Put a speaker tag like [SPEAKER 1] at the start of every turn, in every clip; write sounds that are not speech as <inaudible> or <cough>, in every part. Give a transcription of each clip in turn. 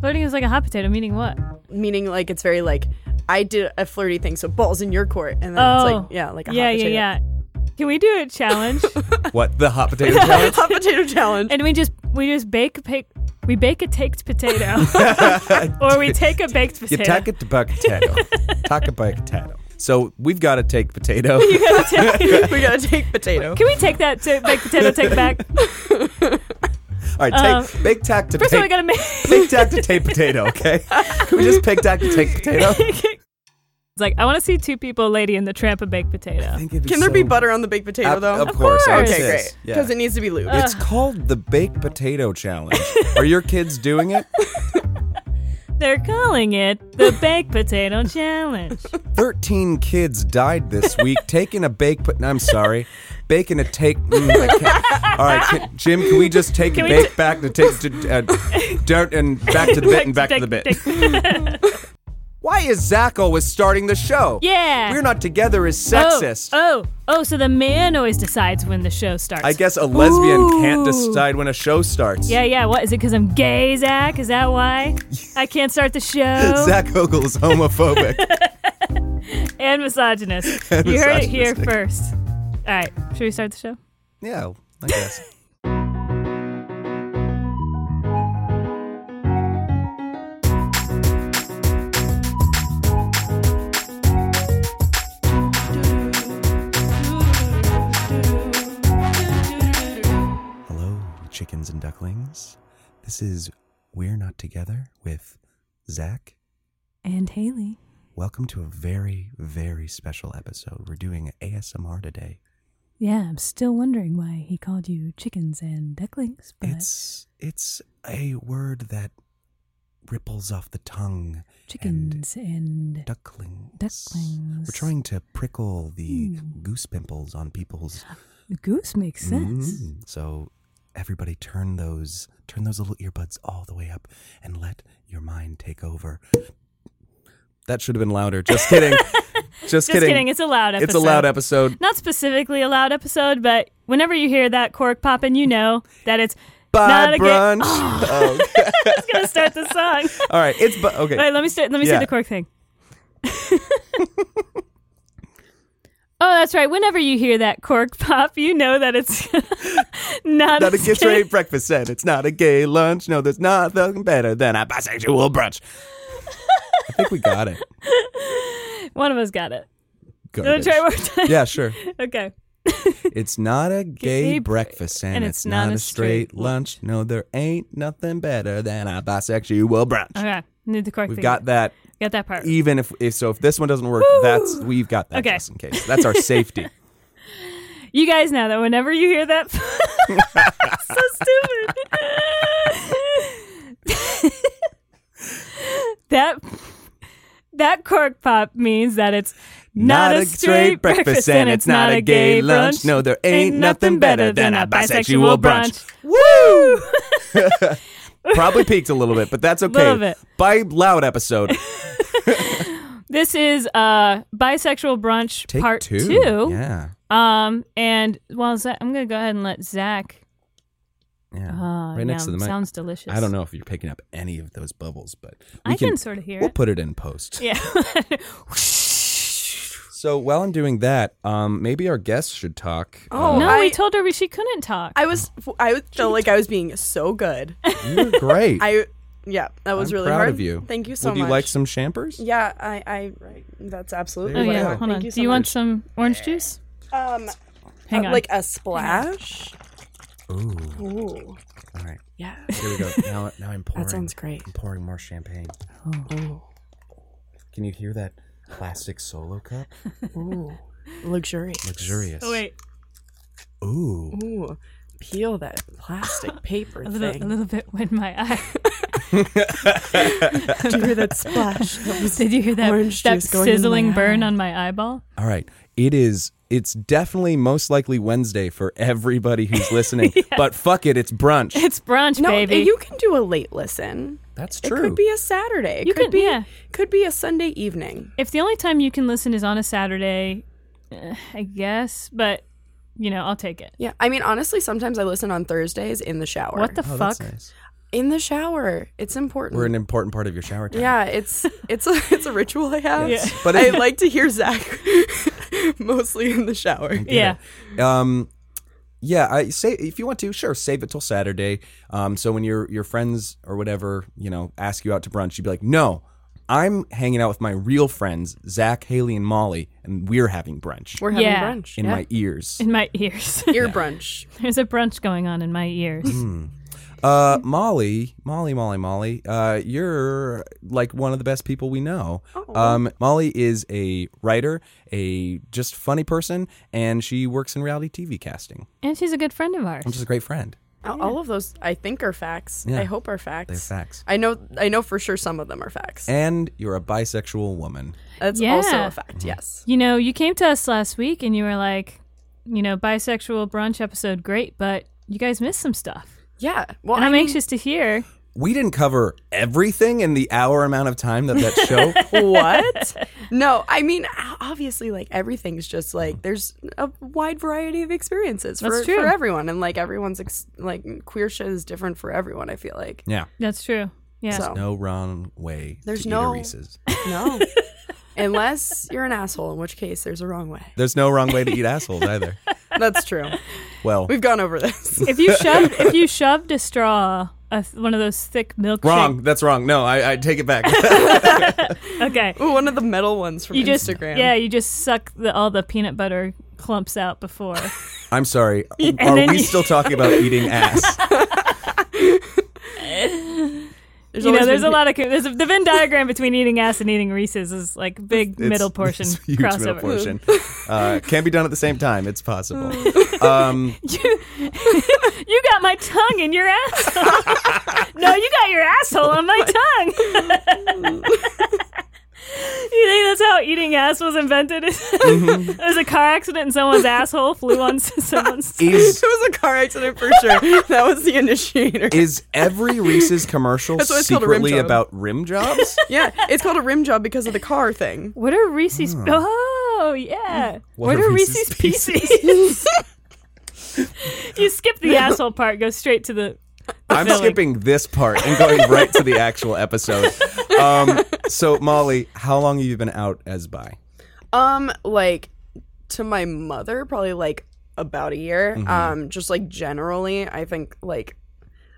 [SPEAKER 1] Flirting is like a hot potato, meaning what?
[SPEAKER 2] meaning like it's very like I did a flirty thing, so balls in your court, and then it's
[SPEAKER 1] Oh.
[SPEAKER 2] like yeah, like a
[SPEAKER 1] yeah,
[SPEAKER 2] hot potato. <laughs>
[SPEAKER 1] yeah, yeah. Can we do a
[SPEAKER 3] <laughs>
[SPEAKER 1] challenge?
[SPEAKER 3] What the hot potato challenge?
[SPEAKER 2] hot potato <laughs> challenge.
[SPEAKER 1] and we just we just bake a pa- we bake a taked potato, <laughs>
[SPEAKER 3] <laughs>
[SPEAKER 1] or we take a baked
[SPEAKER 3] You
[SPEAKER 1] potato.
[SPEAKER 3] take it to
[SPEAKER 1] <laughs>
[SPEAKER 3] buck potato. Take a buck potato. So we've got to
[SPEAKER 1] <laughs>
[SPEAKER 3] take
[SPEAKER 2] <laughs>
[SPEAKER 3] potato.
[SPEAKER 2] we gotta take potato.
[SPEAKER 1] Can we take that to baked potato take
[SPEAKER 3] <laughs>
[SPEAKER 1] back?
[SPEAKER 3] All right, take big tack to
[SPEAKER 1] um, First of all, we
[SPEAKER 3] take.
[SPEAKER 1] gotta make. <laughs>
[SPEAKER 3] Big tack to take potato. Okay, can we just big tack to
[SPEAKER 1] <laughs>
[SPEAKER 3] take potato?
[SPEAKER 1] it's like I want to see two people, lady and the tramp, a baked potato.
[SPEAKER 2] Can there be butter on the baked potato
[SPEAKER 3] Ab-
[SPEAKER 2] though?
[SPEAKER 3] Of course.
[SPEAKER 1] course.
[SPEAKER 2] okay,
[SPEAKER 3] yes,
[SPEAKER 2] great.
[SPEAKER 3] yeah.
[SPEAKER 2] Because it needs to be lubed.
[SPEAKER 3] It's called the baked
[SPEAKER 1] <laughs>
[SPEAKER 3] potato challenge. Are your kids doing it?
[SPEAKER 1] They're calling it the baked potato challenge.
[SPEAKER 3] 13 kids died this
[SPEAKER 1] <laughs>
[SPEAKER 3] week taking a bake but I'm sorry baking a take mm, I can't- all right can, Jim can we just take
[SPEAKER 1] Can
[SPEAKER 3] a
[SPEAKER 1] we
[SPEAKER 3] bake
[SPEAKER 1] t-
[SPEAKER 3] back to take to, uh, dirt and back to the <laughs> bit and back to the bit why is Zach always starting the show
[SPEAKER 1] <laughs> Yeah.
[SPEAKER 3] we're not together is sexist
[SPEAKER 1] Oh, oh, oh, so the man always decides when the show starts.
[SPEAKER 3] I guess a lesbian can't
[SPEAKER 1] Ooh.
[SPEAKER 3] decide when a show starts
[SPEAKER 1] Yeah, yeah. What is it? Because I'm gay, Zach? Is that why I can't start the
[SPEAKER 3] <laughs>
[SPEAKER 1] show?
[SPEAKER 3] Zach Ogle is homophobic
[SPEAKER 1] and
[SPEAKER 3] <laughs>
[SPEAKER 1] misogynist. you heard it here
[SPEAKER 3] misogynistic.
[SPEAKER 1] first. All right, should we start the show?
[SPEAKER 3] yeah I guess Hello, chickens and ducklings. This is We're Not Together with Zach.
[SPEAKER 1] And Haley.
[SPEAKER 3] Welcome to a very, very special episode. We're doing ASMR today.
[SPEAKER 1] Yeah, I'm still wondering why he called you chickens and ducklings, but
[SPEAKER 3] It's it's a word that ripples off the tongue.
[SPEAKER 1] chickens and,
[SPEAKER 3] And ducklings.
[SPEAKER 1] Ducklings. Hmm.
[SPEAKER 3] We're trying to prickle the goose pimples on people's
[SPEAKER 1] the goose makes sense.
[SPEAKER 3] Mm. So everybody turn those turn those little earbuds all the way up and let your mind take over. That should have been
[SPEAKER 1] <laughs>
[SPEAKER 3] louder. Just kidding. Just,
[SPEAKER 1] Just kidding. It's a loud episode.
[SPEAKER 3] It's a loud episode.
[SPEAKER 1] Not specifically a loud episode, but whenever you hear that cork popping, you know that it's not Ah.
[SPEAKER 3] Bye
[SPEAKER 1] a gay-
[SPEAKER 3] brunch. Oh, okay.
[SPEAKER 1] <laughs> I was gonna start the song.
[SPEAKER 3] <laughs> all right. It's bu- okay.
[SPEAKER 1] Wait, let me start, let me
[SPEAKER 3] Yeah.
[SPEAKER 1] say the cork thing. <laughs> oh, that's right. Whenever you hear that cork <laughs> pop, you know that it's <laughs> not,
[SPEAKER 3] not a gay
[SPEAKER 1] gay-
[SPEAKER 3] straight breakfast set. It's not a gay lunch. No, there's nothing better than a bisexual brunch. I think we got it.
[SPEAKER 1] One of us got it.
[SPEAKER 3] <laughs> Go
[SPEAKER 1] Let me try one more time.
[SPEAKER 3] Yeah, <laughs> sure.
[SPEAKER 1] Okay.
[SPEAKER 3] It's not a gay
[SPEAKER 1] Gay br-
[SPEAKER 3] breakfast and, it's, not, a straight lunch. No, there ain't nothing better than a bisexual brunch.
[SPEAKER 1] Okay. Need the cork
[SPEAKER 3] We've
[SPEAKER 1] thing.
[SPEAKER 3] got that.
[SPEAKER 1] got E that part.
[SPEAKER 3] Even if, if so, if this one doesn't work, that's we've got that
[SPEAKER 1] Okay.
[SPEAKER 3] just in case. That's our <laughs> safety.
[SPEAKER 1] You guys know that whenever you hear that, <laughs> so stupid. <laughs> that that cork pop means that it's not, a straight breakfast and it's not a gay lunch.
[SPEAKER 3] No, there ain't nothing better than a bisexual brunch.
[SPEAKER 1] Woo!
[SPEAKER 3] <laughs> Probably peaked a little bit, but that's okay.
[SPEAKER 1] Little bit.
[SPEAKER 3] By
[SPEAKER 1] <laughs>
[SPEAKER 3] loud episode.
[SPEAKER 1] This is uh bisexual brunch
[SPEAKER 3] Take
[SPEAKER 1] part
[SPEAKER 3] two. Yeah.
[SPEAKER 1] Um, and well, Zach, I'm gonna go ahead and let Zach.
[SPEAKER 3] Yeah.
[SPEAKER 1] Uh,
[SPEAKER 3] right next
[SPEAKER 1] yeah,
[SPEAKER 3] to the mic.
[SPEAKER 1] Sounds delicious.
[SPEAKER 3] I don't know if you're picking up any of those bubbles, but we
[SPEAKER 1] I can, sort of hear
[SPEAKER 3] We'll
[SPEAKER 1] it.
[SPEAKER 3] put it in post.
[SPEAKER 1] Yeah.
[SPEAKER 3] So while I'm doing that, um, maybe our guests should talk.
[SPEAKER 2] Oh,
[SPEAKER 1] no,
[SPEAKER 2] I-
[SPEAKER 1] we told her we, she couldn't talk.
[SPEAKER 2] I was I was- felt like I was being so <laughs> good.
[SPEAKER 3] you were Um,
[SPEAKER 2] <laughs>
[SPEAKER 3] great.
[SPEAKER 2] I yeah, that was
[SPEAKER 3] I'm
[SPEAKER 2] really
[SPEAKER 3] proud
[SPEAKER 2] hard.
[SPEAKER 3] of you.
[SPEAKER 2] Thank you so
[SPEAKER 3] Would
[SPEAKER 2] much.
[SPEAKER 3] you like some champers?
[SPEAKER 2] yeah, I, I right. That's absolutely
[SPEAKER 1] oh
[SPEAKER 2] what
[SPEAKER 1] yeah,
[SPEAKER 2] I want.
[SPEAKER 1] hold
[SPEAKER 2] Thank
[SPEAKER 1] on.
[SPEAKER 2] you so
[SPEAKER 1] Do you want
[SPEAKER 2] much.
[SPEAKER 1] some orange juice?
[SPEAKER 2] um
[SPEAKER 1] Hang
[SPEAKER 2] uh,
[SPEAKER 1] on.
[SPEAKER 2] like a splash?
[SPEAKER 3] Ooh.
[SPEAKER 2] Ooh.
[SPEAKER 3] All right.
[SPEAKER 2] Yeah.
[SPEAKER 3] Here we go. Now, now I'm pouring.
[SPEAKER 2] sounds great.
[SPEAKER 3] I'm pouring more champagne.
[SPEAKER 2] Ooh.
[SPEAKER 3] Can you hear that plastic solo cup?
[SPEAKER 2] Ooh. Luxurious.
[SPEAKER 3] Luxurious.
[SPEAKER 1] oh wait,
[SPEAKER 3] Ooh.
[SPEAKER 2] Ooh. Peel that plastic <laughs> paper
[SPEAKER 1] a little, a
[SPEAKER 2] thing.
[SPEAKER 1] little bit went my <laughs> eye.
[SPEAKER 2] Did you hear that
[SPEAKER 1] <laughs>
[SPEAKER 2] splash?
[SPEAKER 1] Did you hear that?
[SPEAKER 2] Orange
[SPEAKER 1] that
[SPEAKER 2] juice going into my
[SPEAKER 1] sizzling burn
[SPEAKER 2] eye.
[SPEAKER 1] on my eyeball.
[SPEAKER 3] All right. It is. It's definitely most likely Wednesday for everybody who's listening. But fuck it, it's brunch.
[SPEAKER 1] It's brunch,
[SPEAKER 2] No,
[SPEAKER 1] baby.
[SPEAKER 2] you can do a late listen.
[SPEAKER 3] That's
[SPEAKER 2] It could be a Saturday. It
[SPEAKER 1] You
[SPEAKER 2] could
[SPEAKER 1] can-
[SPEAKER 2] be
[SPEAKER 1] yeah.
[SPEAKER 2] could be a Sunday evening.
[SPEAKER 1] if the only time you can listen is on a Saturday, eh, I guess. But you know, I'll take it.
[SPEAKER 2] Yeah. I mean, honestly, sometimes I listen on Thursdays in the shower.
[SPEAKER 1] What the
[SPEAKER 3] Oh,
[SPEAKER 1] fuck?
[SPEAKER 3] that's nice.
[SPEAKER 2] in the shower. It's important.
[SPEAKER 3] We're an important part of your shower
[SPEAKER 2] <laughs>
[SPEAKER 3] time.
[SPEAKER 2] yeah, it's it's a it's a ritual I have.
[SPEAKER 1] Yeah.
[SPEAKER 3] But
[SPEAKER 2] I
[SPEAKER 3] if-
[SPEAKER 2] like to hear Zach <laughs> mostly in the shower.
[SPEAKER 3] Get
[SPEAKER 1] Yeah.
[SPEAKER 3] it. Um, yeah. I say if you want to, sure, save it till Saturday. Um, so when your your friends or whatever you know ask you out to brunch, you'd be like, no. I'm hanging out with my real friends, Zach, Haley, and Molly, and we're having brunch
[SPEAKER 2] We're having
[SPEAKER 1] Yeah.
[SPEAKER 2] brunch.
[SPEAKER 3] in
[SPEAKER 2] yeah.
[SPEAKER 3] my ears.
[SPEAKER 1] in my ears. <laughs>
[SPEAKER 2] ear brunch.
[SPEAKER 1] There's a brunch going on in my ears.
[SPEAKER 3] Mm. Uh,
[SPEAKER 2] <laughs>
[SPEAKER 3] Molly, Molly, Molly, Molly, uh, you're like one of the best people we know.
[SPEAKER 2] Oh.
[SPEAKER 3] Um, Molly is a writer, a just funny person, and she works in reality TV casting.
[SPEAKER 1] and she's a good friend of ours.
[SPEAKER 3] I'm just a great friend.
[SPEAKER 2] All- All of those I think are facts.
[SPEAKER 3] Yeah.
[SPEAKER 2] I hope are facts.
[SPEAKER 3] They're facts.
[SPEAKER 2] I know I know for sure some of them are facts.
[SPEAKER 3] And you're a bisexual woman.
[SPEAKER 2] That's
[SPEAKER 1] Yeah.
[SPEAKER 2] also a
[SPEAKER 3] Mm-hmm.
[SPEAKER 2] fact. Yes.
[SPEAKER 1] You know, you came to us last week and you were like, you know, bisexual brunch episode, great, but you guys missed some stuff.
[SPEAKER 2] Yeah. Well,
[SPEAKER 1] And
[SPEAKER 2] I
[SPEAKER 1] I'm
[SPEAKER 2] mean,
[SPEAKER 1] anxious to hear.
[SPEAKER 3] We didn't cover everything in the hour amount of time that that
[SPEAKER 2] <laughs>
[SPEAKER 3] show.
[SPEAKER 2] what? <laughs> No, I mean o- obviously like everything's just like there's a wide variety of experiences for
[SPEAKER 1] That's true.
[SPEAKER 2] for everyone and like everyone's ex- like queer shit is different for everyone, I feel
[SPEAKER 1] <laughs>
[SPEAKER 2] like.
[SPEAKER 3] yeah.
[SPEAKER 1] That's true. Yeah.
[SPEAKER 2] So
[SPEAKER 3] No wrong way. to
[SPEAKER 2] There's
[SPEAKER 3] eat a
[SPEAKER 2] no-
[SPEAKER 3] Reese's.
[SPEAKER 2] no. Unless you're an asshole, in which case there's a wrong way.
[SPEAKER 3] There's no wrong way to eat
[SPEAKER 2] <laughs>
[SPEAKER 3] assholes either.
[SPEAKER 2] That's true.
[SPEAKER 3] Well,
[SPEAKER 2] We've gone over this. <laughs>
[SPEAKER 1] if
[SPEAKER 3] <laughs>
[SPEAKER 1] you shoved if you shoved a straw, a, th- one of those thick milkshake.
[SPEAKER 3] wrong. That's wrong. No, I, I take
[SPEAKER 2] <laughs>
[SPEAKER 3] it back. <laughs>
[SPEAKER 1] Okay.
[SPEAKER 2] Ooh, one of the metal ones from
[SPEAKER 1] You just
[SPEAKER 2] Instagram.
[SPEAKER 1] yeah, you just suck the, all the peanut butter clumps out before.
[SPEAKER 3] I'm sorry. Are
[SPEAKER 1] and then
[SPEAKER 3] we
[SPEAKER 1] you-
[SPEAKER 3] still talking about eating ass?
[SPEAKER 2] <laughs> There's
[SPEAKER 1] you know,
[SPEAKER 2] always
[SPEAKER 1] there's a
[SPEAKER 2] been-
[SPEAKER 1] lot of co- there's a, the Venn diagram between eating ass and eating Reese's is like a big
[SPEAKER 3] It's- <laughs>
[SPEAKER 1] middle portion
[SPEAKER 3] it's a huge
[SPEAKER 1] crossover.
[SPEAKER 2] <laughs>
[SPEAKER 3] middle portion. Uh, can be done at the same time. It's possible. Um,
[SPEAKER 1] You, you got my tongue in your <laughs> asshole. no, you got your asshole on my tongue. <laughs> you think that's how eating ass was invented? <laughs> it was a car accident and someone's asshole flew on someone's tongue.
[SPEAKER 2] <laughs>
[SPEAKER 3] is
[SPEAKER 2] It was a car accident for sure. <laughs> that was the initiator.
[SPEAKER 3] is every Reese's commercial
[SPEAKER 2] That's why it's called a rim
[SPEAKER 3] secretly
[SPEAKER 2] job.
[SPEAKER 3] about rim jobs?
[SPEAKER 2] yeah, it's called a rim job because of the car thing.
[SPEAKER 1] What are Reese's? Oh yeah,
[SPEAKER 3] What
[SPEAKER 1] what,
[SPEAKER 3] are
[SPEAKER 1] are
[SPEAKER 3] Reese's
[SPEAKER 1] Reese's, <laughs> Pieces? you skip the asshole part, go straight to the.
[SPEAKER 3] I'm
[SPEAKER 1] Filling.
[SPEAKER 3] skipping this part and going right to the actual episode. Um, so, Molly, how long have you been out as bi?
[SPEAKER 2] Um, like to my mother, probably like about a year.
[SPEAKER 3] Mm-hmm.
[SPEAKER 2] Um, just like generally, I think like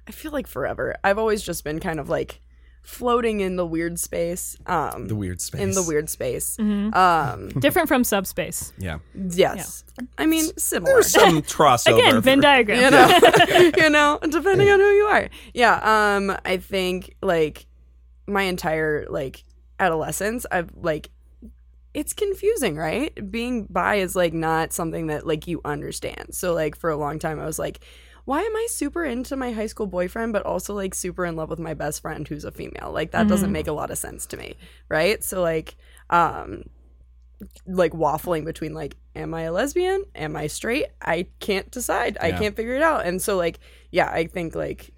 [SPEAKER 2] I feel like forever. I've always just been kind of like floating in the weird space. Um,
[SPEAKER 3] The weird space.
[SPEAKER 2] in the weird space. Um,
[SPEAKER 1] mm-hmm. Different from subspace.
[SPEAKER 3] <laughs> Yeah.
[SPEAKER 2] yes, I mean similar.
[SPEAKER 3] There's some crossover.
[SPEAKER 1] Again, Venn diagram.
[SPEAKER 2] you know, <laughs> you know, depending on who you are. Yeah. Um, I think like my entire like adolescence, I've like it's confusing, right? Being bi is like not something that like you understand. So like for a long time, I was like. Why am I super into my high school boyfriend, but also like super in love with my best friend who's a female? Like that doesn't make a lot of sense to me, right? So like, um, like waffling between like am i a lesbian am i straight i can't decide i
[SPEAKER 3] Yeah.
[SPEAKER 2] can't figure it out and so like yeah i think like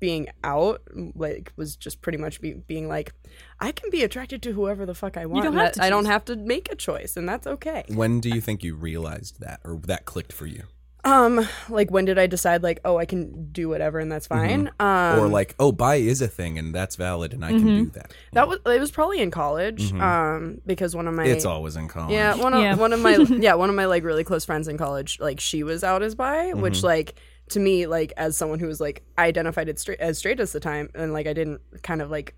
[SPEAKER 2] being out like was just pretty much be- being like i can be attracted to whoever the fuck i want
[SPEAKER 1] don't
[SPEAKER 2] and
[SPEAKER 1] have
[SPEAKER 2] that-
[SPEAKER 1] to
[SPEAKER 2] i don't
[SPEAKER 1] choose.
[SPEAKER 2] have to make a choice and that's okay
[SPEAKER 3] When do you think you realized that or that clicked for you?
[SPEAKER 2] um like when did i decide like oh i can do whatever and that's fine um
[SPEAKER 3] Mm-hmm. or like, oh, bi is a thing and that's valid and I
[SPEAKER 1] Mm-hmm.
[SPEAKER 3] can do that.
[SPEAKER 2] that was it was probably in college um because one of my
[SPEAKER 3] Mm-hmm. It's always in college.
[SPEAKER 2] Yeah, one of
[SPEAKER 1] Yeah.
[SPEAKER 2] one
[SPEAKER 1] <laughs>
[SPEAKER 2] of my yeah one of my like really close friends in college, like she was out as bi, which like to me like as someone who was like identified as straight as straight as the time, and like I didn't kind of like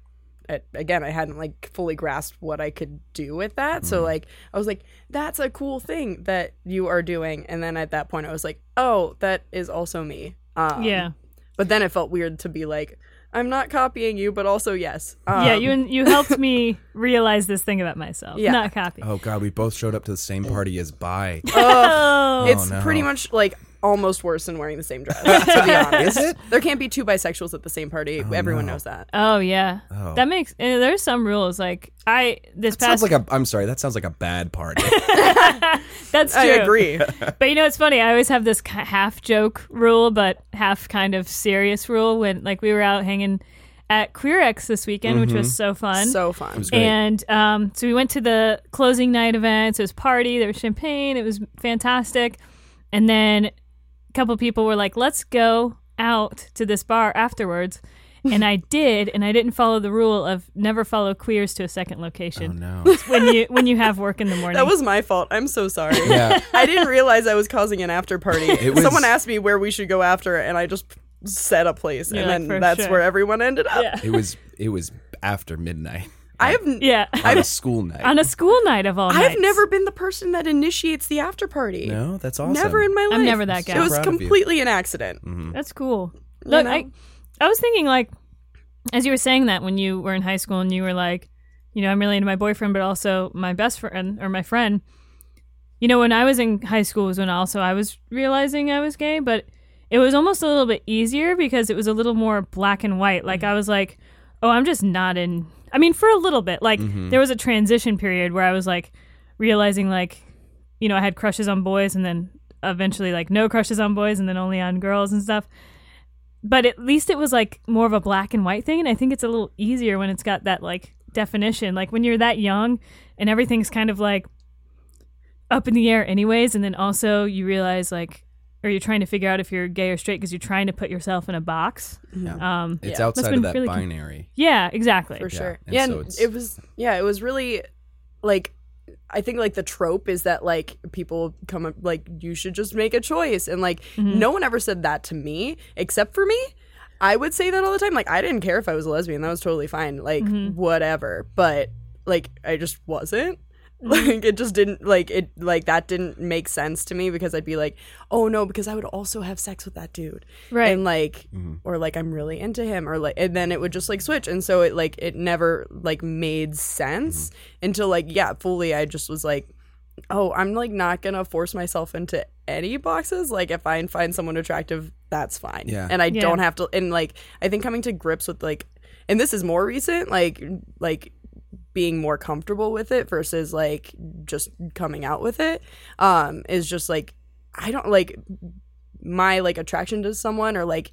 [SPEAKER 2] I- again I hadn't like fully grasped what I could do with that, so like I was like that's a cool thing that you are doing, and then at that point I was like oh that is also me. Um,
[SPEAKER 1] Yeah.
[SPEAKER 2] but then it felt weird to be like I'm not copying you, but also yes. Um,
[SPEAKER 1] yeah,
[SPEAKER 2] <laughs>
[SPEAKER 1] you you helped me realize this thing about myself.
[SPEAKER 2] Yeah.
[SPEAKER 1] Not copy.
[SPEAKER 3] Oh god, we both showed up to the same party as bi.
[SPEAKER 1] Oh.
[SPEAKER 2] It's
[SPEAKER 3] no.
[SPEAKER 2] pretty much like almost worse than wearing the
[SPEAKER 1] <laughs>
[SPEAKER 2] same dress. to be honest,
[SPEAKER 3] Is it?
[SPEAKER 2] there can't be two bisexuals at the same party. Everyone
[SPEAKER 3] no.
[SPEAKER 2] knows that.
[SPEAKER 1] Oh yeah.
[SPEAKER 3] Oh.
[SPEAKER 1] That makes uh, there's some rules like I this past
[SPEAKER 3] Sounds like a. I'm sorry. That sounds like a
[SPEAKER 1] <laughs>
[SPEAKER 3] bad party.
[SPEAKER 1] that's true.
[SPEAKER 2] I
[SPEAKER 3] <laughs>
[SPEAKER 2] agree.
[SPEAKER 1] But you know it's funny. I always have this ki- half joke rule, but half kind of serious rule when like we were out hanging at Queer X this weekend, which
[SPEAKER 3] Mm-hmm.
[SPEAKER 1] was so fun.
[SPEAKER 2] so fun.
[SPEAKER 3] Great.
[SPEAKER 1] And um, so we went to the closing night events. It was party. There was champagne. It was fantastic.
[SPEAKER 2] <laughs>
[SPEAKER 1] And then a couple people were like, "Let's go out to this bar afterwards." and I did, and I didn't follow the rule of never follow queers to a second
[SPEAKER 3] Oh
[SPEAKER 1] location
[SPEAKER 3] no.
[SPEAKER 1] when you when you have work in the morning.
[SPEAKER 2] <laughs> That was my fault. I'm so sorry.
[SPEAKER 3] Yeah.
[SPEAKER 2] <laughs> I didn't realize I was causing an after
[SPEAKER 3] <laughs>
[SPEAKER 2] party.
[SPEAKER 3] was-
[SPEAKER 2] Someone asked me where we should go after, and I just set a place,
[SPEAKER 1] You're
[SPEAKER 2] and
[SPEAKER 1] like, "For
[SPEAKER 2] then that's
[SPEAKER 1] sure."
[SPEAKER 2] where everyone ended up.
[SPEAKER 1] yeah.
[SPEAKER 3] It was it was after midnight.
[SPEAKER 2] I have n-
[SPEAKER 1] yeah.
[SPEAKER 3] On a school night.
[SPEAKER 1] On a school night of all
[SPEAKER 2] I've
[SPEAKER 1] nights.
[SPEAKER 2] never been the person that initiates the after party.
[SPEAKER 3] no, that's awesome.
[SPEAKER 2] Never in my life.
[SPEAKER 1] I'm never that
[SPEAKER 2] It
[SPEAKER 1] guy.
[SPEAKER 3] So
[SPEAKER 2] was
[SPEAKER 3] proud of you.
[SPEAKER 2] completely an accident.
[SPEAKER 1] That's cool. Look,
[SPEAKER 2] know?
[SPEAKER 1] I, I was thinking like, as you were saying that when you were in high school and you were like, you know, I'm really into my boyfriend, but also my best friend or my friend. You know, when I was in high school was when also I was realizing I was gay, but it was almost a little bit easier because it was a little more black and white. Like I was like, oh, I'm just not in. I mean, for a little bit, like there was a transition period where I was like realizing like you know, I had crushes on boys and then eventually like no crushes on boys and then only on girls and stuff. But at least it was like more of a black and white thing. And I think it's a little easier when it's got that like definition. Like when you're that young and everything's kind of like up in the air, anyways. And then also you realize like, or you're trying to figure out if you're gay or straight because you're trying to put yourself in a box.
[SPEAKER 3] Yeah.
[SPEAKER 1] Um,
[SPEAKER 3] it's
[SPEAKER 2] Yeah.
[SPEAKER 1] That's
[SPEAKER 3] outside
[SPEAKER 1] been
[SPEAKER 3] of that
[SPEAKER 1] really con-
[SPEAKER 3] binary.
[SPEAKER 1] yeah, exactly.
[SPEAKER 2] for
[SPEAKER 3] Yeah,
[SPEAKER 2] sure.
[SPEAKER 3] and
[SPEAKER 2] Yeah,
[SPEAKER 3] so
[SPEAKER 2] and
[SPEAKER 3] it's-
[SPEAKER 2] it was yeah, it was really like I think like the trope is that like people come up like you should just make a choice and like no one ever said that to me except for me. I would say that all the time. Like I didn't care if I was a lesbian, that was totally fine. Like whatever. But like I just wasn't. Like it just didn't like it like that didn't make sense to me because I'd be like, oh no, because I would also have sex with that dude
[SPEAKER 1] Right.
[SPEAKER 2] and like or like i'm really into him or like and then it would just like switch and so it like it never like made sense until like yeah fully i just was like oh i'm like not gonna force myself into any boxes like if i find someone attractive that's fine
[SPEAKER 3] Yeah.
[SPEAKER 2] and i
[SPEAKER 1] Yeah.
[SPEAKER 2] don't have to and like i think coming to grips with like and this is more recent like like being more comfortable with it versus like just coming out with it um is just like i don't like my like attraction to someone or like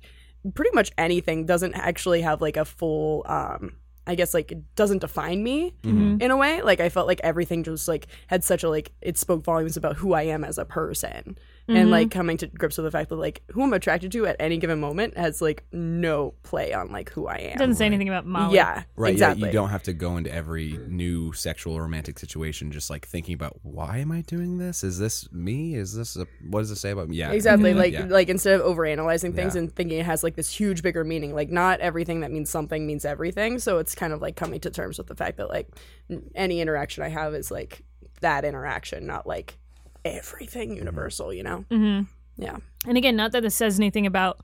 [SPEAKER 2] pretty much anything doesn't actually have like a full um i guess like it doesn't define me
[SPEAKER 1] Mhm.
[SPEAKER 2] in a way like i felt like everything just like had such a like it spoke volumes about who i am as a person and
[SPEAKER 1] Mhm.
[SPEAKER 2] like coming to grips with the fact that like who i'm attracted to at any given moment has like no play on like who i am
[SPEAKER 1] Doesn't say anything about Molly.
[SPEAKER 2] yeah
[SPEAKER 3] Right.
[SPEAKER 2] exactly
[SPEAKER 3] Yeah, you don't have to go into every new sexual or romantic situation just like thinking about why am I doing this? Is this me? Is this a, what does it say about me? Yeah.
[SPEAKER 2] Exactly.
[SPEAKER 3] Mhm.
[SPEAKER 2] Like
[SPEAKER 3] Yeah.
[SPEAKER 2] like instead of overanalyzing things
[SPEAKER 3] Yeah.
[SPEAKER 2] and thinking it has like this huge bigger meaning, like not everything that means something means everything. So it's kind of like coming to terms with the fact that like n- any interaction I have is like that interaction, not like
[SPEAKER 3] Mm-hmm.
[SPEAKER 2] everything universal, you know?
[SPEAKER 1] Mm-hmm.
[SPEAKER 2] Yeah.
[SPEAKER 1] And again, not that this says anything about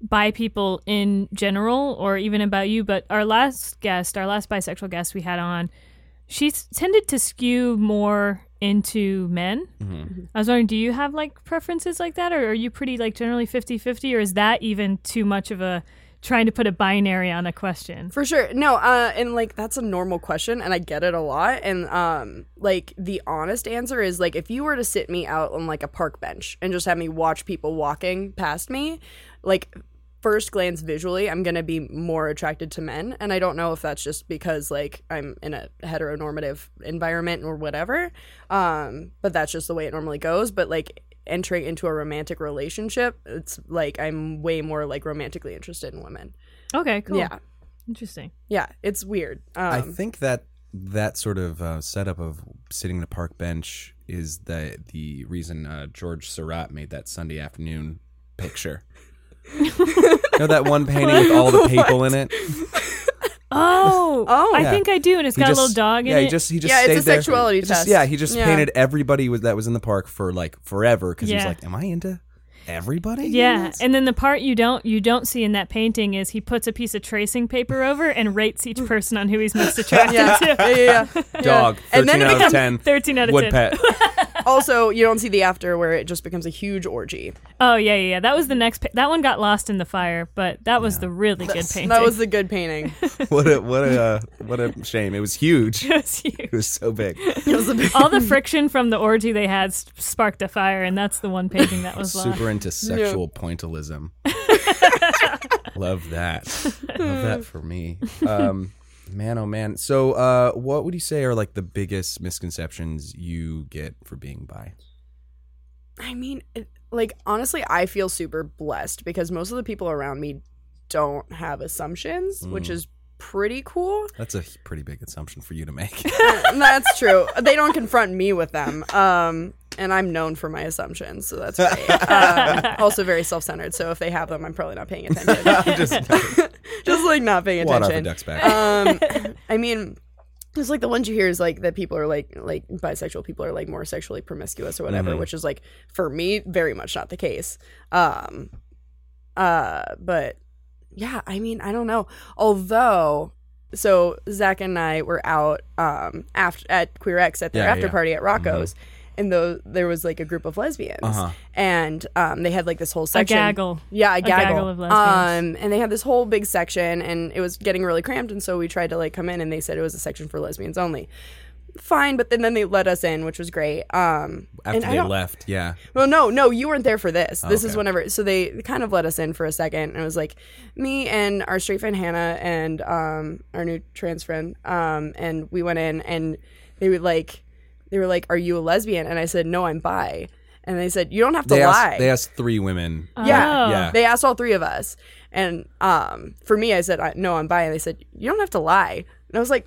[SPEAKER 1] bi people in general or even about you, but our last guest, our last bisexual guest we had on, she s- tended to skew more into men.
[SPEAKER 3] Mhm.
[SPEAKER 1] I was wondering, do you have like preferences like that or are you pretty like generally 50-50 or is that even too much of a trying to put a binary on a question?
[SPEAKER 2] For sure. No, uh and like that's a normal question and I get it a lot and um like the honest answer is like if you were to sit me out on like a park bench and just have me watch people walking past me, like first glance visually I'm going to be more attracted to men and I don't know if that's just because like I'm in a heteronormative environment or whatever. Um but that's just the way it normally goes, but like entering into a romantic relationship, it's like I'm way more like romantically interested in women.
[SPEAKER 1] Okay, cool.
[SPEAKER 2] Yeah.
[SPEAKER 1] Interesting.
[SPEAKER 2] Yeah, it's weird. Um,
[SPEAKER 3] I think that that sort of uh, setup of sitting in a park bench is the the reason uh, George Surratt made that Sunday afternoon picture. you know that one painting with all the people in it.
[SPEAKER 1] Oh,
[SPEAKER 2] Oh.
[SPEAKER 1] I
[SPEAKER 2] Yeah.
[SPEAKER 1] think I do and it's
[SPEAKER 3] He
[SPEAKER 1] got
[SPEAKER 3] just-
[SPEAKER 1] a little dog in
[SPEAKER 3] yeah,
[SPEAKER 1] it.
[SPEAKER 3] he just he just
[SPEAKER 2] Yeah, it's
[SPEAKER 3] stayed
[SPEAKER 2] a
[SPEAKER 3] there.
[SPEAKER 2] sexuality
[SPEAKER 3] It just-
[SPEAKER 2] test.
[SPEAKER 3] yeah, he just
[SPEAKER 2] Yeah.
[SPEAKER 3] painted everybody was that was in the park for like forever because he was
[SPEAKER 1] Yeah.
[SPEAKER 3] like, "Am I into everybody?" in
[SPEAKER 1] Yeah,
[SPEAKER 3] this?"
[SPEAKER 1] and then the part you don't you don't see in that painting is he puts a piece of tracing paper over and rates each person on who he's most attracted
[SPEAKER 2] <laughs> yeah,
[SPEAKER 1] to.
[SPEAKER 2] yeah, yeah,
[SPEAKER 3] <laughs>
[SPEAKER 2] yeah.
[SPEAKER 1] <laughs>
[SPEAKER 3] dog.
[SPEAKER 2] And then
[SPEAKER 3] 13
[SPEAKER 2] it
[SPEAKER 3] out of
[SPEAKER 2] becomes-
[SPEAKER 3] ten.
[SPEAKER 1] uh, Thirteen out of
[SPEAKER 3] Wood
[SPEAKER 1] ten.
[SPEAKER 3] pet.
[SPEAKER 1] <laughs>
[SPEAKER 2] Also, you don't see the after where it just becomes a huge orgy.
[SPEAKER 1] Oh yeah, yeah, yeah. That was the next. Pa- that one got lost in the fire, but that was the really good painting. <laughs>
[SPEAKER 2] That was the good painting.
[SPEAKER 3] what a what a uh, what a shame. It was huge. <laughs> It
[SPEAKER 1] It was huge.
[SPEAKER 3] was so big.
[SPEAKER 2] It <laughs> was a big-
[SPEAKER 1] All the friction from the orgy they had s- sparked a fire, and that's the one painting that
[SPEAKER 2] <laughs>
[SPEAKER 1] was lost.
[SPEAKER 3] Super into
[SPEAKER 1] <laughs>
[SPEAKER 3] sexual pointillism. Love that. Love
[SPEAKER 1] <laughs>
[SPEAKER 3] that for me. Um, man, oh man. So, uh, what would you say are like the biggest misconceptions you get for being bi?
[SPEAKER 2] I mean, it, like honestly, I feel super blessed because most of the people around me don't have assumptions, which
[SPEAKER 3] Mm.
[SPEAKER 2] is pretty cool. <laughs>
[SPEAKER 3] That's a h- pretty big assumption for you to make.
[SPEAKER 2] And that's true. They don't confront me with them. Um, and I'm known for my assumptions, so that's great.
[SPEAKER 3] <laughs>
[SPEAKER 2] Um, also very self-centered. So if they have them, I'm probably not paying attention.
[SPEAKER 3] <laughs>
[SPEAKER 2] <laughs>
[SPEAKER 3] I'm just
[SPEAKER 2] Just like not paying
[SPEAKER 3] water off <laughs> a
[SPEAKER 2] attention.
[SPEAKER 3] duck's back.
[SPEAKER 2] um i mean it's like the ones you hear is like that people are like like bisexual people are like more sexually promiscuous or whatever
[SPEAKER 3] Mhm.
[SPEAKER 2] which is like for me very much not the case um uh but yeah i mean i don't know although so zach and i were out um after at queer x at their
[SPEAKER 3] Yeah, Mm-hmm. yeah,
[SPEAKER 2] after
[SPEAKER 3] yeah.
[SPEAKER 2] party at rocco's and though there was like a group of lesbians
[SPEAKER 3] Uh-huh.
[SPEAKER 2] and um they had like this whole
[SPEAKER 1] a
[SPEAKER 2] section
[SPEAKER 1] gaggle.
[SPEAKER 2] yeah, a gaggle.
[SPEAKER 1] gaggle of lesbians.
[SPEAKER 2] Um, and they had this whole big section, and it was getting really cramped, and so we tried to like come in, and they said it was a section for lesbians only. Fine, but then then they let us in, which was great. Um,
[SPEAKER 3] After
[SPEAKER 2] and I
[SPEAKER 3] they
[SPEAKER 2] don't-
[SPEAKER 3] left, yeah.
[SPEAKER 2] well, no, no, you weren't there for this. This is
[SPEAKER 3] okay.
[SPEAKER 2] whenever. So they kind of let us in for a second, and it was like me and our straight friend Hannah and um, our new trans friend. Um, and we went in, and they were like, they were like, "Are you a lesbian?" And I said, "No, I'm bi." And they said, "You don't have to
[SPEAKER 3] They
[SPEAKER 2] lie."
[SPEAKER 3] asked, they asked three women.
[SPEAKER 2] Yeah.
[SPEAKER 1] Oh.
[SPEAKER 3] Yeah.
[SPEAKER 2] They asked all three of us, and um, for me, I said I, no, I'm bi, and they said you don't have to lie, and I was like,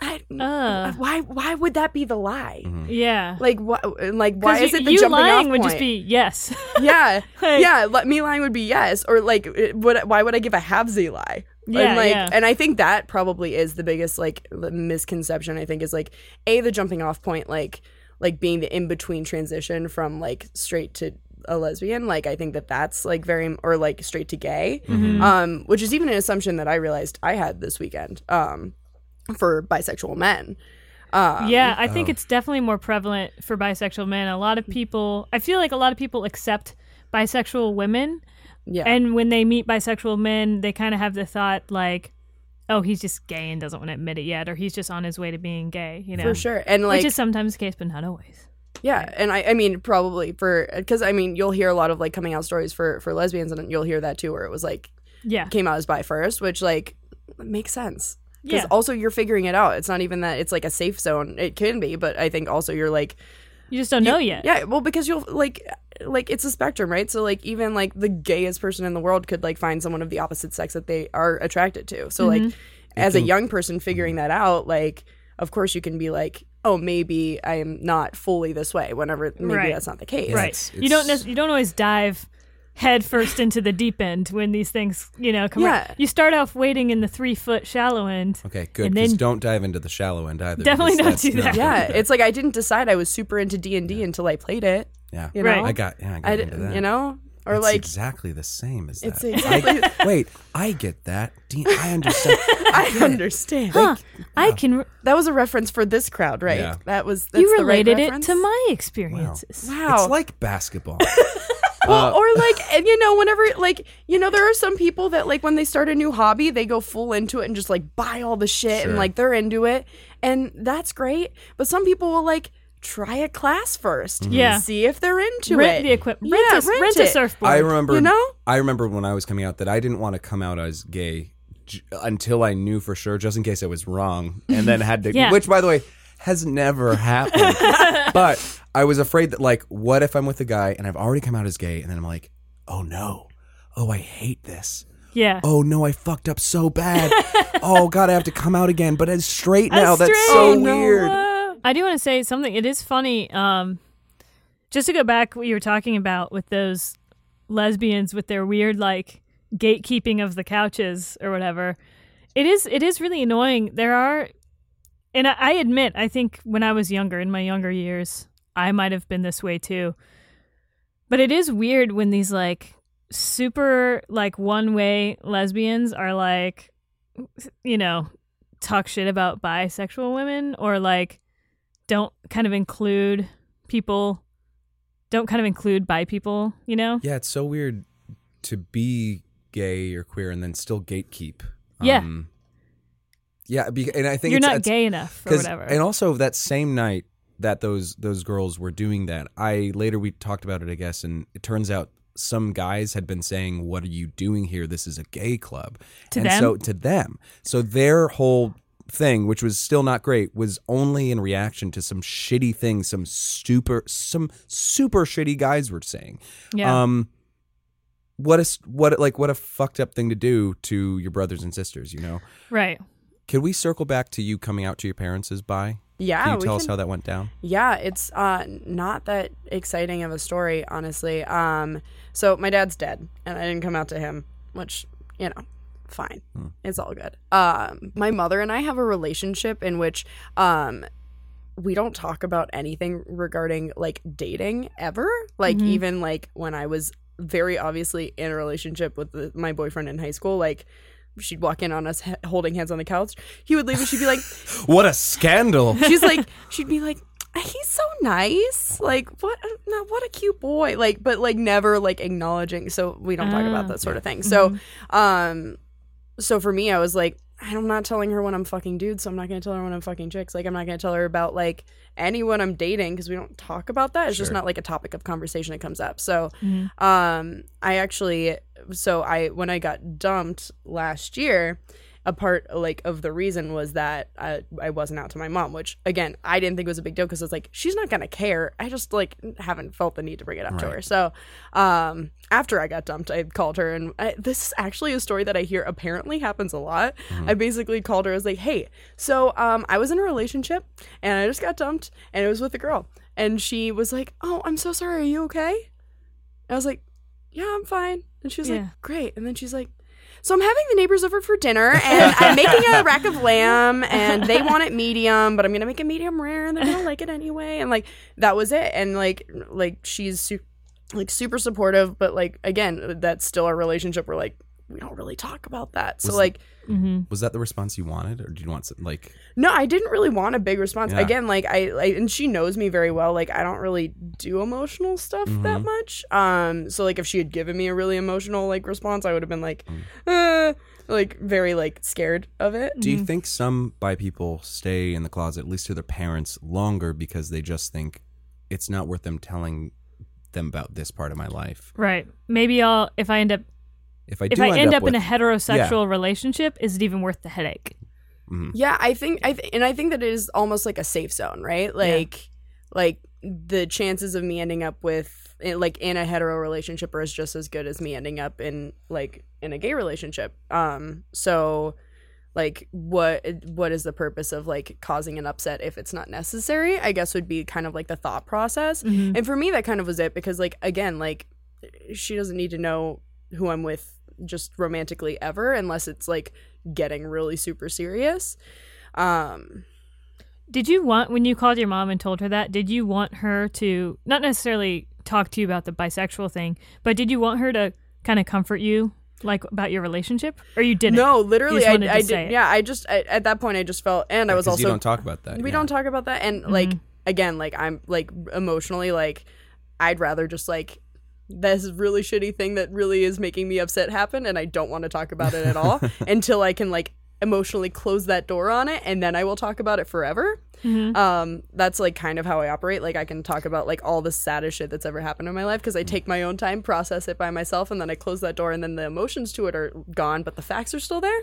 [SPEAKER 2] I,
[SPEAKER 1] Uh.
[SPEAKER 2] why, why would that be the lie?
[SPEAKER 1] Oh, Yeah.
[SPEAKER 2] Like, what, like, why
[SPEAKER 1] 'Cause
[SPEAKER 2] is
[SPEAKER 1] you,
[SPEAKER 2] it the
[SPEAKER 1] you
[SPEAKER 2] jumping
[SPEAKER 1] lying
[SPEAKER 2] off
[SPEAKER 1] would just
[SPEAKER 2] point?
[SPEAKER 1] be yes.
[SPEAKER 2] <laughs> yeah,
[SPEAKER 1] Like-
[SPEAKER 2] yeah. Let me lying would be yes, or like, it- would, why would I give a havesy lie?
[SPEAKER 1] Yeah,
[SPEAKER 2] and like,
[SPEAKER 1] yeah.
[SPEAKER 2] and I think that probably is the biggest like l- misconception. I think is like a the jumping off point, like like being the in between transition from like straight to a lesbian. Like I think that that's like very or like straight to gay, um, which is even an assumption that I realized I had this weekend um, for bisexual men. Um, Mm-hmm.
[SPEAKER 1] yeah, I think it's definitely more prevalent for bisexual men. A lot of people, I feel like a lot of people accept bisexual women,
[SPEAKER 2] yeah,
[SPEAKER 1] and when they meet bisexual men, they kind of have the thought like, "Oh, he's just gay and doesn't want to admit it yet," or "He's just on his way to being gay," you know,
[SPEAKER 2] for sure. And like
[SPEAKER 1] which is sometimes the case, but not always.
[SPEAKER 2] Yeah, and I, I mean probably for because I mean you'll hear a lot of like coming out stories for for lesbians, and you'll hear that too, where it was like
[SPEAKER 1] Yeah,
[SPEAKER 2] came out as bi first, which like makes sense. Because
[SPEAKER 1] yeah,
[SPEAKER 2] also you're figuring it out. It's not even that it's like a safe zone. It can be, but I think also you're like
[SPEAKER 1] you just
[SPEAKER 2] <laughs>
[SPEAKER 1] don't know yet.
[SPEAKER 2] yeah, well because you'll like like it's a spectrum, right? So like even like the gayest person in the world could like find someone of the opposite sex that they are attracted to. So
[SPEAKER 1] Mm-hmm.
[SPEAKER 2] like as a young person figuring that out, like of course you can be like, oh maybe I am not fully this way. Whenever maybe
[SPEAKER 1] Right.
[SPEAKER 2] that's not the case,
[SPEAKER 1] right.
[SPEAKER 3] It's-
[SPEAKER 1] you don't
[SPEAKER 3] it's-
[SPEAKER 1] nec- you don't always dive head first into the deep end when these things you know come.
[SPEAKER 2] Yeah.
[SPEAKER 1] around. you start off wading in the three foot shallow end.
[SPEAKER 3] Okay, good.
[SPEAKER 1] And
[SPEAKER 3] Because
[SPEAKER 1] then-
[SPEAKER 3] don't dive into the shallow end either.
[SPEAKER 1] Definitely
[SPEAKER 3] because
[SPEAKER 1] not
[SPEAKER 3] that's
[SPEAKER 1] do that.
[SPEAKER 2] Yeah,
[SPEAKER 3] <laughs>
[SPEAKER 2] it's like I didn't decide I was super into D and D until I played it.
[SPEAKER 3] Yeah.
[SPEAKER 2] You know,
[SPEAKER 1] Right.
[SPEAKER 3] I got, yeah, I got
[SPEAKER 2] I
[SPEAKER 3] into
[SPEAKER 2] didn't,
[SPEAKER 3] that.
[SPEAKER 2] you know, or
[SPEAKER 3] It's
[SPEAKER 2] like
[SPEAKER 3] exactly the same as
[SPEAKER 2] it's
[SPEAKER 3] that.
[SPEAKER 2] exactly.
[SPEAKER 3] <laughs> Wait, I get that. Dean, I
[SPEAKER 2] <laughs>
[SPEAKER 3] understand.
[SPEAKER 2] <laughs>
[SPEAKER 3] <laughs>
[SPEAKER 2] I understand.
[SPEAKER 1] Huh, I can. re-
[SPEAKER 2] That was a reference for this crowd, right?
[SPEAKER 3] Yeah.
[SPEAKER 2] That was that's
[SPEAKER 1] you
[SPEAKER 2] the right
[SPEAKER 1] related it
[SPEAKER 2] reference?
[SPEAKER 1] to my experiences.
[SPEAKER 2] wow.
[SPEAKER 3] it's like basketball.
[SPEAKER 2] well, or like and you know, whenever like you know, there are some people that like when they start a new hobby, they go full into it and just like buy all the shit and
[SPEAKER 3] Sure.
[SPEAKER 2] like they're into it, and that's great. But some people will like try a class 1st
[SPEAKER 1] Yeah.
[SPEAKER 2] see if they're into
[SPEAKER 1] Rent
[SPEAKER 2] it.
[SPEAKER 1] the equipment. Rent,
[SPEAKER 2] Yeah,
[SPEAKER 1] a,
[SPEAKER 2] rent
[SPEAKER 1] rent a
[SPEAKER 2] it.
[SPEAKER 1] surfboard.
[SPEAKER 3] I remember,
[SPEAKER 2] You know?
[SPEAKER 3] I remember when I was coming out that I didn't want to come out as gay j- until I knew for sure, just in case I was wrong, and then had to.
[SPEAKER 1] Yeah.
[SPEAKER 3] Which, by the way, has
[SPEAKER 2] <laughs>
[SPEAKER 3] never happened. but I was afraid that, like, what if I'm with a guy and I've already come out as gay, and then I'm like, oh no, oh I hate this.
[SPEAKER 1] yeah.
[SPEAKER 3] Oh no, I fucked up
[SPEAKER 2] <laughs>
[SPEAKER 3] so bad. oh god, I have to come out again, but as straight
[SPEAKER 1] As
[SPEAKER 3] now. That's
[SPEAKER 1] straight.
[SPEAKER 3] so
[SPEAKER 2] Oh, no.
[SPEAKER 3] weird.
[SPEAKER 1] Uh, I do want to say something. It is funny. Um, just to go back, what you were talking about with those lesbians with their weird like gatekeeping of the couches or whatever. It is. It is really annoying. There are, and I, I admit, I think when I was younger, in my younger years, I might have been this way too. But it is weird when these like super like one way lesbians are like, you know, talk shit about bisexual women or like don't kind of include people don't kind of include bi people, you know?
[SPEAKER 3] Yeah, it's so weird to be gay or queer and then still gatekeep.
[SPEAKER 1] Yeah.
[SPEAKER 3] Um, yeah, be, and I think
[SPEAKER 1] You're
[SPEAKER 3] it's,
[SPEAKER 1] not
[SPEAKER 3] it's-
[SPEAKER 1] gay enough or
[SPEAKER 3] 'cause-
[SPEAKER 1] whatever.
[SPEAKER 3] And also that same night that those those girls were doing that, I later we talked about it, I guess, and it turns out some guys had been saying, "What are you doing here? This is a gay club."
[SPEAKER 1] To
[SPEAKER 3] and
[SPEAKER 1] them?
[SPEAKER 3] so to them, so their whole thing, which was still not great, was only in reaction to some shitty things some super some super shitty guys were saying.
[SPEAKER 1] yeah.
[SPEAKER 3] Um, what a s- what a- like what a fucked up thing to do to your brothers and sisters. You know,
[SPEAKER 1] Right.
[SPEAKER 3] can we circle back to you coming out to your parents as bi?
[SPEAKER 2] Yeah,
[SPEAKER 3] Can you
[SPEAKER 2] Ah, we
[SPEAKER 3] tell us
[SPEAKER 2] can-
[SPEAKER 3] how that went down?
[SPEAKER 2] Yeah, it's uh, not that exciting of a story, honestly. Um, so my dad's dead, and I didn't come out to him, which you know, fine, it's all good. Um, my mother and I have a relationship in which um, we don't talk about anything regarding like dating ever. Like
[SPEAKER 1] Mhm.
[SPEAKER 2] even like when I was very obviously in a relationship with the, my boyfriend in high school, like. She'd walk in on us he- holding hands on the couch. He would leave and she'd be like,
[SPEAKER 3] What a scandal! <laughs>
[SPEAKER 2] she's like she'd be like he's so nice like what a, no, what a cute boy like but like never like acknowledging so we don't talk
[SPEAKER 1] Ah.
[SPEAKER 2] about that sort of thing so um so for me i was like i'm not telling her when i'm fucking dudes so i'm not gonna tell her when i'm fucking chicks like i'm not gonna tell her about like anyone i'm dating because we don't talk about that it's just
[SPEAKER 3] Sure.
[SPEAKER 2] not like a topic of conversation that comes up so
[SPEAKER 1] Mhm.
[SPEAKER 2] um i actually so i when i got dumped last year a part like of the reason was that I, I wasn't out to my mom, which again I didn't think was a big deal because I was like she's not gonna care. I just like haven't felt the need to bring it up to
[SPEAKER 3] Right.
[SPEAKER 2] her. So um, after I got dumped, I called her and I, this is actually a story that I hear apparently happens a lot. I basically called her. I was like, hey, so um, I was in a relationship and I just got dumped and it was with a girl and she was like, oh, I'm so sorry. Are you okay? I was like, yeah, I'm fine. And she was
[SPEAKER 1] Yeah.
[SPEAKER 2] like, great. And then she's like, so I'm having the neighbors over for dinner, and I'm making a rack of lamb, and they want it medium, but I'm gonna make it medium rare, and they're gonna like it anyway. And like that was it. And like like she's su- like super supportive, but like again, that's still our relationship. We're like we don't really talk about that. So
[SPEAKER 3] Was-
[SPEAKER 2] like
[SPEAKER 1] Mm-hmm.
[SPEAKER 3] Was that the response you wanted, or did you want some, like
[SPEAKER 2] no, I didn't really want a big response.
[SPEAKER 3] Yeah.
[SPEAKER 2] Again, like I, I and she knows me very well. Like I don't really do emotional stuff that
[SPEAKER 3] Mhm.
[SPEAKER 2] much. Um, so like if she had given me a really emotional like response, I would have been like, uh, like very like scared of it.
[SPEAKER 3] Do
[SPEAKER 1] Mm-hmm.
[SPEAKER 3] you think some bi people stay in the closet, at least to their parents, longer because they just think it's not worth them telling them about this part of my life?
[SPEAKER 1] Mm-hmm. Right. Maybe I'll if I end up
[SPEAKER 3] If I
[SPEAKER 1] if
[SPEAKER 3] do
[SPEAKER 1] I end up,
[SPEAKER 3] with,
[SPEAKER 1] in a heterosexual relationship, is it even worth the headache?
[SPEAKER 3] Mhm.
[SPEAKER 2] Yeah, I think I th- and I think that it is almost like a safe zone, right? Like like the chances of me ending up with eh, like in a hetero relationship are just as good as me ending up in like in a gay relationship. Um so like what what is the purpose of like causing an upset if it's not necessary? I guess would be kind of like the thought process.
[SPEAKER 3] Mm-hmm.
[SPEAKER 1] Mhm.
[SPEAKER 2] And for me that kind of was it because like again, like she doesn't need to know who I'm with just romantically ever unless it's like getting really super serious. Um
[SPEAKER 1] Did you want when you called your mom and told her that? Did you want her to not necessarily talk to you about the bisexual thing, but did you want her to kind of comfort you, like about your relationship, or you didn't?
[SPEAKER 2] no, literally
[SPEAKER 1] just
[SPEAKER 2] I,
[SPEAKER 1] wanted to
[SPEAKER 2] I
[SPEAKER 1] say
[SPEAKER 2] did
[SPEAKER 1] it.
[SPEAKER 2] yeah, I just I, at that point I just felt and I was
[SPEAKER 3] 'cause
[SPEAKER 2] also
[SPEAKER 3] you don't talk about that.
[SPEAKER 2] we
[SPEAKER 3] yeah.
[SPEAKER 2] don't talk about that and like again like I'm like emotionally like I'd rather just like this really shitty thing that really is making me upset happen and I don't want to talk about it at <laughs> all until I can like emotionally close that door on it and then I will talk about it forever.
[SPEAKER 1] Mhm.
[SPEAKER 2] um that's like kind of how i operate like i can talk about like all the saddest shit that's ever happened in my life because i take my own time process it by myself and then i close that door and then the emotions to it are gone but the facts are still there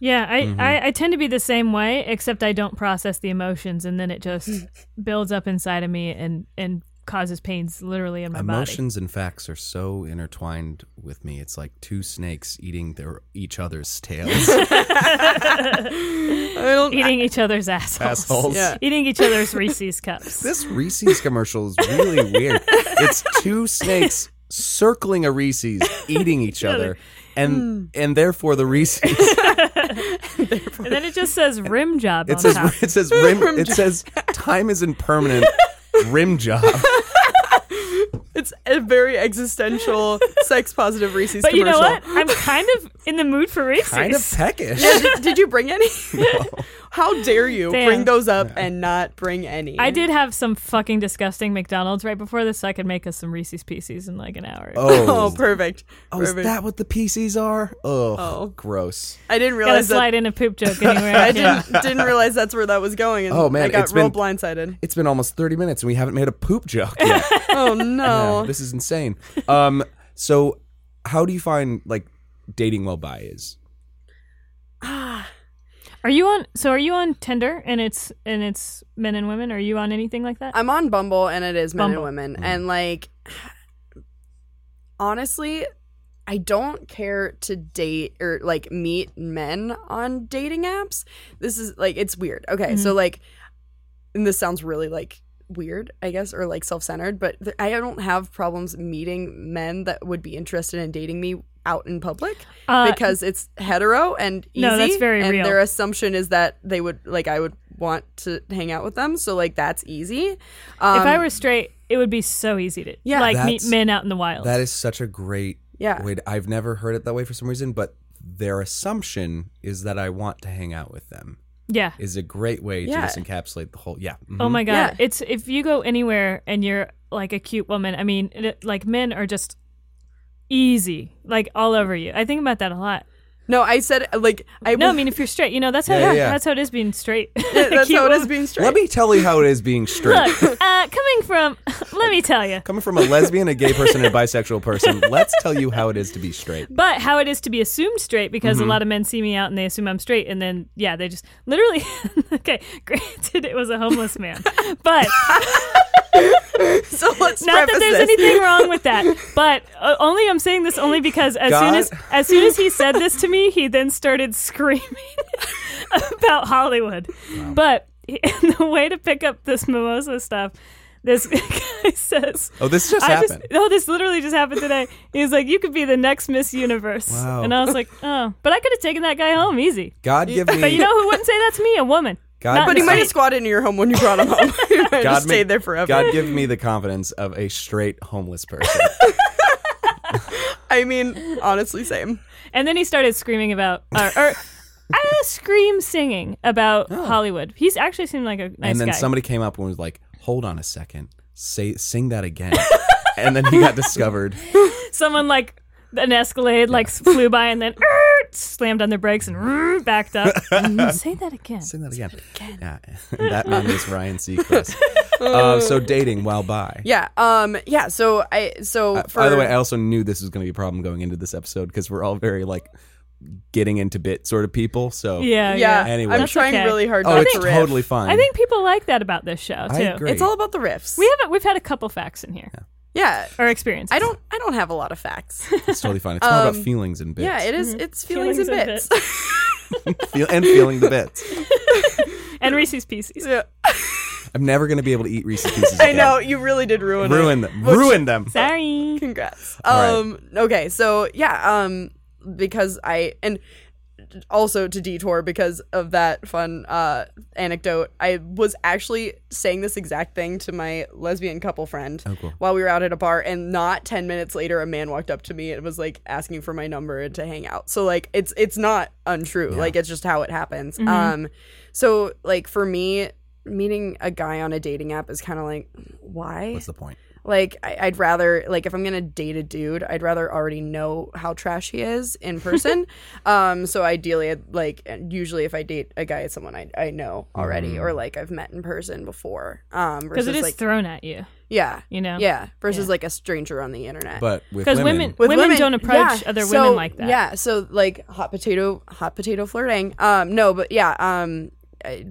[SPEAKER 1] Yeah, I,
[SPEAKER 3] Mm-hmm.
[SPEAKER 1] I, I tend to be the same way, except I don't process the emotions, and then it just
[SPEAKER 2] <laughs>
[SPEAKER 1] builds up inside of me and and causes pains literally in my body.
[SPEAKER 3] Emotions and facts are so intertwined with me. It's like two snakes eating their each other's tails.
[SPEAKER 2] i don't
[SPEAKER 1] Eating each other's assholes.
[SPEAKER 3] assholes.
[SPEAKER 2] Yeah.
[SPEAKER 1] <laughs> Eating each other's Reese's cups.
[SPEAKER 3] <laughs> This Reese's commercial is really weird. It's two snakes circling a Reese's, eating each other, and and therefore the Reese's
[SPEAKER 1] and then it just says rim job
[SPEAKER 3] It
[SPEAKER 1] on
[SPEAKER 3] says
[SPEAKER 1] top.
[SPEAKER 3] it says rim, it says time is impermanent. Rim job.
[SPEAKER 2] it's a
[SPEAKER 1] <laughs>
[SPEAKER 2] very existential sex positive reese's
[SPEAKER 1] But you
[SPEAKER 2] commercial
[SPEAKER 1] know what? I'm kind of in the mood for Reese's.
[SPEAKER 3] Kind of
[SPEAKER 2] <laughs>
[SPEAKER 3] peckish.
[SPEAKER 2] did, did you bring any <laughs> how dare you
[SPEAKER 1] Damn.
[SPEAKER 2] bring those up and not bring any
[SPEAKER 1] I did have some fucking disgusting McDonald's right before this, so I could make us some Reese's Pieces in like an hour.
[SPEAKER 2] oh
[SPEAKER 3] Oh,
[SPEAKER 2] perfect
[SPEAKER 3] oh, is
[SPEAKER 2] Perfect.
[SPEAKER 3] that what the PCs are? Oh,
[SPEAKER 2] Oh.
[SPEAKER 3] gross.
[SPEAKER 2] i
[SPEAKER 1] <laughs> Gotta
[SPEAKER 2] didn't realize that
[SPEAKER 1] slide in a poop
[SPEAKER 2] <laughs>
[SPEAKER 1] joke anywhere. I
[SPEAKER 2] i
[SPEAKER 1] can.
[SPEAKER 2] didn't didn't realize that's where that was going and
[SPEAKER 3] Oh, man,
[SPEAKER 2] i got
[SPEAKER 3] it's
[SPEAKER 2] real
[SPEAKER 3] been-
[SPEAKER 2] blindsided
[SPEAKER 3] It's been almost 30 minutes and we haven't made a poop joke yet. <laughs>
[SPEAKER 2] oh no <sighs>
[SPEAKER 3] Yeah, this is insane. Um, so how do you find like dating well by is?
[SPEAKER 2] Ah.
[SPEAKER 1] Are you on? So are you on Tinder? And it's and it's men and women. Are you on anything like that?
[SPEAKER 2] I'm on Bumble and it is men
[SPEAKER 1] Bumble.
[SPEAKER 2] and women. And like honestly, I don't care to date or like meet men on dating apps. This is like it's weird. Okay, so like, and this sounds really like weird, I guess, or like self centered, but th- I don't have problems meeting men that would be interested in dating me out in public
[SPEAKER 1] Uh,
[SPEAKER 2] because it's hetero and easy.
[SPEAKER 1] No, that's very
[SPEAKER 2] and
[SPEAKER 1] real.
[SPEAKER 2] Their assumption is that they would like I would want to hang out with them, so like that's easy. Um,
[SPEAKER 1] if I were straight, it would be so easy to
[SPEAKER 2] Yeah.
[SPEAKER 1] like meet
[SPEAKER 3] That's-
[SPEAKER 1] men out in the wild.
[SPEAKER 3] That is such a great
[SPEAKER 2] Yeah.
[SPEAKER 3] way. to- I've never heard it that way for some reason, but their assumption is that I want to hang out with them
[SPEAKER 1] yeah.
[SPEAKER 3] is a great way
[SPEAKER 2] Yeah.
[SPEAKER 3] to just encapsulate the whole. Yeah. mhm.
[SPEAKER 1] Oh my god!
[SPEAKER 2] Yeah.
[SPEAKER 1] It's if you go anywhere and you're like a cute woman. I mean, it, like men are just easy, like all over you. I think about that a lot.
[SPEAKER 2] no, I said like I
[SPEAKER 1] no, I
[SPEAKER 2] would-
[SPEAKER 1] mean if you're straight, you know that's how
[SPEAKER 3] Yeah, yeah, yeah.
[SPEAKER 1] that's how it is being straight.
[SPEAKER 2] <laughs>
[SPEAKER 1] <laughs>
[SPEAKER 2] that's
[SPEAKER 1] Cute
[SPEAKER 2] how it
[SPEAKER 1] woman.
[SPEAKER 2] is being straight.
[SPEAKER 3] Mm-hmm. Let me tell you how it is being straight.
[SPEAKER 1] Look, uh, coming from, <laughs> let me tell you,
[SPEAKER 3] Coming from a lesbian, a gay person, and a bisexual person, let's tell you how it is to be straight.
[SPEAKER 1] but how it is to be assumed straight because
[SPEAKER 2] Mm-hmm.
[SPEAKER 1] a lot of men see me out and they assume I'm straight, and then yeah, they just literally. <laughs> okay, granted, it was a homeless man, but.
[SPEAKER 2] <laughs> so let's
[SPEAKER 1] not that
[SPEAKER 2] preface
[SPEAKER 1] there's
[SPEAKER 2] this.
[SPEAKER 1] anything wrong with that, but uh, only I'm saying this only because as soon
[SPEAKER 3] God.
[SPEAKER 1] as as soon as he said this to me, he then started screaming <laughs> about Hollywood. But <laughs> he- the way to pick up this mimosa stuff, this <laughs> guy says,
[SPEAKER 3] Oh, this just
[SPEAKER 1] "I just
[SPEAKER 3] happened.
[SPEAKER 1] <laughs> no, this literally just happened today." He's like, "You could be the next Miss Universe,"
[SPEAKER 3] Wow.
[SPEAKER 1] and I was
[SPEAKER 3] <laughs>
[SPEAKER 1] like, "Oh, but I could have taken that guy home easy."
[SPEAKER 3] God give
[SPEAKER 1] But you
[SPEAKER 3] me.
[SPEAKER 1] know who wouldn't say that's me, a woman. Not
[SPEAKER 3] God bless
[SPEAKER 2] But he
[SPEAKER 1] in
[SPEAKER 2] might
[SPEAKER 1] the
[SPEAKER 2] have squatted into your home when you brought him home. <laughs> he might have just
[SPEAKER 3] ma-
[SPEAKER 2] stayed there forever.
[SPEAKER 3] God give me the confidence of a straight homeless person.
[SPEAKER 2] I mean, honestly, same.
[SPEAKER 1] And then he started screaming about, or, or uh, scream singing about Hollywood. He's actually seemed like a nice
[SPEAKER 3] Oh. and then
[SPEAKER 1] guy.
[SPEAKER 3] somebody came up and was like, "Hold on a second, say sing that again." <laughs> and then he got discovered.
[SPEAKER 1] Someone like an Escalade like flew by and then er, slammed on their brakes and er, backed
[SPEAKER 3] <laughs>
[SPEAKER 1] up. Say that again.
[SPEAKER 3] Sing that again. Yeah, that man is Ryan
[SPEAKER 1] <laughs>
[SPEAKER 3] Seacrest. uh, so dating while by.
[SPEAKER 2] Yeah. Um. Yeah. So I. So for
[SPEAKER 3] Uh, By the way, I also knew this was going to be a problem going into this episode because we're all very like getting into bit sort of people. So
[SPEAKER 1] Yeah,
[SPEAKER 2] yeah.
[SPEAKER 1] Oh, yeah.
[SPEAKER 3] Anyway.
[SPEAKER 2] I'm
[SPEAKER 3] That's
[SPEAKER 2] trying
[SPEAKER 1] okay.
[SPEAKER 2] really hard.
[SPEAKER 3] oh,
[SPEAKER 2] not
[SPEAKER 3] it's
[SPEAKER 2] to riff.
[SPEAKER 3] totally fine.
[SPEAKER 1] I think people like that about this show too.
[SPEAKER 3] I agree.
[SPEAKER 2] It's all about the riffs.
[SPEAKER 1] We haven't. We've had a couple facts in here
[SPEAKER 2] yeah.
[SPEAKER 1] or experiences.
[SPEAKER 2] I don't. I don't have a lot of facts.
[SPEAKER 3] it's totally fine. It's more
[SPEAKER 1] um,
[SPEAKER 3] about feelings and bits.
[SPEAKER 2] yeah. It is- It's feelings,
[SPEAKER 1] Mm-hmm. Feelings
[SPEAKER 2] and
[SPEAKER 1] and
[SPEAKER 2] bits.
[SPEAKER 3] Feel- and feeling the bits.
[SPEAKER 1] And Reese's Pieces.
[SPEAKER 2] Yeah.
[SPEAKER 3] I'm never going to be able to
[SPEAKER 1] <laughs>
[SPEAKER 3] eat Reese's Pieces.
[SPEAKER 2] I
[SPEAKER 3] again.
[SPEAKER 2] know you really did ruin it.
[SPEAKER 3] Ruin them. Ruin them.
[SPEAKER 1] Sorry.
[SPEAKER 2] Congrats.
[SPEAKER 3] right.
[SPEAKER 2] Um okay, so yeah, um because I and also to detour because of that fun uh anecdote, I was actually saying this exact thing to my lesbian couple friend
[SPEAKER 3] Oh, cool.
[SPEAKER 2] while we were out at a bar and not 10 minutes later a man walked up to me and was like asking for my number and to hang out. So like it's it's not untrue. Like it's just how it happens.
[SPEAKER 1] Mm-hmm.
[SPEAKER 2] Um so like for me meeting a guy on a dating app is kind of like why?
[SPEAKER 3] What's the point?
[SPEAKER 2] Like I, I'd rather like if I'm gonna date a dude, I'd rather already know how trash he is in person. um, so ideally, I'd, like usually if I date a guy, it's someone I I know already or like I've met in person before. Um,
[SPEAKER 1] Because
[SPEAKER 2] versus
[SPEAKER 1] it is
[SPEAKER 2] like
[SPEAKER 1] thrown at you.
[SPEAKER 2] yeah,
[SPEAKER 1] You know.
[SPEAKER 2] yeah, versus like a stranger on the internet.
[SPEAKER 3] But with
[SPEAKER 1] Because women, women, don't approach
[SPEAKER 2] yeah,
[SPEAKER 1] other
[SPEAKER 2] so-
[SPEAKER 1] women like that.
[SPEAKER 2] Yeah, so like hot potato, hot potato flirting. Um, no, but yeah, um, I,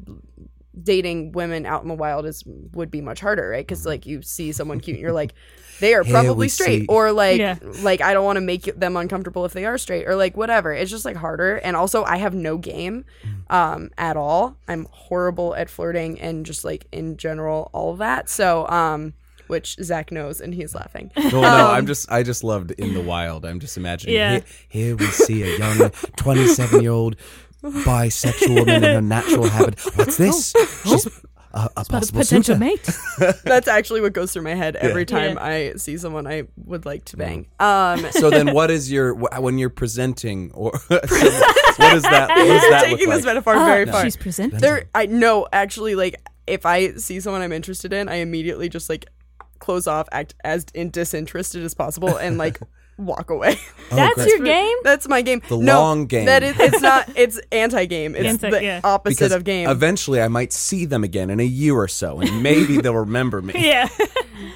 [SPEAKER 2] dating women out in the wild is would be much harder, right? Because like you see someone cute, and you're like, they are
[SPEAKER 3] Here
[SPEAKER 2] probably
[SPEAKER 3] we
[SPEAKER 2] straight,
[SPEAKER 3] see-
[SPEAKER 2] or like,
[SPEAKER 1] Yeah.
[SPEAKER 2] like I don't want to make them uncomfortable if they are straight, or like whatever. It's just like harder, and also I have no game, um, at all. I'm horrible at flirting and just like in general, all of that. So, um. Which Zach knows, and he's laughing.
[SPEAKER 3] Well, no, I'm just I just loved in the wild. I'm just imagining.
[SPEAKER 1] Yeah.
[SPEAKER 3] Here, here we see a young 27 year old bisexual woman in her natural habit. What's this? She's a, a possible
[SPEAKER 1] Potential
[SPEAKER 3] suitor.
[SPEAKER 1] mate.
[SPEAKER 2] That's actually what goes through my head every time
[SPEAKER 1] Yeah.
[SPEAKER 2] I see someone I would like to bang. Um, <laughs>
[SPEAKER 3] So then, what is your wh- when you're presenting or <laughs> so what is that? What does that
[SPEAKER 2] taking
[SPEAKER 3] look
[SPEAKER 2] this
[SPEAKER 3] like?
[SPEAKER 2] metaphor very
[SPEAKER 1] Oh,
[SPEAKER 2] far.
[SPEAKER 1] She's presenting.
[SPEAKER 2] There, I know actually, like if I see someone I'm interested in, I immediately just like close off, act as in disinterested as possible, and
[SPEAKER 3] <laughs>
[SPEAKER 2] like walk away.
[SPEAKER 1] That's
[SPEAKER 3] Oh, great.
[SPEAKER 1] your
[SPEAKER 2] <laughs>
[SPEAKER 1] game.
[SPEAKER 2] That's my game.
[SPEAKER 3] The
[SPEAKER 2] no,
[SPEAKER 3] long game.
[SPEAKER 2] That is, it's
[SPEAKER 3] <laughs>
[SPEAKER 2] not. It's anti-game. It's
[SPEAKER 1] Anti-
[SPEAKER 2] the
[SPEAKER 1] yeah.
[SPEAKER 2] opposite
[SPEAKER 3] Because
[SPEAKER 2] of game.
[SPEAKER 3] Eventually, I might see them again in a year or so, and maybe they'll remember me.
[SPEAKER 1] Yeah.
[SPEAKER 2] eh,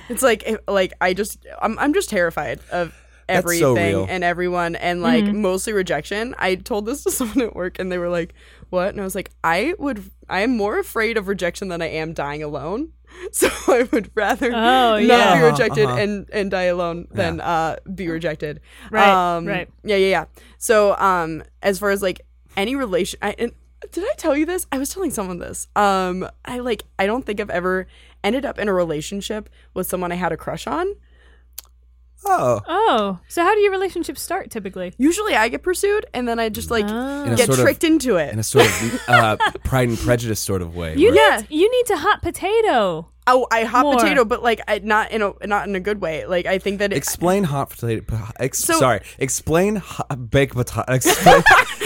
[SPEAKER 2] it's like like I just I'm I'm just terrified of
[SPEAKER 3] so
[SPEAKER 2] everything
[SPEAKER 3] real.
[SPEAKER 2] and everyone and like
[SPEAKER 1] Mm-hmm.
[SPEAKER 2] mostly rejection. I told this to <laughs> someone at work and they were like, "What?" And I was like, "I would I am more afraid of rejection than I am dying alone." <laughs> So I would rather
[SPEAKER 1] Oh,
[SPEAKER 2] not
[SPEAKER 1] yeah.
[SPEAKER 2] be
[SPEAKER 3] Uh-huh,
[SPEAKER 2] rejected
[SPEAKER 3] uh-huh.
[SPEAKER 2] and and die alone than uh be rejected.
[SPEAKER 1] Right,
[SPEAKER 2] Um,
[SPEAKER 1] right.
[SPEAKER 2] Yeah, yeah, yeah. So um as far as like any relation I and did I tell you this? I was telling someone this. Um I like I don't think I've ever ended up in a relationship with someone I had a crush on.
[SPEAKER 3] Oh,
[SPEAKER 1] <laughs> Oh, so how do your relationships start typically?
[SPEAKER 2] Usually I get pursued and then I just like
[SPEAKER 1] Oh.
[SPEAKER 3] In a
[SPEAKER 2] get
[SPEAKER 3] sort of-
[SPEAKER 2] tricked into it.
[SPEAKER 3] in a sort of uh, Pride and Prejudice sort of way.
[SPEAKER 1] You
[SPEAKER 3] where-
[SPEAKER 2] Yeah.
[SPEAKER 1] need you need to hot potato.
[SPEAKER 2] oh, I hot
[SPEAKER 1] More.
[SPEAKER 2] potato, but like I, not in a not in a good way. Like I think that it,
[SPEAKER 3] explain hot potato. po- Ex-
[SPEAKER 2] So-
[SPEAKER 3] sorry, explain hot, baked potato. <laughs> Explain,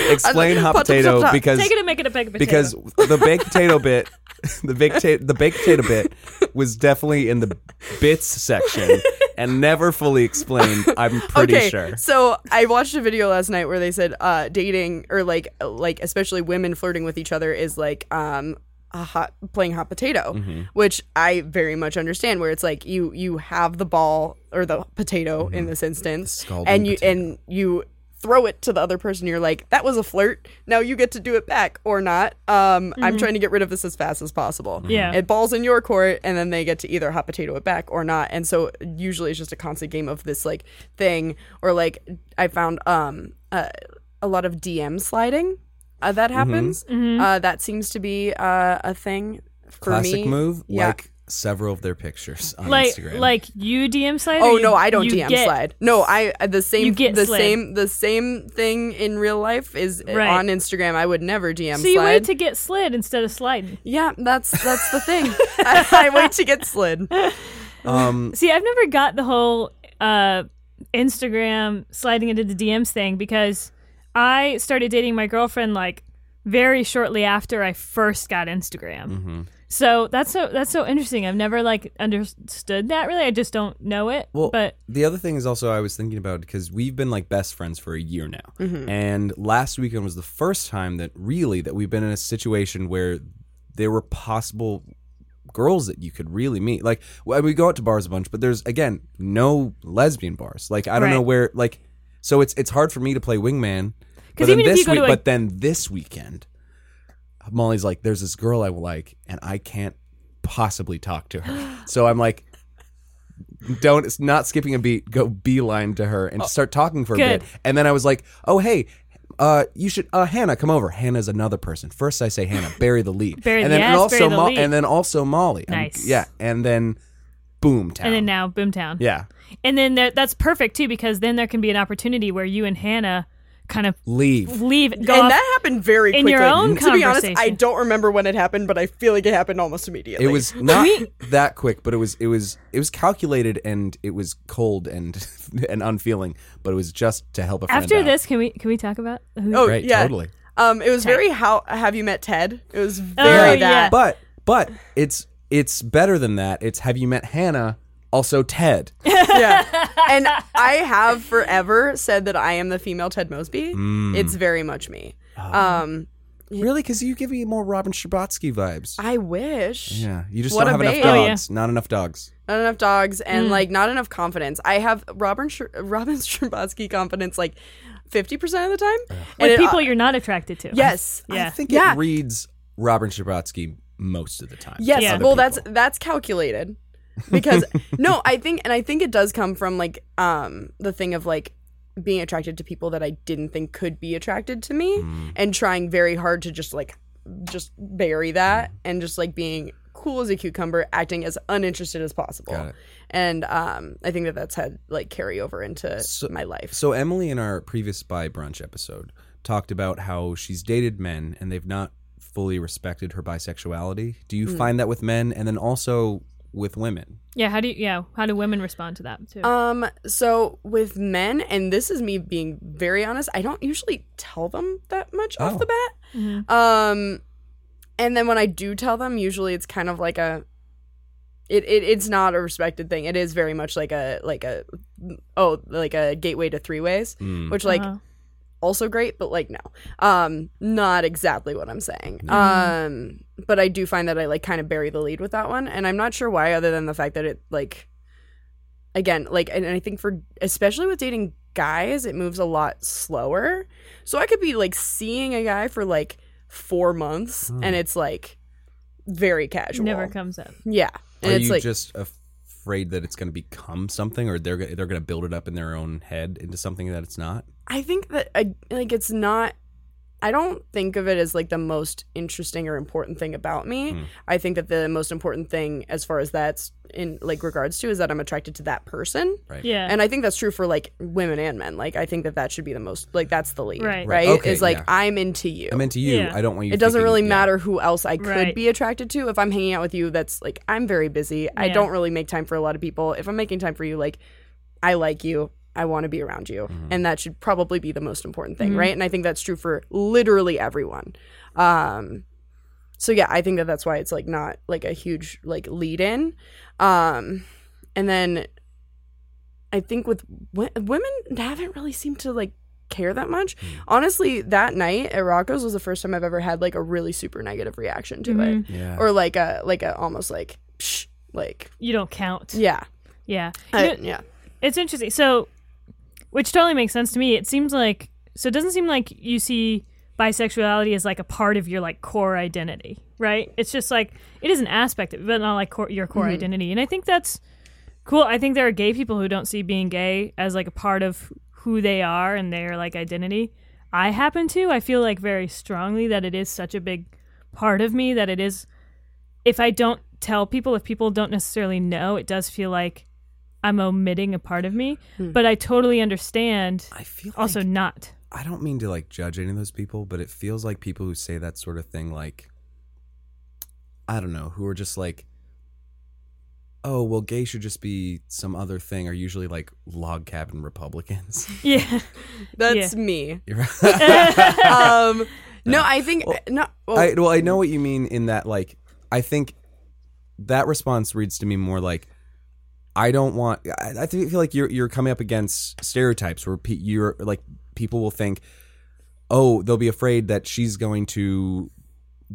[SPEAKER 3] explain hot
[SPEAKER 2] Potato,
[SPEAKER 3] potato
[SPEAKER 2] potato.
[SPEAKER 3] because
[SPEAKER 1] Take it and make it a baked potato.
[SPEAKER 3] because the baked potato bit, <laughs> the baked ta- the baked potato bit was definitely in the bits section and never fully explained. I'm pretty
[SPEAKER 2] okay,
[SPEAKER 3] sure.
[SPEAKER 2] So I watched a video last night where they said uh, dating or like uh, like especially women flirting with each other is like um a hot playing hot potato,
[SPEAKER 3] Mm-hmm.
[SPEAKER 2] which I very much understand. Where it's like you you have the ball or the potato
[SPEAKER 3] Mm-hmm.
[SPEAKER 2] in this instance,
[SPEAKER 3] scalding
[SPEAKER 2] and you
[SPEAKER 3] potato.
[SPEAKER 2] and you throw it to the other person you're like that was a flirt now you get to do it back or not um i'm trying to get rid of this as fast as possible
[SPEAKER 3] Mm-hmm.
[SPEAKER 1] Yeah.
[SPEAKER 2] it balls in your court and then they get to either hot potato it back or not and so usually it's just a constant game of this like thing or like i found um uh, a lot of dm sliding uh, that
[SPEAKER 3] Mm-hmm.
[SPEAKER 2] happens uh that seems to be uh, a thing for
[SPEAKER 3] Classic
[SPEAKER 2] me
[SPEAKER 3] move,
[SPEAKER 2] yeah.
[SPEAKER 3] like several of their pictures on
[SPEAKER 1] like
[SPEAKER 3] Instagram.
[SPEAKER 1] like you DM slide. or
[SPEAKER 2] Oh
[SPEAKER 1] you-
[SPEAKER 2] no, I don't
[SPEAKER 1] you
[SPEAKER 2] DM
[SPEAKER 1] get-
[SPEAKER 2] slide. No, I uh, the same
[SPEAKER 1] You get
[SPEAKER 2] the
[SPEAKER 1] slid.
[SPEAKER 2] same the same thing in real life is uh,
[SPEAKER 1] Right.
[SPEAKER 2] on Instagram. I would never DM
[SPEAKER 1] So you
[SPEAKER 2] slide.
[SPEAKER 1] wait to get slid instead of sliding.
[SPEAKER 2] yeah, that's that's the
[SPEAKER 1] <laughs>
[SPEAKER 2] thing. <laughs> I, I wait to get slid.
[SPEAKER 3] um,
[SPEAKER 1] See, I've never got the whole uh, Instagram sliding into the DMs thing because I started dating my girlfriend like very shortly after I first got Instagram.
[SPEAKER 2] Mm-hmm.
[SPEAKER 1] So that's so that's so interesting. I've never like understood that really. I just don't know it.
[SPEAKER 3] Well,
[SPEAKER 1] but
[SPEAKER 3] the other thing is also I was thinking about because we've been like best friends for a year now,
[SPEAKER 1] Mm-hmm.
[SPEAKER 3] and last weekend was the first time that really that we've been in a situation where there were possible girls that you could really meet. Like well, we go out to bars a bunch, but there's again no lesbian bars. Like I don't know
[SPEAKER 1] Right.
[SPEAKER 3] where like so it's it's hard for me to play wingman.
[SPEAKER 1] 'Cause
[SPEAKER 3] But then
[SPEAKER 1] even if
[SPEAKER 3] this
[SPEAKER 1] you go
[SPEAKER 3] week,
[SPEAKER 1] to a-
[SPEAKER 3] but then this weekend, Molly's like, "There's this girl I like, and I can't possibly talk to her." So I'm like, don't it's not skipping a beat go beeline to her and just start talking for a
[SPEAKER 1] Oh, Good.
[SPEAKER 3] bit and then i was like oh hey uh, you should uh, Hannah come over. Hannah's another person. First, I say Hannah, bury the lead,
[SPEAKER 1] Bury-
[SPEAKER 3] and then
[SPEAKER 1] yes,
[SPEAKER 3] and also
[SPEAKER 1] bury the lead.
[SPEAKER 3] and then also Molly. I'm-
[SPEAKER 1] Nice.
[SPEAKER 3] yeah, and then boom town.
[SPEAKER 1] and then now Boomtown.
[SPEAKER 3] yeah,
[SPEAKER 1] And then that, that's perfect too because then there can be an opportunity where you and Hannah kind of
[SPEAKER 3] leave.
[SPEAKER 1] leave go
[SPEAKER 2] and
[SPEAKER 1] off-
[SPEAKER 2] that happened very
[SPEAKER 1] in
[SPEAKER 2] quickly.
[SPEAKER 1] your own
[SPEAKER 2] to be honest, I
[SPEAKER 1] conversation.
[SPEAKER 2] don't remember when it happened, but I feel like it happened almost immediately.
[SPEAKER 3] It was
[SPEAKER 1] <laughs>
[SPEAKER 3] not that quick, but it was it was it was calculated and it was cold and <laughs> and unfeeling, but it was just to help a friend.
[SPEAKER 1] after
[SPEAKER 3] out.
[SPEAKER 1] this can we can we talk about who
[SPEAKER 2] Oh
[SPEAKER 3] Right,
[SPEAKER 2] yeah,
[SPEAKER 3] totally.
[SPEAKER 2] Um, it was very how have you met Ted? It was very
[SPEAKER 1] Oh, yeah. <laughs>
[SPEAKER 2] that.
[SPEAKER 3] but but it's it's better than that. It's have you met Hannah? Also
[SPEAKER 2] <laughs>
[SPEAKER 3] Ted.
[SPEAKER 2] yeah. And I have forever said that I am the female Ted Mosby.
[SPEAKER 3] Mm.
[SPEAKER 2] It's very much me.
[SPEAKER 3] Oh.
[SPEAKER 2] Um,
[SPEAKER 3] really? Because you give me more Robin Sherbotsky vibes.
[SPEAKER 2] I wish.
[SPEAKER 3] yeah, you just
[SPEAKER 2] What
[SPEAKER 3] don't
[SPEAKER 2] a
[SPEAKER 3] have enough
[SPEAKER 2] babe.
[SPEAKER 1] Oh, yeah.
[SPEAKER 3] dogs. Not enough dogs.
[SPEAKER 2] Not enough dogs
[SPEAKER 1] Mm.
[SPEAKER 2] and like not enough confidence. I have Robin Sh- Robin <laughs> Strabotsky confidence like 50% of the time. And
[SPEAKER 1] like
[SPEAKER 2] it- uh,
[SPEAKER 1] people you're not attracted to
[SPEAKER 2] yes.
[SPEAKER 1] <laughs> Yeah.
[SPEAKER 3] I think
[SPEAKER 2] Yeah.
[SPEAKER 3] it reads Robin Sherbotsky most of the time.
[SPEAKER 2] Yes.
[SPEAKER 1] Yeah.
[SPEAKER 3] Other
[SPEAKER 2] Well, that's
[SPEAKER 3] people.
[SPEAKER 2] that's calculated
[SPEAKER 3] <laughs>
[SPEAKER 2] because no, I think and I think it does come from like um the thing of like being attracted to people that I didn't think could be attracted to me
[SPEAKER 3] Mm.
[SPEAKER 2] and trying very hard to just like just bury that
[SPEAKER 3] Mm.
[SPEAKER 2] and just like being cool as a cucumber, acting as uninterested as
[SPEAKER 3] Got
[SPEAKER 2] possible.
[SPEAKER 3] it.
[SPEAKER 2] And um I think that that's had like carry over into my life.
[SPEAKER 3] So Emily in our previous spy brunch episode talked about how she's dated men and they've not fully respected her bisexuality. Do
[SPEAKER 2] Hmm.
[SPEAKER 3] you find that with men and then also with women?
[SPEAKER 1] yeah how do you yeah how do women respond to that too
[SPEAKER 2] Um so with men and this is me being very honest, I don't usually tell them that much
[SPEAKER 3] Oh.
[SPEAKER 2] off the bat.
[SPEAKER 1] Mm-hmm.
[SPEAKER 2] Um, and then when I do tell them, usually it's kind of like a, it, it it's not a respected thing. It is very much like a like a, oh like a gateway to three ways,
[SPEAKER 3] Mm.
[SPEAKER 2] which like
[SPEAKER 1] Uh-huh.
[SPEAKER 2] also great, but like no, um, not exactly what I'm saying.
[SPEAKER 3] Mhm.
[SPEAKER 2] Um, but I do find that I like kind of bury the lead with that one, and I'm not sure why, other than the fact that it like, again, like, and, and I think for especially with dating guys, it moves a lot slower. So I could be like seeing a guy for like four months
[SPEAKER 3] Hmm.
[SPEAKER 2] and it's like very casual.
[SPEAKER 1] Never comes up.
[SPEAKER 2] Yeah. And
[SPEAKER 3] Are
[SPEAKER 2] it's
[SPEAKER 3] you
[SPEAKER 2] like
[SPEAKER 3] just afraid that it's going to become something, or they're go- they're going to build it up in their own head into something that it's not?
[SPEAKER 2] I think that I like it's not I don't think of it as like the most interesting or important thing about me.
[SPEAKER 3] Hmm.
[SPEAKER 2] I think that the most important thing as far as that's in like regards to is that I'm attracted to that person.
[SPEAKER 3] Right.
[SPEAKER 1] Yeah.
[SPEAKER 2] And I think that's true for like women and men. Like I think that that should be the most like that's the lead,
[SPEAKER 1] Right.
[SPEAKER 2] right?
[SPEAKER 3] Right. Okay,
[SPEAKER 2] is like
[SPEAKER 3] yeah.
[SPEAKER 2] I'm into you.
[SPEAKER 3] I'm into you.
[SPEAKER 1] Yeah.
[SPEAKER 3] I don't want you.
[SPEAKER 2] it doesn't
[SPEAKER 3] thinking-
[SPEAKER 2] really
[SPEAKER 3] yeah.
[SPEAKER 2] matter who else I could
[SPEAKER 1] Right.
[SPEAKER 2] be attracted to. If I'm hanging out with you, that's like I'm very busy. I
[SPEAKER 1] Yeah.
[SPEAKER 2] don't really make time for a lot of people. If I'm making time for you, like I like you. I want to be around you.
[SPEAKER 3] Mm-hmm.
[SPEAKER 2] And that should probably be the most important thing,
[SPEAKER 1] Mhm.
[SPEAKER 2] right? And I think that's true for literally everyone. Um so yeah, I think that that's why it's like not like a huge like lead in. Um and then I think with wo- women haven't really seemed to like care that much. Honestly, that night at Rocco's was the first time I've ever had like a really super negative reaction to
[SPEAKER 1] Mhm.
[SPEAKER 2] it,
[SPEAKER 3] Yeah.
[SPEAKER 2] or like a like a almost like psh, like
[SPEAKER 1] you don't count.
[SPEAKER 2] yeah
[SPEAKER 1] Yeah. You
[SPEAKER 2] I-
[SPEAKER 1] know,
[SPEAKER 2] yeah
[SPEAKER 1] it's interesting. So, which totally makes sense to me. It seems like so. It doesn't seem like you see bisexuality as like a part of your like core identity, right? It's just like it is an aspect, of it, but not like core, your
[SPEAKER 2] Mm-hmm.
[SPEAKER 1] core identity. And I think that's cool. I think there are gay people who don't see being gay as like a part of who they are and their like identity. I happen to. I feel like very strongly that it is such a big part of me that it is. If I don't tell people, if people don't necessarily know, it does feel like I'm omitting a part of me, but I totally understand.
[SPEAKER 3] I feel like
[SPEAKER 1] Also, not. <laughs>
[SPEAKER 3] I don't mean to like judge any of those people, but it feels like people who say that sort of thing, like, I don't know, who are just like, oh, well, gay should just be some other thing, are usually like log cabin Republicans. <laughs>
[SPEAKER 1] Yeah.
[SPEAKER 2] that's
[SPEAKER 1] <laughs>
[SPEAKER 2] me.
[SPEAKER 3] You're right.
[SPEAKER 2] <laughs> Um, no, I think no. oh. Well,
[SPEAKER 3] I, well, I know what you mean in that, like, I think that response reads to me more like, I don't want. I, I think- feel like you're you're coming up against stereotypes where pe- you're like people will think, oh, they'll be afraid that she's going to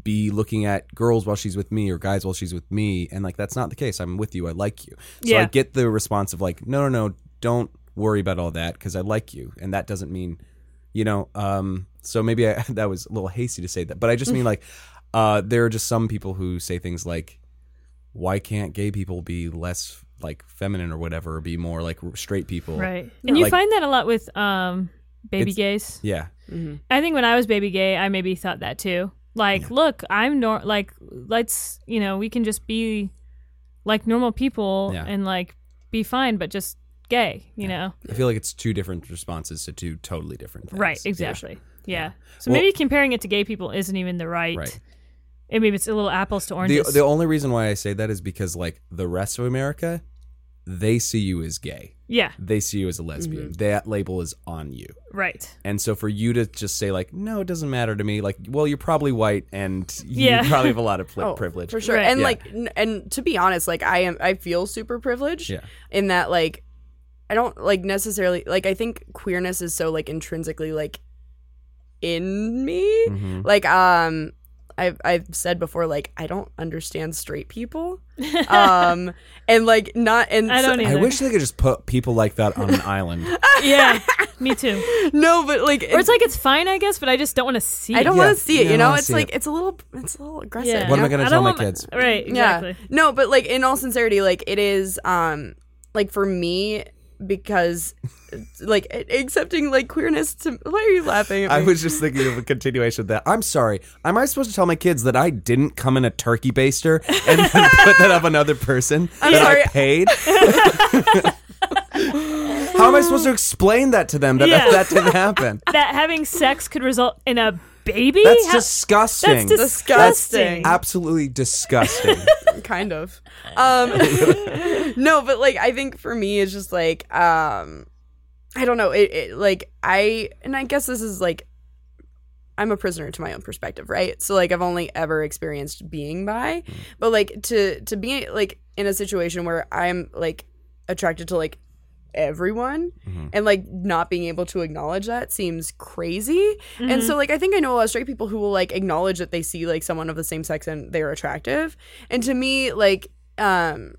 [SPEAKER 3] be looking at girls while she's with me or guys while she's with me, and like that's not the case. I'm with you. I like you. So I
[SPEAKER 1] Yeah.
[SPEAKER 3] get the response of like, no, no, no, don't worry about all that because I like you, and that doesn't mean, you know. Um, so maybe I, <laughs> that was a little hasty to say that, but
[SPEAKER 1] <laughs>
[SPEAKER 3] I just mean like, uh, there are just some people who say things like why can't gay people be less like feminine or whatever or be more like r- straight people
[SPEAKER 1] Right. And you
[SPEAKER 3] Like-
[SPEAKER 1] find that a lot with um, baby
[SPEAKER 3] It's-
[SPEAKER 1] gays.
[SPEAKER 3] yeah
[SPEAKER 2] Mm-hmm.
[SPEAKER 1] I think when I was baby gay, I maybe thought that too. Like, look, I'm nor like, let's, you know, we can just be like normal people
[SPEAKER 3] Yeah.
[SPEAKER 1] and like be fine, but just gay, you know?
[SPEAKER 3] i feel like it's two different responses to two totally different things
[SPEAKER 1] Right.
[SPEAKER 3] Yeah.
[SPEAKER 1] Exactly. Yeah. So
[SPEAKER 3] Well-
[SPEAKER 1] maybe comparing it to gay people isn't even the right.
[SPEAKER 3] Right.
[SPEAKER 1] I mean, it's a little apples to
[SPEAKER 3] the,
[SPEAKER 1] oranges.
[SPEAKER 3] the only reason why i say that is because like the rest of america they see you as gay
[SPEAKER 1] yeah.
[SPEAKER 3] they see you as a lesbian
[SPEAKER 1] Mm-hmm.
[SPEAKER 3] that label is on you
[SPEAKER 1] Right.
[SPEAKER 3] and so for you to just say like no it doesn't matter to me like well you're probably white and <laughs> you
[SPEAKER 1] Yeah.
[SPEAKER 3] probably have a lot
[SPEAKER 1] <laughs>
[SPEAKER 3] of pli-
[SPEAKER 2] Oh,
[SPEAKER 3] privilege
[SPEAKER 2] for sure.
[SPEAKER 1] Right.
[SPEAKER 2] And
[SPEAKER 3] Yeah.
[SPEAKER 2] like, n- and to be honest, like I am, I feel super privileged
[SPEAKER 3] Yeah.
[SPEAKER 2] in that like, I don't like necessarily like I think queerness is so like intrinsically like in me.
[SPEAKER 3] Mhm.
[SPEAKER 2] Like um, I've I've said before like I don't understand straight
[SPEAKER 3] <laughs>
[SPEAKER 2] people, um, and like not and
[SPEAKER 1] I
[SPEAKER 2] so-
[SPEAKER 1] don't
[SPEAKER 3] i
[SPEAKER 1] either.
[SPEAKER 3] wish they could just put people like that on an
[SPEAKER 1] <laughs>
[SPEAKER 3] island
[SPEAKER 1] yeah. Me too.
[SPEAKER 2] <laughs> no, but like
[SPEAKER 1] Or it's like it's fine, I guess, but I just don't want to see.
[SPEAKER 2] I don't
[SPEAKER 3] Yeah,
[SPEAKER 2] want to see
[SPEAKER 3] you
[SPEAKER 2] it. You
[SPEAKER 3] don't
[SPEAKER 2] know,
[SPEAKER 3] wanna
[SPEAKER 2] it's
[SPEAKER 3] see
[SPEAKER 2] like
[SPEAKER 3] it.
[SPEAKER 2] it's a little it's a little aggressive.
[SPEAKER 1] Yeah.
[SPEAKER 2] you
[SPEAKER 3] what am
[SPEAKER 2] know?
[SPEAKER 3] i going to
[SPEAKER 1] I
[SPEAKER 3] tell
[SPEAKER 1] don't
[SPEAKER 3] my
[SPEAKER 1] want my-
[SPEAKER 3] kids
[SPEAKER 1] Right, exactly.
[SPEAKER 2] Yeah. No, but like in all sincerity, like it is um like for me because like accepting like queerness to why are you laughing at me?
[SPEAKER 3] I was just thinking of a continuation of that. I'm sorry. Am I supposed to tell my kids that I didn't come in a turkey baster and then
[SPEAKER 2] <laughs>
[SPEAKER 3] put that up another person
[SPEAKER 2] I'm
[SPEAKER 3] that
[SPEAKER 2] sorry.
[SPEAKER 3] I paid? How am I supposed to explain that to them that
[SPEAKER 1] Yeah.
[SPEAKER 3] that
[SPEAKER 2] <laughs>
[SPEAKER 3] didn't happen?
[SPEAKER 1] that having sex could result in a baby.
[SPEAKER 3] That's
[SPEAKER 1] How-
[SPEAKER 3] disgusting.
[SPEAKER 1] That's disgusting.
[SPEAKER 2] disgusting. <laughs>
[SPEAKER 3] Absolutely disgusting.
[SPEAKER 2] kind of. Um <laughs> No, but like I think for me it's just like um I don't know, it, it like I and I guess this is like I'm a prisoner to my own perspective, right? So like I've only ever experienced being bi, but like to to be like in a situation where I'm like attracted to like everyone and like not being able to acknowledge that seems crazy. And so like I think I know a lot of straight people who will like acknowledge that they see like someone of the same sex and they're attractive. And to me like um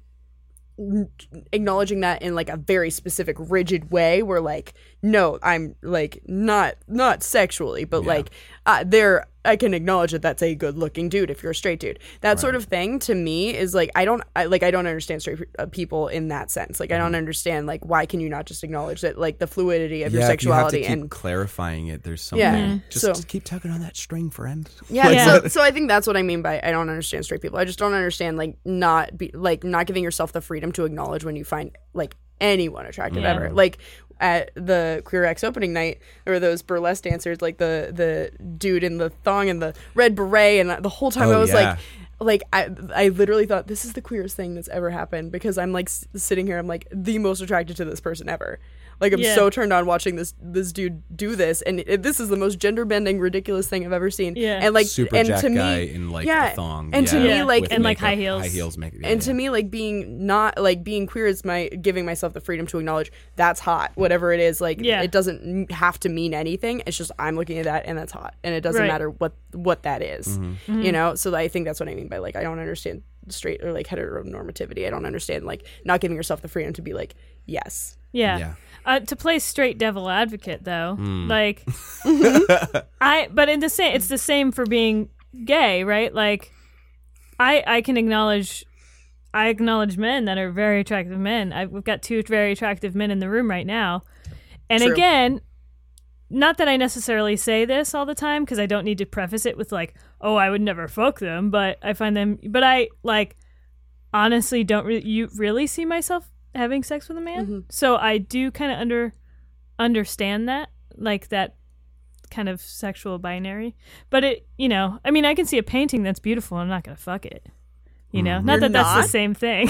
[SPEAKER 2] n- acknowledging that in like a very specific rigid way where like no i'm like not not sexually but like uh, there i can acknowledge that that's a good looking dude if you're a straight dude that sort of thing to me is like i don't I, like i don't understand straight uh, people in that sense like i
[SPEAKER 3] Mm-hmm.
[SPEAKER 2] don't understand like why can you not just acknowledge that like the fluidity of your
[SPEAKER 3] if you have to
[SPEAKER 2] sexuality
[SPEAKER 3] keep
[SPEAKER 2] and
[SPEAKER 3] clarifying it. There's something.
[SPEAKER 2] Yeah, Mm-hmm.
[SPEAKER 3] Just,
[SPEAKER 2] so-
[SPEAKER 3] just keep tugging on that string, friend.
[SPEAKER 2] Yeah,
[SPEAKER 1] Like
[SPEAKER 2] so so I think that's what I mean by I don't understand straight people. I just don't understand like not be like not giving yourself the freedom to acknowledge when you find like anyone attractive
[SPEAKER 1] Yeah.
[SPEAKER 2] ever. Like at the Queer X opening night, there were those burlesque dancers, like the the dude in the thong and the red beret, and the whole time
[SPEAKER 3] Oh,
[SPEAKER 2] I was
[SPEAKER 3] yeah.
[SPEAKER 2] like. Like I, I literally thought this is the queerest thing that's ever happened because I'm like s- sitting here, I'm like the most attracted to this person ever. Like I'm
[SPEAKER 1] Yeah.
[SPEAKER 2] so turned on watching this this dude do this, and it, this is the most gender bending, ridiculous thing I've ever seen.
[SPEAKER 1] Yeah.
[SPEAKER 2] and like
[SPEAKER 3] Super
[SPEAKER 2] and
[SPEAKER 3] jack
[SPEAKER 2] to me,
[SPEAKER 3] guy in like
[SPEAKER 2] yeah,
[SPEAKER 3] a thong.
[SPEAKER 2] and to
[SPEAKER 3] yeah,
[SPEAKER 2] me, like-
[SPEAKER 3] with
[SPEAKER 1] And, like,
[SPEAKER 3] makeup.
[SPEAKER 1] high heels.
[SPEAKER 3] High heels make it.
[SPEAKER 2] and to me, like being not like being queer is my giving myself the freedom to acknowledge that's hot, whatever it is. Like,
[SPEAKER 1] Yeah.
[SPEAKER 2] it doesn't m- have to mean anything. It's just I'm looking at that and that's hot, and it doesn't
[SPEAKER 1] Right. Mm-hmm.
[SPEAKER 2] matter what what that is,
[SPEAKER 3] Mm-hmm.
[SPEAKER 2] you know. So I think that's what I mean by like I don't understand straight or like heteronormativity. I don't understand like not giving yourself the freedom to be like yes,
[SPEAKER 1] Yeah.
[SPEAKER 3] Yeah.
[SPEAKER 1] Uh, to play straight devil advocate though, like I but in the same it's the same for being gay, right? Like I I can acknowledge I acknowledge men that are very attractive men. I, we've got two very attractive men in the room right now. And
[SPEAKER 2] True.
[SPEAKER 1] again, not that I necessarily say this all the time because I don't need to preface it with like, "Oh, I would never fuck them," but I find them but I like honestly don't re- you really see myself having sex with a man so i do kind of under understand that like that kind of sexual binary but it you know i mean i can see a painting that's beautiful and i'm not gonna fuck it you know not
[SPEAKER 2] Mm. You're
[SPEAKER 1] that that's
[SPEAKER 2] not?
[SPEAKER 1] the same thing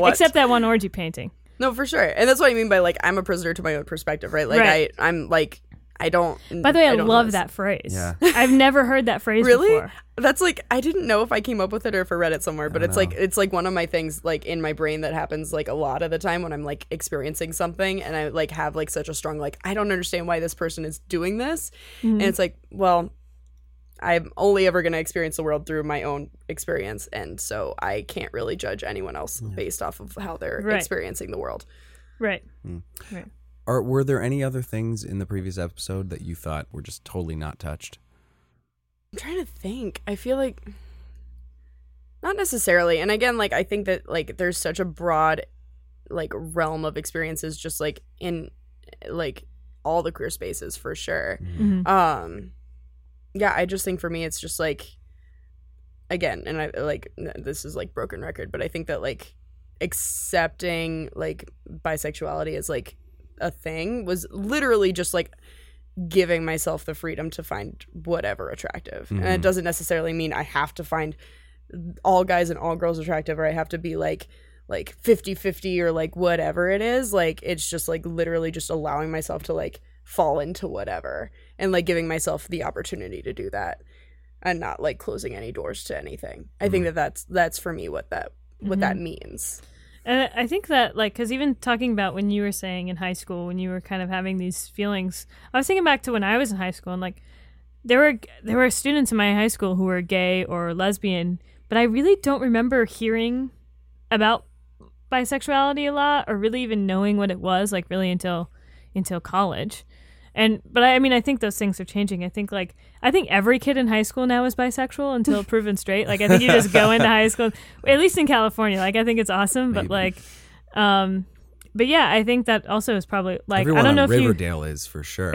[SPEAKER 1] <laughs>
[SPEAKER 2] What?
[SPEAKER 1] except that one orgy painting
[SPEAKER 2] no for sure. And that's what I mean by like I'm a prisoner to my own perspective, right? Like
[SPEAKER 1] Right.
[SPEAKER 2] I I'm like I don't.
[SPEAKER 1] by the way i,
[SPEAKER 2] don't
[SPEAKER 1] love
[SPEAKER 2] notice.
[SPEAKER 1] that phrase
[SPEAKER 3] Yeah.
[SPEAKER 1] <laughs> i've never heard that phrase
[SPEAKER 2] Really?
[SPEAKER 1] before
[SPEAKER 2] That's like I didn't know if I came up with it or if I read it somewhere, but it's like it's like one of my things like in my brain that happens like a lot of the time when I'm like experiencing something and I like have like such a strong like I don't understand why this person is doing this.
[SPEAKER 1] Mm-hmm.
[SPEAKER 2] And it's like, well, I'm only ever going to experience the world through my own experience and so I can't really judge anyone else based off of how they're
[SPEAKER 1] Right.
[SPEAKER 2] experiencing the world.
[SPEAKER 1] right
[SPEAKER 3] Are, were there any other things in the previous episode that you thought were just totally not touched?
[SPEAKER 2] I'm trying to think. I feel like not necessarily. And again, like I think that like there's such a broad like realm of experiences just like in like all the queer spaces for sure.
[SPEAKER 1] Mhm.
[SPEAKER 2] Um yeah, I just think for me it's just like again, and I like n- this is like broken record, but I think that like accepting like bisexuality as like a thing was literally just like giving myself the freedom to find whatever attractive. And it
[SPEAKER 3] Mhm.
[SPEAKER 2] doesn't necessarily mean I have to find all guys and all girls attractive or I have to be like like 50-50 or like whatever it is. Like it's just like literally just allowing myself to like fall into whatever and like giving myself the opportunity to do that and not like closing any doors to anything. I think that that's that's for me what that what that means.
[SPEAKER 1] Mm-hmm. And I I think that, like, because even talking about when you were saying in high school, when you were kind of having these feelings, I was thinking back to when I was in high school, and like, there were there were students in my high school who were gay or lesbian, but I really don't remember hearing about bisexuality a lot, or really even knowing what it was, like, really until until college. And but I, I mean, I think those things are changing. I think like I think every kid in high school now is bisexual
[SPEAKER 3] <laughs>
[SPEAKER 1] until proven straight. Like I think you just go into high school, at least in California. Like I think it's awesome, but
[SPEAKER 3] Maybe.
[SPEAKER 1] like, um, but yeah, I think that also is probably like
[SPEAKER 3] Everyone
[SPEAKER 1] I don't
[SPEAKER 3] on
[SPEAKER 1] know if you.
[SPEAKER 3] Riverdale is
[SPEAKER 1] <laughs>
[SPEAKER 3] for sure.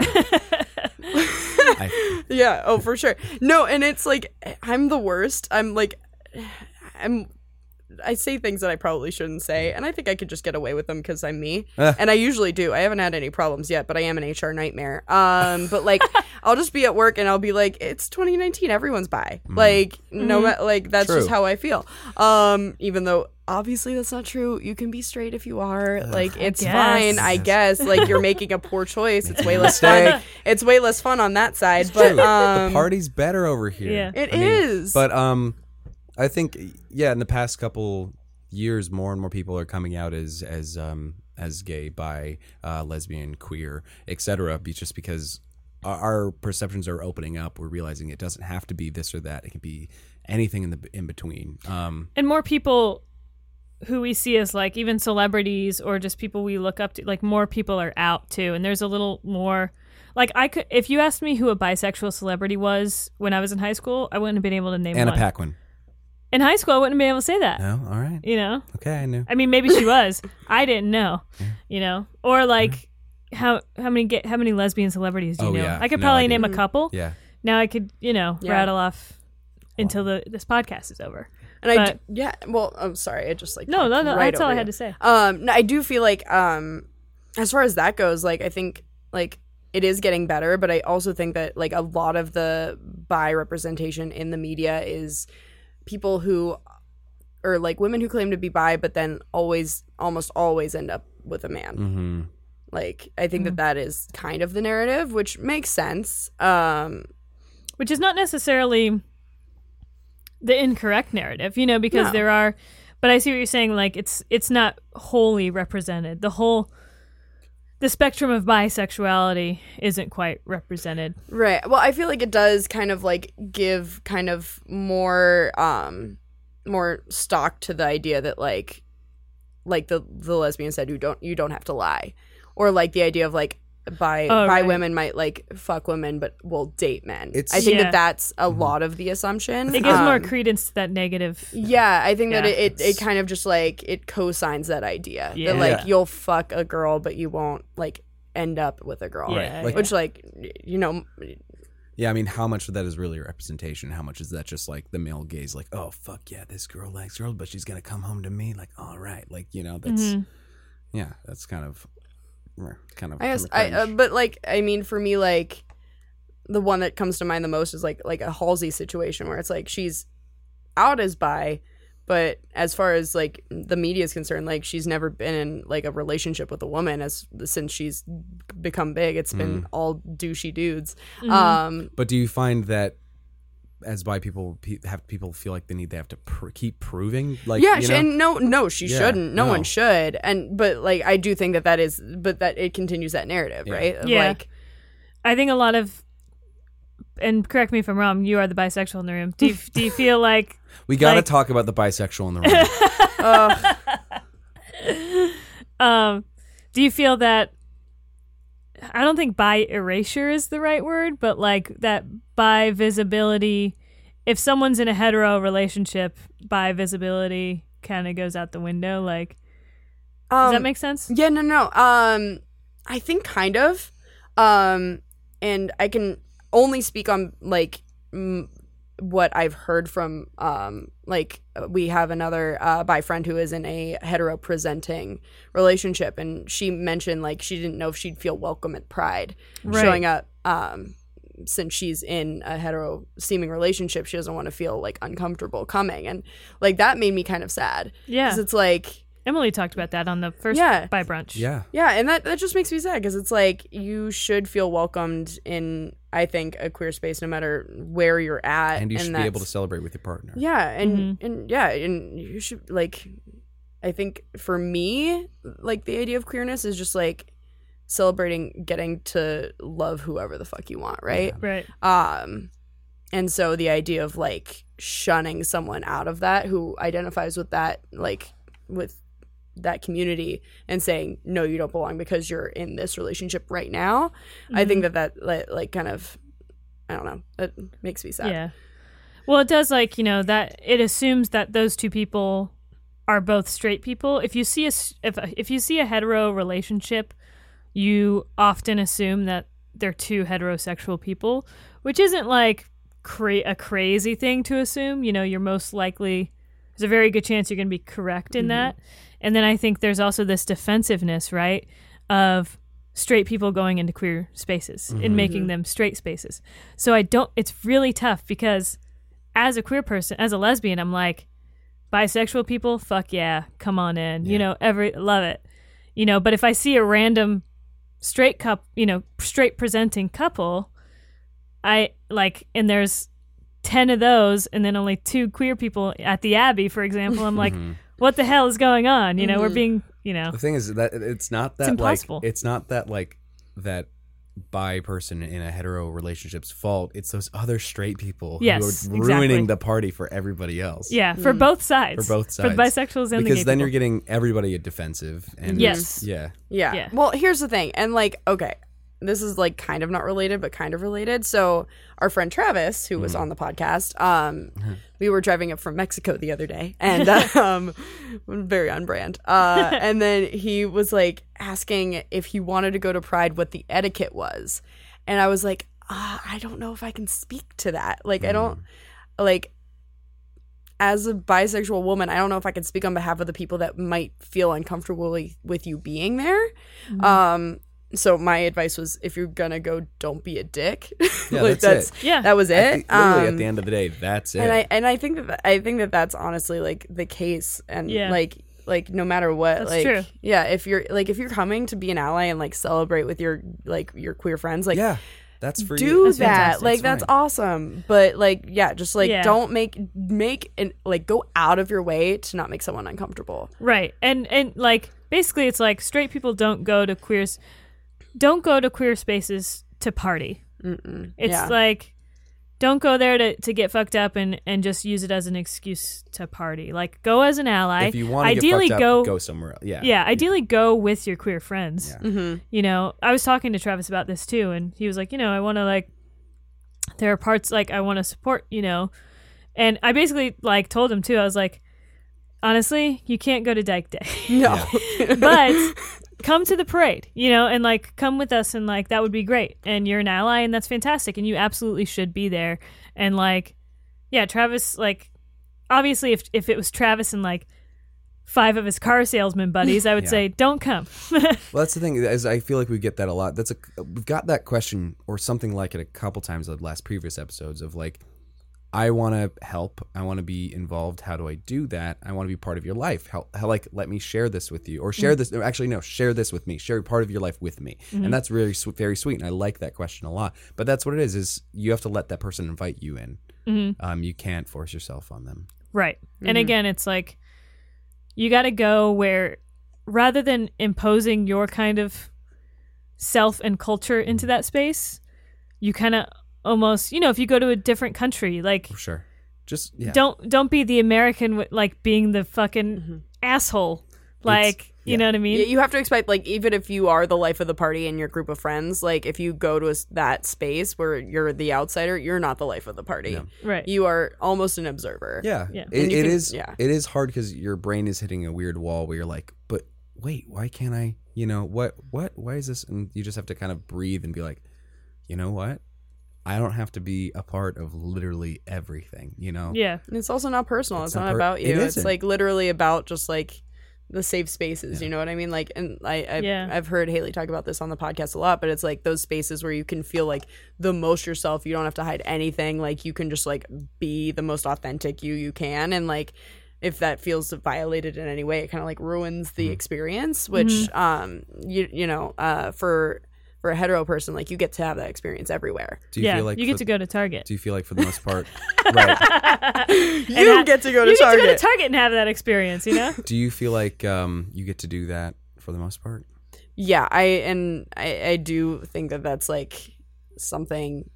[SPEAKER 3] I,
[SPEAKER 2] <laughs> Yeah, oh for sure. No, and it's like I'm the worst. I'm like I'm I say things that I probably shouldn't say, and I think I could just get away with them because I'm me,
[SPEAKER 3] Eh.
[SPEAKER 2] and I usually do. I haven't had any problems yet, but I am an HR nightmare. Um, but
[SPEAKER 3] <laughs>
[SPEAKER 2] like, I'll just be at work and I'll be like, "It's 2019, everyone's bi." Like, no, ma- like that's just
[SPEAKER 3] Mm. Mm-hmm. True.
[SPEAKER 2] how I feel. Um, even though obviously that's not true. You can be straight if you are. Like, it's
[SPEAKER 1] guess.
[SPEAKER 2] fine, I guess. Like, you're making a poor choice. It's
[SPEAKER 3] <laughs>
[SPEAKER 2] way less fun.
[SPEAKER 3] mistake.
[SPEAKER 2] It's way less fun on that side,
[SPEAKER 3] Dude,
[SPEAKER 2] but um,
[SPEAKER 3] the party's better over here.
[SPEAKER 1] Yeah.
[SPEAKER 2] it is.
[SPEAKER 3] I mean, But um, I think yeah, in the past couple years, more and more people are coming out as as um as gay, bi, uh, lesbian, queer, etc. be- Just because our, our perceptions are opening up, we're realizing it doesn't have to be this or that. It can be anything in the in between. Um,
[SPEAKER 1] And more people who we see as like even celebrities or just people we look up to, like more people are out too. And there's a little more like I could if you asked me who a bisexual celebrity was when I was in high school, I wouldn't have been able to name
[SPEAKER 3] Anna
[SPEAKER 1] one.
[SPEAKER 3] Paquin.
[SPEAKER 1] In high school I wouldn't have been able to say that.
[SPEAKER 3] No, all right.
[SPEAKER 1] You know?
[SPEAKER 3] Okay, I knew.
[SPEAKER 1] I mean maybe she
[SPEAKER 3] <laughs>
[SPEAKER 1] was. I didn't know. You know? Or like how how many get how many lesbian celebrities do you
[SPEAKER 3] Oh,
[SPEAKER 1] know?
[SPEAKER 3] yeah.
[SPEAKER 1] I could
[SPEAKER 3] No,
[SPEAKER 1] probably
[SPEAKER 3] I
[SPEAKER 1] name a
[SPEAKER 3] didn't.
[SPEAKER 1] couple.
[SPEAKER 3] Yeah.
[SPEAKER 1] Now I could, you know,
[SPEAKER 2] Yeah.
[SPEAKER 1] rattle off until the this podcast is over.
[SPEAKER 2] And I,
[SPEAKER 1] But-
[SPEAKER 2] d- yeah, well, I'm sorry. I just like
[SPEAKER 1] No, no,
[SPEAKER 2] talked
[SPEAKER 1] no,
[SPEAKER 2] right
[SPEAKER 1] that's all
[SPEAKER 2] over
[SPEAKER 1] I had
[SPEAKER 2] you.
[SPEAKER 1] to say.
[SPEAKER 2] Um, no, I do feel like, um, as far as that goes, like I think like it is getting better, but I also think that like a lot of the bi representation in the media is people who, or like women who claim to be bi, but then always, almost always end up with a man.
[SPEAKER 3] Mm-hmm.
[SPEAKER 2] Like I think
[SPEAKER 1] Mm.
[SPEAKER 2] that that is kind of the narrative, which makes sense. Um,
[SPEAKER 1] which is not necessarily the incorrect narrative, you know, because
[SPEAKER 2] No.
[SPEAKER 1] there are but I see what you're saying like it's it's not wholly represented. The whole the spectrum of bisexuality isn't quite represented.
[SPEAKER 2] Right. Well, I feel like it does kind of like give kind of more um more stock to the idea that like like the the lesbian said you don't you don't have to lie or like the idea of like by
[SPEAKER 1] Oh,
[SPEAKER 2] by
[SPEAKER 1] right.
[SPEAKER 2] women might like fuck women but will date men.
[SPEAKER 3] It's- Mm-hmm.
[SPEAKER 2] I think
[SPEAKER 1] Yeah.
[SPEAKER 2] that that's a lot of the assumption.
[SPEAKER 1] It gives more
[SPEAKER 2] Um,
[SPEAKER 1] credence to that negative.
[SPEAKER 2] yeah, I think that
[SPEAKER 1] Yeah.
[SPEAKER 2] it, it, it kind of just like it co-signs that idea
[SPEAKER 1] Yeah.
[SPEAKER 2] that like
[SPEAKER 3] Yeah.
[SPEAKER 2] you'll fuck a girl but you won't like end up with a girl.
[SPEAKER 1] Yeah,
[SPEAKER 3] Like-
[SPEAKER 2] Which like you know
[SPEAKER 3] Yeah, I mean, how much of that is really representation? How much is that just like the male gaze, like, oh fuck yeah, this girl likes girls, but she's gonna come home to me, like, all right, like you know, that's
[SPEAKER 1] Mhm.
[SPEAKER 3] yeah, that's kind of eh, kind of.
[SPEAKER 2] Mm-hmm. I guess
[SPEAKER 3] kinda
[SPEAKER 2] I, uh,
[SPEAKER 3] cringe.
[SPEAKER 2] but like I mean, for me, like the one that comes to mind the most is like like a Halsey situation where it's like she's out as bi, but as far as like the media is concerned, like she's never been in like a relationship with a woman as since she's become big. It's
[SPEAKER 3] Mm.
[SPEAKER 2] been all douchey dudes.
[SPEAKER 1] Mhm.
[SPEAKER 2] Um,
[SPEAKER 3] But do you find that as bi people pe- have people feel like they need they have to pr- keep proving, like,
[SPEAKER 2] yeah,
[SPEAKER 3] you
[SPEAKER 2] she,
[SPEAKER 3] know?
[SPEAKER 2] and no, no, she
[SPEAKER 3] Yeah,
[SPEAKER 2] shouldn't. No, one
[SPEAKER 3] no.
[SPEAKER 2] should. And but like I do think that that is, but that it continues that narrative,
[SPEAKER 3] Yeah.
[SPEAKER 2] right? Of,
[SPEAKER 1] Yeah.
[SPEAKER 2] Like
[SPEAKER 1] I think a lot of and correct me if I'm wrong, you are the bisexual in the room. Do you, do you feel like
[SPEAKER 3] we gotta
[SPEAKER 1] like-
[SPEAKER 3] talk about the bisexual in
[SPEAKER 2] <laughs>
[SPEAKER 3] the room.
[SPEAKER 2] ugh,
[SPEAKER 1] um, do you feel that I don't think by erasure is the right word, but like that by visibility, if someone's in a hetero relationship, by visibility kind of goes out the window. Like, does that
[SPEAKER 2] um,
[SPEAKER 1] make sense?
[SPEAKER 2] Yeah, no, no. Um, I think kind of. Um, and I can only speak on like m- what I've heard from um, like we have another uh, by friend who is in a hetero presenting relationship, and she mentioned like she didn't know if she'd feel welcome at Pride
[SPEAKER 1] Right.
[SPEAKER 2] showing up. Um, since she's in a hetero seeming relationship, she doesn't want to feel like uncomfortable coming, and like that made me kind of sad
[SPEAKER 1] Yeah,
[SPEAKER 2] because it's like
[SPEAKER 1] Emily talked about that on the first
[SPEAKER 2] Yeah.
[SPEAKER 1] by brunch.
[SPEAKER 3] yeah,
[SPEAKER 2] yeah, and that that just makes me sad because it's like you should feel welcomed in I think a queer space no matter where you're at,
[SPEAKER 3] and you should be able to
[SPEAKER 2] that's-
[SPEAKER 3] celebrate with your partner.
[SPEAKER 2] Yeah, and and yeah, and you should like. I think for me, like the idea of queerness is just like celebrating getting to love whoever the fuck you want, right?
[SPEAKER 1] right.
[SPEAKER 2] Um, and so the idea of like shunning someone out of that who identifies with that, like with that community, and saying no, you don't belong because you're in this relationship right now. I think
[SPEAKER 1] Mm-hmm.
[SPEAKER 2] that that like, like kind of, I don't know, it makes me sad.
[SPEAKER 1] Yeah. Well, it does like, you know, that it assumes that those two people are both straight people. If you see a s- if if you see a hetero relationship, you often assume that they're two heterosexual people, which isn't like cra- a crazy thing to assume. You know, you're most likely there's a very good chance you're going to be correct in that. And then I think there's also this defensiveness, right, of straight people going into queer spaces and making them straight spaces. So I don't. It's really tough because as a queer person, as a lesbian, I'm like bisexual people. Fuck yeah, come on in. You
[SPEAKER 3] Yeah.
[SPEAKER 1] know, every love it. You know, but if I see a random straight cup, you know, straight presenting couple, I like, and there's ten of those, and then only two queer people at the Abbey, for example. I'm like,
[SPEAKER 3] Mm-hmm.
[SPEAKER 1] what the hell is going on? You know, we're being, you know,
[SPEAKER 3] The thing is that it's not that like
[SPEAKER 1] impossible.
[SPEAKER 3] it's not that like that bi person in a hetero relationship's fault. It's those other straight people
[SPEAKER 1] Yes,
[SPEAKER 3] who are ruining
[SPEAKER 1] exactly.
[SPEAKER 3] the party for everybody else.
[SPEAKER 1] Yeah, for both sides.
[SPEAKER 3] For both
[SPEAKER 1] For the
[SPEAKER 3] sides.
[SPEAKER 1] bisexuals and the
[SPEAKER 3] Because
[SPEAKER 1] gay people.
[SPEAKER 3] then you're getting everybody defensive. And
[SPEAKER 1] Yes.
[SPEAKER 3] Yeah.
[SPEAKER 2] Yeah.
[SPEAKER 1] Yeah.
[SPEAKER 2] Well, here's the thing. And like, okay, this is like kind of not related, but kind of related. So our friend Travis, who was on the podcast, um, we were driving up from Mexico the other day and <laughs> um very on brand. Uh and then he was like asking if he wanted to go to Pride what the etiquette was. And I was like, ah, I don't know if I can speak to that. Like I don't like as a bisexual woman, I don't know if I can speak on behalf of the people that might feel uncomfortable with- with you being there. Um, so my advice was, if you're gonna go, don't be a
[SPEAKER 3] <laughs>
[SPEAKER 2] dick.
[SPEAKER 3] Yeah,
[SPEAKER 2] like
[SPEAKER 3] that's
[SPEAKER 2] that's,
[SPEAKER 1] it. Yeah.
[SPEAKER 2] that was
[SPEAKER 3] At
[SPEAKER 2] it.
[SPEAKER 3] the- literally at
[SPEAKER 2] Um,
[SPEAKER 3] the end of the day, that's it.
[SPEAKER 2] and I and I think that th- I think that that's honestly like the case, and
[SPEAKER 1] Yeah.
[SPEAKER 2] like like no matter what,
[SPEAKER 1] That's
[SPEAKER 2] like
[SPEAKER 1] true.
[SPEAKER 2] yeah, if you're like if you're coming to be an ally and like celebrate with your like your queer friends, like
[SPEAKER 3] yeah. That's for
[SPEAKER 2] do
[SPEAKER 3] you.
[SPEAKER 2] that like that's
[SPEAKER 3] fine.
[SPEAKER 2] awesome but like yeah just like
[SPEAKER 1] Yeah.
[SPEAKER 2] don't make make and like go out of your way to not make someone uncomfortable
[SPEAKER 1] Right. And and like basically it's like straight people don't go to queers don't go to queer spaces to party. Mm-mm. It's
[SPEAKER 2] Yeah.
[SPEAKER 1] like don't go there to, to get fucked up and, and just use it as an excuse to party. Like go as an ally.
[SPEAKER 3] If you want to get
[SPEAKER 1] ideally
[SPEAKER 3] fucked
[SPEAKER 1] go,
[SPEAKER 3] up, go somewhere else. Yeah.
[SPEAKER 1] yeah, ideally go with your queer friends. You know, I was talking to Travis about this too, and he was like, you know, I want to like, there are parts like I want to support, you know, and I basically like told him too. I was like, honestly, you can't go to Dyke Day, <laughs>
[SPEAKER 2] no
[SPEAKER 1] but come to the parade, you know, and like come with us, and like that would be great. And you're an ally, and that's fantastic, and you absolutely should be there. And like, yeah, Travis, like, obviously, if if it was Travis and like. Five of his car salesman buddies, I would
[SPEAKER 3] Yeah.
[SPEAKER 1] say, don't come. <laughs> Mm-hmm.
[SPEAKER 3] Well, that's the thing is I feel like we get that a lot. That's a we've got that question or something like it a couple times in the last previous episodes of like, I want to help, I want to be involved. How do I do that? I want to be part of your life. How, how like let me share this with you or share this? Or actually, no, share this with me. Share part of your life with me, and that's really sw- very sweet. And I like that question a lot. But that's what it is: is you have to let that person invite you in. Um, you can't force yourself on them.
[SPEAKER 1] Right.
[SPEAKER 3] Mm-hmm.
[SPEAKER 1] And again, it's like you got to go where rather than imposing your kind of self and culture into that space, you kind of almost, you know, if you go to a different country, like
[SPEAKER 3] Sure, just yeah.
[SPEAKER 1] don't don't be the American with like being the fucking asshole. Like, you
[SPEAKER 3] Mm-hmm. yeah.
[SPEAKER 1] know what I mean?
[SPEAKER 2] Y- you have to expect like even if you are the life of the party and your group of friends like if you go to a s that space where you're the outsider you're not the life of the party
[SPEAKER 1] Right.
[SPEAKER 2] you are almost an observer
[SPEAKER 3] Yeah.
[SPEAKER 1] Yeah.
[SPEAKER 3] It,
[SPEAKER 2] And you
[SPEAKER 3] it
[SPEAKER 2] can-
[SPEAKER 3] is
[SPEAKER 2] yeah.
[SPEAKER 3] it is hard because your brain is hitting a weird wall where you're like, but wait, why can't I you know, what what why is this and you just have to kind of breathe and be like, you know what? I don't have to be a part of literally everything, you know?
[SPEAKER 1] yeah.
[SPEAKER 2] And it's also not personal
[SPEAKER 3] It's
[SPEAKER 2] it's,
[SPEAKER 3] not
[SPEAKER 2] not,
[SPEAKER 3] per-
[SPEAKER 2] about
[SPEAKER 3] it
[SPEAKER 2] you it's
[SPEAKER 3] isn't.
[SPEAKER 2] like literally about just like the safe spaces you know what i mean like and i I've,
[SPEAKER 1] Yeah.
[SPEAKER 2] I've heard haley talk about this on the podcast a lot but it's like those spaces where you can feel like the most yourself you don't have to hide anything like you can just like be the most authentic you you can and like if that feels violated in any way it kind of like ruins
[SPEAKER 3] Mm-hmm.
[SPEAKER 2] the experience which um you you know uh for for a hetero person like you get to have that experience everywhere <laughs>
[SPEAKER 3] Do you
[SPEAKER 1] yeah.
[SPEAKER 3] feel like
[SPEAKER 1] you
[SPEAKER 3] for-
[SPEAKER 1] get to go to Target.
[SPEAKER 3] do you feel like for the
[SPEAKER 1] <laughs>
[SPEAKER 3] most part right. <laughs>
[SPEAKER 1] And
[SPEAKER 2] you
[SPEAKER 1] ha-
[SPEAKER 2] get to go to
[SPEAKER 1] you
[SPEAKER 2] target
[SPEAKER 1] get to go to Target and have that experience, you
[SPEAKER 3] <laughs>
[SPEAKER 1] know?
[SPEAKER 3] Do you feel like um you get to do that for the most part?
[SPEAKER 2] yeah i and i i do think that that's like something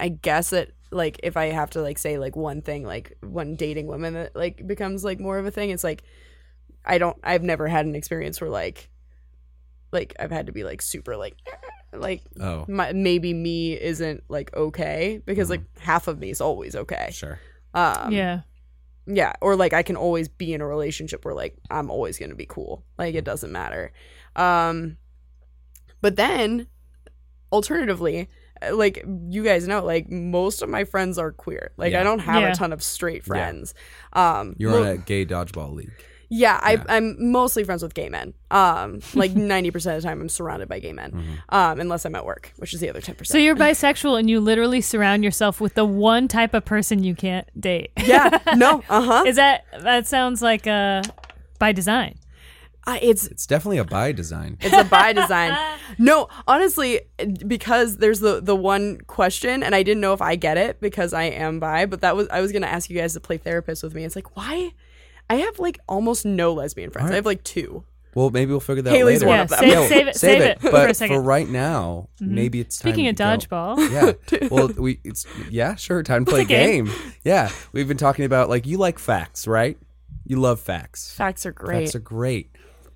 [SPEAKER 2] i guess that like if i have to like say like one thing like when dating women that like becomes like more of a thing it's like i don't i've never had an experience where like like i've had to be like super like <clears throat> like
[SPEAKER 3] Oh.
[SPEAKER 2] my, maybe me isn't like okay because like half of me is always okay
[SPEAKER 3] Sure.
[SPEAKER 2] um
[SPEAKER 1] yeah.
[SPEAKER 2] yeah or like i can always be in a relationship where like i'm always going to be cool like it doesn't matter um but then alternatively uh, like you guys know like most of my friends are queer like
[SPEAKER 3] Yeah.
[SPEAKER 2] i don't have
[SPEAKER 1] Yeah.
[SPEAKER 2] a ton of straight friends um
[SPEAKER 3] You're
[SPEAKER 2] mo-
[SPEAKER 3] in a gay dodgeball league.
[SPEAKER 2] yeah, I,
[SPEAKER 3] Yeah.
[SPEAKER 2] I'm mostly friends with gay men. Um, like 90% of the time, I'm surrounded by gay men,
[SPEAKER 3] Mm-hmm.
[SPEAKER 2] um, unless I'm at work, which is the other 10%.
[SPEAKER 1] So you're bisexual and you literally surround yourself with the one type of person you can't date.
[SPEAKER 2] yeah, no, uh huh.
[SPEAKER 1] <laughs> Is that that sounds like uh by design?
[SPEAKER 2] It's
[SPEAKER 3] It's definitely a by design.
[SPEAKER 2] It's a by <laughs> design. No, honestly, because there's the the one question, and I didn't know if I get it because I am bi. But that was I was gonna ask you guys to play therapist with me. It's like why I have like almost no lesbian friends. I have like two.
[SPEAKER 3] Well, maybe we'll figure that
[SPEAKER 2] Haley's
[SPEAKER 3] later.
[SPEAKER 2] one
[SPEAKER 1] Yeah,
[SPEAKER 2] of them.
[SPEAKER 1] save,
[SPEAKER 3] No,
[SPEAKER 1] save it, save it,
[SPEAKER 3] But
[SPEAKER 1] for a second. Mm-hmm.
[SPEAKER 3] right now, maybe it's time
[SPEAKER 1] Speaking of
[SPEAKER 3] to go.
[SPEAKER 1] dodgeball,
[SPEAKER 3] Yeah.
[SPEAKER 1] <laughs>
[SPEAKER 3] Well, we it's yeah, sure. Time to play a
[SPEAKER 1] game.
[SPEAKER 3] game. Yeah, we've been talking about like you like facts, right? You love facts.
[SPEAKER 2] Facts are great.
[SPEAKER 3] Facts are great.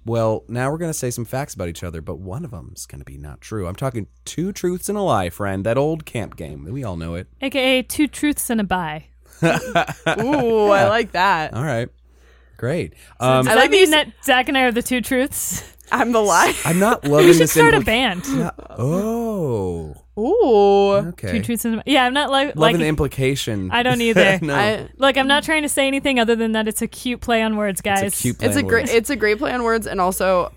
[SPEAKER 3] Well, now we're gonna say some facts about each other, but one of them's gonna be not true. I'm talking two truths and a lie, friend. That old camp game. We all know it.
[SPEAKER 1] aka two truths and a bye.
[SPEAKER 2] Ooh, I like that.
[SPEAKER 3] All right, great.
[SPEAKER 1] Does
[SPEAKER 3] Um,
[SPEAKER 1] that
[SPEAKER 2] I like
[SPEAKER 1] mean
[SPEAKER 2] these-
[SPEAKER 1] that Zach and I are the two truths?
[SPEAKER 2] I'm the lie.
[SPEAKER 3] I'm not
[SPEAKER 1] <laughs>
[SPEAKER 3] loving
[SPEAKER 1] We should
[SPEAKER 3] this.
[SPEAKER 1] start a
[SPEAKER 3] impli-
[SPEAKER 1] band.
[SPEAKER 3] Oh,
[SPEAKER 2] Ooh.
[SPEAKER 1] Two
[SPEAKER 3] okay.
[SPEAKER 1] truths and a Yeah, I'm not like
[SPEAKER 3] Loving the
[SPEAKER 1] like.
[SPEAKER 3] implication.
[SPEAKER 1] I
[SPEAKER 3] <laughs>
[SPEAKER 1] don't either.
[SPEAKER 3] no,
[SPEAKER 2] I,
[SPEAKER 1] Look, I'm not trying to say anything other than that it's a cute play on words, guys.
[SPEAKER 3] it's a cute.
[SPEAKER 2] it's a
[SPEAKER 3] playing
[SPEAKER 2] great
[SPEAKER 3] word.
[SPEAKER 2] it's a great play on words and also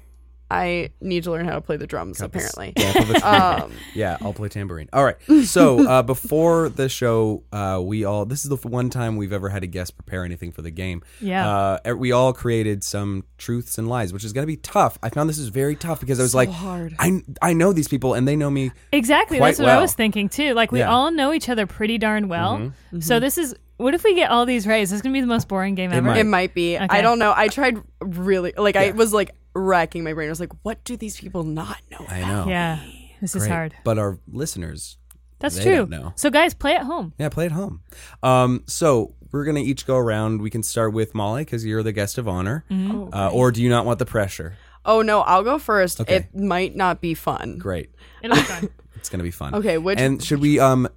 [SPEAKER 2] I need to learn how to play the drums <laughs>
[SPEAKER 3] <laughs>
[SPEAKER 2] apparently.
[SPEAKER 3] Stamp of approval.
[SPEAKER 2] Um
[SPEAKER 3] Yeah, I'll play tambourine. All right. So uh, before the show, uh, we all this is the one time we've ever had a guest prepare anything for the game.
[SPEAKER 1] Yeah.
[SPEAKER 3] Uh, e- we all created some truths and lies, which is gonna be tough. I found this is very tough because I was like,
[SPEAKER 2] hard.
[SPEAKER 3] I I know these people and they know me.
[SPEAKER 1] Exactly.
[SPEAKER 3] quite
[SPEAKER 1] That's what I
[SPEAKER 3] well.
[SPEAKER 1] was thinking too. Like we
[SPEAKER 3] Yeah. Mm-hmm.
[SPEAKER 1] all know each other pretty darn well. So this is what if we get all these right? Is this gonna be the most boring game ever?
[SPEAKER 3] might.
[SPEAKER 2] It might be.
[SPEAKER 1] Okay.
[SPEAKER 2] I don't know. I tried really like I was like racking my brain. I was like, what do these people not know?
[SPEAKER 3] I know.
[SPEAKER 1] Yeah. This is
[SPEAKER 3] Great.
[SPEAKER 1] hard.
[SPEAKER 3] But our listeners,
[SPEAKER 1] That's
[SPEAKER 3] They
[SPEAKER 1] true.
[SPEAKER 3] don't know.
[SPEAKER 1] So guys, play at
[SPEAKER 3] <laughs>
[SPEAKER 1] home.
[SPEAKER 3] yeah, play at home. Um, so we're gonna each go around. We can start with Molly because you're the guest of honor.
[SPEAKER 2] Mm-hmm.
[SPEAKER 3] Uh, or do you not want the pressure?
[SPEAKER 2] Oh no, I'll go first.
[SPEAKER 3] Okay.
[SPEAKER 2] It might not be fun.
[SPEAKER 3] Great.
[SPEAKER 1] It'll be fun.
[SPEAKER 3] It's gonna be fun.
[SPEAKER 2] Okay, which-
[SPEAKER 3] and should we um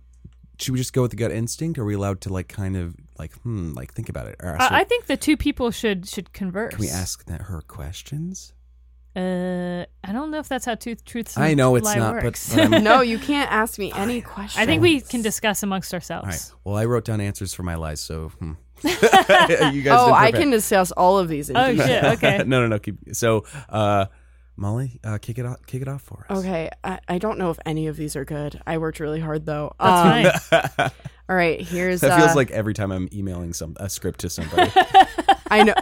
[SPEAKER 3] should we just go with the gut instinct? Are we allowed to like kind of like hmm like think about it? Or
[SPEAKER 1] uh,
[SPEAKER 3] should,
[SPEAKER 1] I think the two people should should converse.
[SPEAKER 3] can we ask that her questions?
[SPEAKER 1] Uh, I don't know if that's how two truths.
[SPEAKER 3] I know
[SPEAKER 1] and
[SPEAKER 3] it's
[SPEAKER 1] lie
[SPEAKER 3] not, but-
[SPEAKER 1] works.
[SPEAKER 2] <laughs>
[SPEAKER 3] but I'm-
[SPEAKER 2] <laughs> No, you can't ask me any
[SPEAKER 1] <laughs>
[SPEAKER 2] questions.
[SPEAKER 1] I think we can discuss amongst
[SPEAKER 3] All right.
[SPEAKER 1] ourselves.
[SPEAKER 3] Well, I wrote down answers for my lies, so
[SPEAKER 2] <laughs>
[SPEAKER 3] hmm. <laughs> you guys.
[SPEAKER 2] Oh,
[SPEAKER 3] didn't
[SPEAKER 2] I
[SPEAKER 3] prepare.
[SPEAKER 2] can discuss all of these. in
[SPEAKER 1] Oh
[SPEAKER 2] detail.
[SPEAKER 3] <laughs>
[SPEAKER 1] shit. Okay.
[SPEAKER 3] no, no, no. Keep, so, uh, Molly, uh, kick it off. Kick it off for us.
[SPEAKER 2] Okay, I, I don't know if any of these are good. I worked really hard though.
[SPEAKER 1] That's
[SPEAKER 2] Um,
[SPEAKER 1] fine.
[SPEAKER 2] All right, here's.
[SPEAKER 3] That
[SPEAKER 2] uh,
[SPEAKER 3] feels like every time I'm emailing some a script to
[SPEAKER 2] <laughs>
[SPEAKER 3] somebody.
[SPEAKER 2] I
[SPEAKER 1] <laughs>
[SPEAKER 2] know.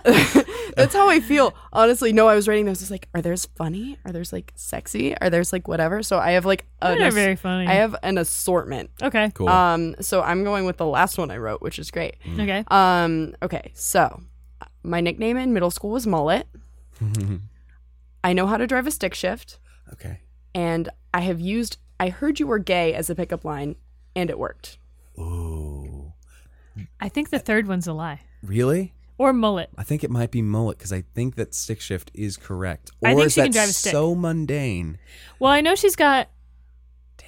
[SPEAKER 2] <laughs> That's how I feel. Honestly, no, I was writing those. It's like, are there's funny? Are there's like sexy? Are there's like whatever? So I have like an
[SPEAKER 1] They're
[SPEAKER 2] ass-
[SPEAKER 1] very funny. Oh,
[SPEAKER 2] I have an assortment.
[SPEAKER 1] okay.
[SPEAKER 3] cool.
[SPEAKER 2] Um, so I'm going with the last one I wrote, which is great.
[SPEAKER 1] Okay.
[SPEAKER 2] Um, okay, so my nickname in middle school was mullet. I know how to drive a stick shift,
[SPEAKER 3] <laughs> okay.
[SPEAKER 2] and I have used. I heard you were gay as a pickup line, and it worked.
[SPEAKER 3] Ooh.
[SPEAKER 1] I think the third one's a lie.
[SPEAKER 3] Really?
[SPEAKER 1] Or mullet.
[SPEAKER 3] I think it might be mullet because I think that stick shift is correct. Or
[SPEAKER 1] I think
[SPEAKER 3] is
[SPEAKER 1] she
[SPEAKER 3] that
[SPEAKER 1] can drive a stick.
[SPEAKER 3] so mundane?
[SPEAKER 1] Well, I know she's got.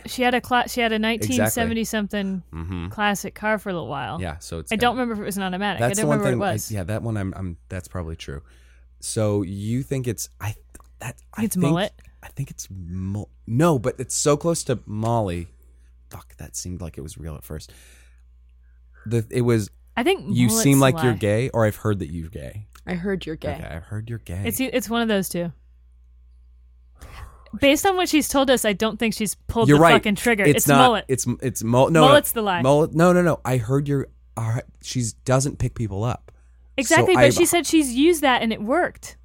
[SPEAKER 1] She had a class. She had a 1970 something
[SPEAKER 3] Mm-hmm.
[SPEAKER 1] classic car for a little while.
[SPEAKER 3] Yeah, so it's.
[SPEAKER 1] I
[SPEAKER 3] gotta-
[SPEAKER 1] don't remember if it was an automatic.
[SPEAKER 3] That's
[SPEAKER 1] I
[SPEAKER 3] the
[SPEAKER 1] don't
[SPEAKER 3] one
[SPEAKER 1] remember
[SPEAKER 3] thing.
[SPEAKER 1] what it
[SPEAKER 3] I-
[SPEAKER 1] was.
[SPEAKER 3] yeah, that one. I'm, I'm. That's probably true. So you think it's I that I
[SPEAKER 1] It's
[SPEAKER 3] think,
[SPEAKER 1] mullet?
[SPEAKER 3] I think it's mul- no, but it's so close to Molly. Fuck, that seemed like it was real at first. The it was
[SPEAKER 1] I think
[SPEAKER 3] you
[SPEAKER 1] mullet's
[SPEAKER 3] seem
[SPEAKER 1] a
[SPEAKER 3] like you're
[SPEAKER 1] lie.
[SPEAKER 3] gay, or I've heard that you're gay.
[SPEAKER 2] I heard you're gay.
[SPEAKER 3] Okay, I've heard you're gay.
[SPEAKER 1] It's e- it's one of those two. Based on what she's told us, I don't think she's pulled
[SPEAKER 3] you're
[SPEAKER 1] the
[SPEAKER 3] right.
[SPEAKER 1] fucking trigger.
[SPEAKER 3] It's,
[SPEAKER 1] It's,
[SPEAKER 3] not.
[SPEAKER 1] mullet.
[SPEAKER 3] It's it's mullet. No, no.
[SPEAKER 1] Mullet's the lie.
[SPEAKER 3] Mullet. No, no, no. I heard you're. all right, She's doesn't pick people up.
[SPEAKER 1] exactly,
[SPEAKER 3] so
[SPEAKER 1] but
[SPEAKER 3] I've-
[SPEAKER 1] she said she's used that and it worked.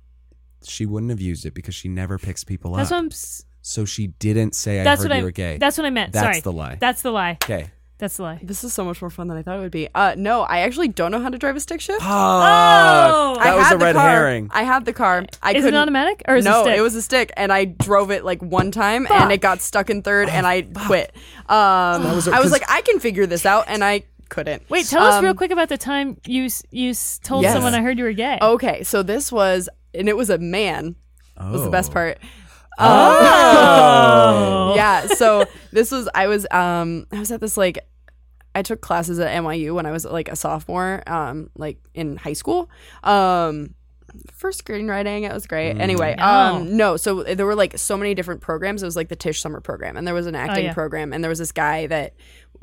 [SPEAKER 3] She wouldn't have used it because she never picks people
[SPEAKER 1] That's
[SPEAKER 3] up.
[SPEAKER 1] what I'm. s-
[SPEAKER 3] so she didn't say I
[SPEAKER 1] That's
[SPEAKER 3] heard
[SPEAKER 1] what I.
[SPEAKER 3] you were gay.
[SPEAKER 1] That's what I meant.
[SPEAKER 3] That's
[SPEAKER 1] Sorry,
[SPEAKER 3] the lie.
[SPEAKER 1] That's the lie.
[SPEAKER 3] okay.
[SPEAKER 1] That's the lie.
[SPEAKER 2] This is so much more fun than I thought it would be. Uh, no, I actually don't know how to drive a stick
[SPEAKER 3] <gasps>
[SPEAKER 2] shift.
[SPEAKER 1] Oh!
[SPEAKER 3] that
[SPEAKER 2] I
[SPEAKER 3] was
[SPEAKER 2] had
[SPEAKER 3] a
[SPEAKER 2] the
[SPEAKER 3] red
[SPEAKER 2] car.
[SPEAKER 3] herring.
[SPEAKER 2] I had the car. I
[SPEAKER 1] Is it an
[SPEAKER 2] couldn't.
[SPEAKER 1] automatic or is
[SPEAKER 2] no,
[SPEAKER 1] it? stick?
[SPEAKER 2] was a stick, and I drove it like one time,
[SPEAKER 1] Fuck.
[SPEAKER 2] and it got stuck in third, and I quit. Um,
[SPEAKER 3] Oh, was a-
[SPEAKER 2] I was
[SPEAKER 3] 'cause-
[SPEAKER 2] like, I can figure this out, and I couldn't.
[SPEAKER 1] Wait, tell us
[SPEAKER 2] Um,
[SPEAKER 1] real quick about the time you s- you s- told
[SPEAKER 2] Yes. Oh,
[SPEAKER 1] someone I heard you were gay.
[SPEAKER 2] Um, Okay, so this was, and it was a man. Was the
[SPEAKER 3] Oh.
[SPEAKER 2] best part.
[SPEAKER 1] Oh.
[SPEAKER 2] Yeah. So this was. I was. Um. I was at this like. I took classes at NYU when I was like a sophomore. Um. Like in high school. Um. For screenwriting, it was great. Anyway, um, no. So there were like so many different programs. It was like the Tisch Summer program, and there was an acting
[SPEAKER 1] yeah.
[SPEAKER 2] program, and there was this guy that